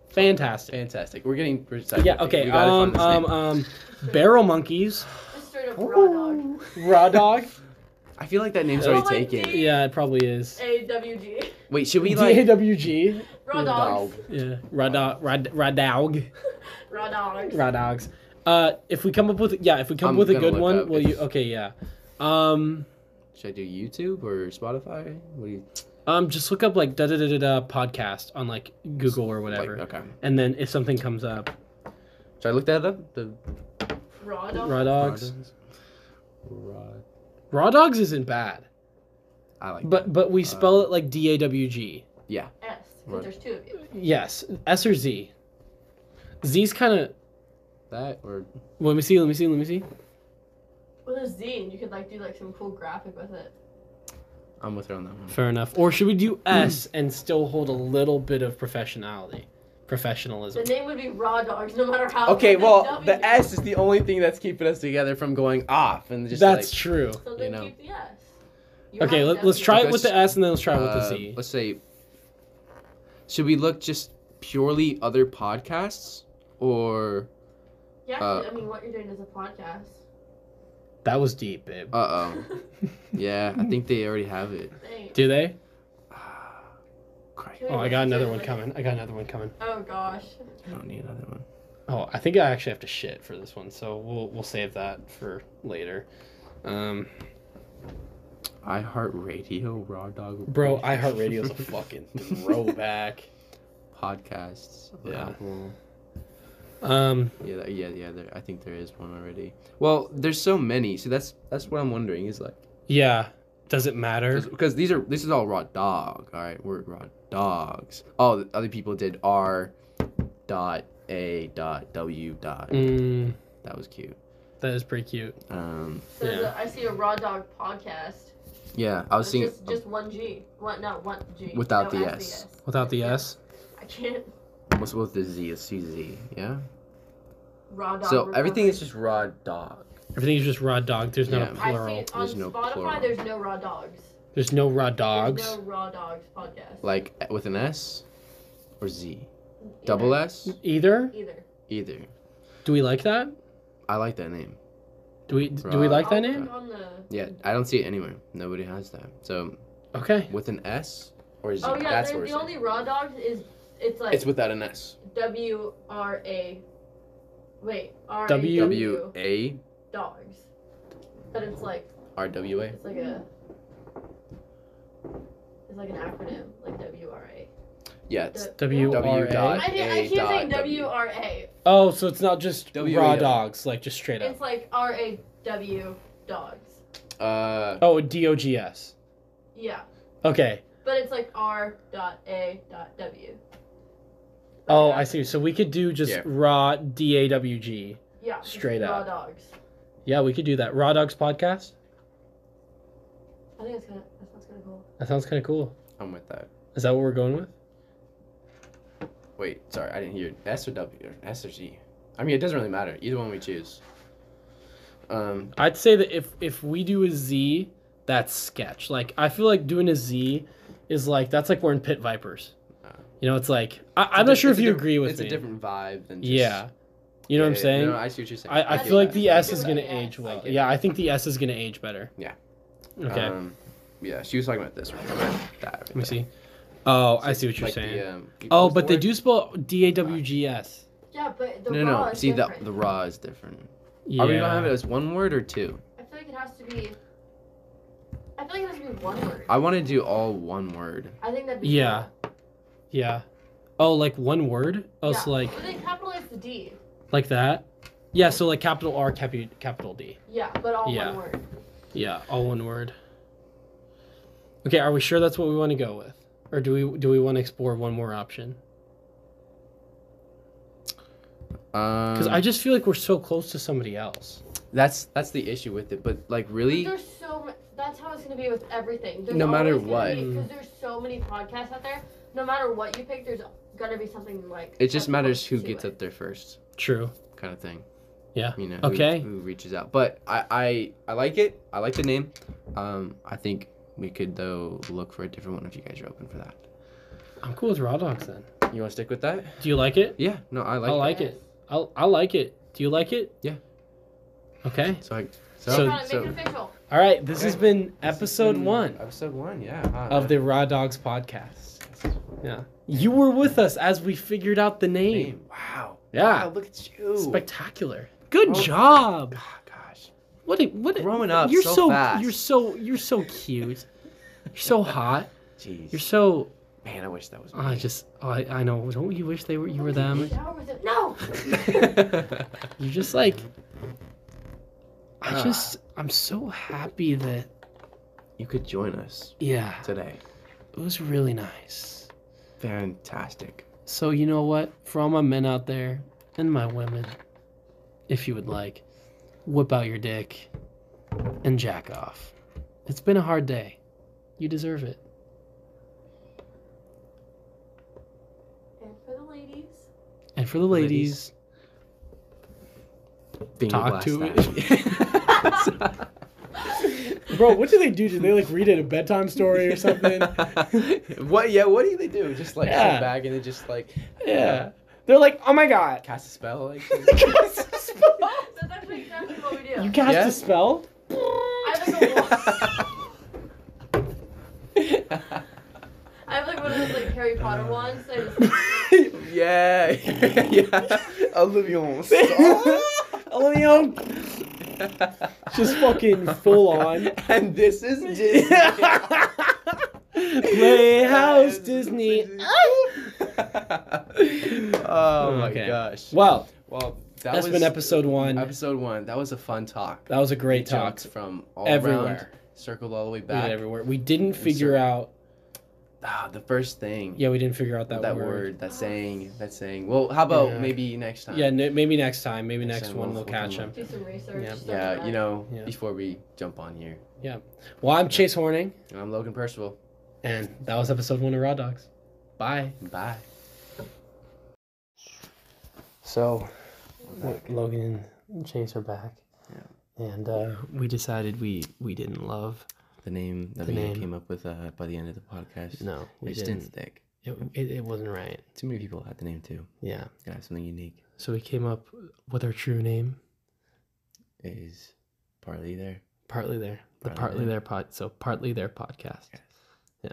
fantastic. fantastic. We're getting we're excited. Yeah. We Okay. gotta Um. find this Um. name. Um. Barrel monkeys. Just straight up raw dog. Raw dog. I feel like that name's Oh already my taken. God. Yeah, it probably is. AWG. Wait, should we like DAWG. Raw dogs. Yeah. Raw dog. Raw raw dog. Raw dogs. Raw dogs. Uh, if we come up with yeah, if we come I'm up with a gonna good look one, up will if- you? Okay, yeah. Um, Should I do YouTube or Spotify? What do you um, just look up like da da da da da podcast on like Google or whatever, Like, okay. and then if something comes up, Should I look that up? The Raw dogs. raw dogs. Rod. Raw dogs isn't bad, I like. but but we spell it like D A W G. yeah. S. Right. Because there's two of you. Yes, S or Z. Z's kind of. That or Let me see. Let me see. Let me see. With a Z, and you could like do like some cool graphic with it. I'm with her on that one. Fair enough. Or should we do S and still hold a little bit of professionality, The professionalism? name would be Raw Dogs, no matter how. Okay, it's well, W. the S is the only thing that's keeping us together from going off and just That's like, true. So then you know. keep the S. You Okay, have let, let's W. try it Okay, with the S and then let's try it with the uh, Z. Let's say, should we look just purely other podcasts or Yeah, uh, I mean, what you're doing is a podcast. That was deep, babe. uh oh? yeah, I think they already have it. Thanks. Do they? Christ, Can we Oh, I look got at another it, one like- coming. I got another one coming. Oh gosh. I don't need another one. Oh, I think I actually have to shit for this one, so we'll we'll save that for later. Um, I Heart Radio, Raw Dog. bro, iHeartRadio's a fucking throwback. podcasts. on Yeah. Apple. Um, Yeah, that- yeah, yeah. There, I think there is one already. Well, there's so many. See, that's that's what I'm wondering. Is like yeah. Does it matter? because these are this is all raw dog. All right, we're raw dogs. Oh, the other people did R, dot A dot W dot. Mm, That was cute. that is pretty cute. Um, So Yeah. the- I see a Raw Dog podcast. yeah, I was It's seeing just, just one G. One, no, one G. Without No the S, S. Without the S. I can't. what's with the Z? It's CZ. Yeah. Raw Dog. So everything Report. is just raw dog. Everything's just raw dog. There's not Yeah. a I see plural. it on There's no Spotify. plural. There's no Raw Dogs. There's no raw dogs. There's no raw dogs podcast. Like with an S or Z? Double S? Either. Either. Either. Do we like that? I like that name. Do we do we Raw like that I'll name? click On the, Yeah, I don't see it anywhere. Nobody has that. So Okay. with an S or Z? oh yeah, that's there- where it's the at. only raw dogs is it's like It's without an S. W R A. Wait, R A W- W A dogs. But it's like R W A. it's like a it's like an acronym like W R A. Yeah, it's W W R dot. A. I, didn't- I A keep dot saying W. W R A. Oh, so it's not just W A raw O. dogs, like just straight up. It's like R A W dogs. uh Oh, D O G S. Yeah, Okay. but it's like R dot A dot W. Oh, I see. So we could do just Yeah. raw D A W G. yeah, just straight raw up. dogs. Yeah, we could do that. Raw Dogs podcast. I think that's kind of that sounds kind of cool. That sounds kind of cool. I'm with that. Is that what we're going with? Wait, sorry, I didn't hear S or W or S or Z. I mean, it doesn't really matter. Either one we choose. Um, I'd say that if if we do a Z, that's sketch. Like I feel like doing a Z is like that's like wearing pit vipers. Uh, You know, it's like I, it's a I'm not di- sure if it's a you diff- agree with it's me. a different vibe than. Just, yeah, you know what I'm Yeah, saying. No, I see what you're saying. I, I I feel like that. the S get is that, gonna yeah. age I well. get Yeah, I think the S is gonna age better. Yeah. Okay. Um, yeah, she was talking about this. Right? That, Let me see. Oh, I see what you're Like the, saying. um, you- oh, what's but they the word? do spell D A W G S. Yeah, but the No, raw no, no. is See, the different. the raw is different. Yeah. Are Oh, we gonna have it as one word or two? I feel like it has to be. I feel like it has to be one word. I want to do all one word. I think that'd be. Yeah. Yeah. Oh, like one word. Oh, Cool. so Yeah, like But then capitalize the D. like that. Yeah. So like capital R, capi- capital D. Yeah, but all Yeah. one word. Yeah, all one word. Okay, are we sure that's what we want to go with, or do we do we want to explore one more option? Um, Because I just feel like we're so close to somebody else. that's that's the issue with it. But like, But really, there's so ma- that's how it's gonna be with everything. There's No matter what. Because there's so many podcasts out there. No matter what you pick, there's gonna be something like. it just that's matters who close to gets it. up there first. True. kind of thing. Yeah. You know. who- Okay. Who, reaches out? But I, I I like it. I like the name. Um, I think we could though look for a different one if you guys are open for that. I'm cool with raw dogs then. You want to stick with that? Do you like it? Yeah. No, I like. I like it. I I like it. Do you like it? Yeah. Okay. it. So I. So, Yes. So- Make it official. All right. This Okay. has been This has episode been one Episode one. Yeah. huh? of the Raw Dogs podcast. That's- Yeah. You were with us as we figured out the name. name. Wow. Yeah. Wow, look at you. Spectacular. Good Oh. job. oh, gosh. What? A, what? A, Growing up You're so so, fast. You're so. You're so cute. You're so hot. Jeez. You're so. Man, I wish that was. oh, I just. oh, I, I know. Don't you wish they were you were them? Shower with it. No. me. You're just like. I Ah. just. I'm so happy that. you could join us Yeah. today. It was really nice. Fantastic. So you know what? For all my men out there and my women, if you would like, whip out your dick and jack off. It's been a hard day. You deserve it. And for the ladies. And for the ladies, Ladies. Finger Talk to blast that. bro, what do they do? Do they like read it a bedtime story or what? Yeah. What do they do? Just like Yeah. sit back and then just like yeah. They're like, oh my god. cast a spell. Like cast a spell. That's actually exactly what we do. You cast Yeah. a spell? I have like a wand- I have like one of those like Harry Potter wands. I just yeah. yeah. Olivia. Leon, Just fucking full on. And this is Disney. Playhouse Disney. oh my Okay. gosh. Well, Well, that that's was been episode one. Episode one. That was a fun talk. That was a great We talk. jumped from all around, Everywhere. circled all the way We did back. everywhere. We didn't figure out. Ah, the first thing. Yeah, we didn't figure out That, that, word. That saying. That saying. Well, how about Yeah. maybe next time? Yeah, n- maybe next time. Maybe Next next, time one we'll we'll- we'll catch come him. up. do some research. Yeah. stuff like Yeah. that. You know, Yeah. before we jump on here, Well, I'm Chase Horning, and I'm Logan Percival. and that was episode one of Raw Dogs. Bye. Bye. So. Logan and Chase are back, and uh, we decided we we didn't love the name that The we name. came up with uh, by the end of the podcast. No, we it just didn't. didn't stick. It, it, it wasn't right. Too many people had the name too. Yeah. Gotta have something unique. So we came up with our true name Is partly there. partly there. The Partly partly There. there pod. So partly there podcast. Yes. Yeah,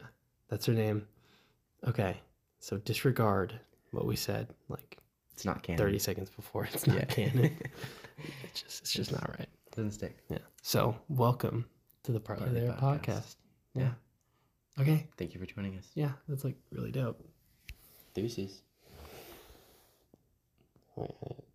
that's her name. Okay, so disregard what we said like It's not canon. thirty seconds before. It's not Yeah. canon. it's just it's just not right. Doesn't stick. Yeah. So welcome to the partly, Partly there Podcast. podcast. Yeah. Okay. Thank you for joining us. Yeah, that's like really dope. Deuces. Wait, wait.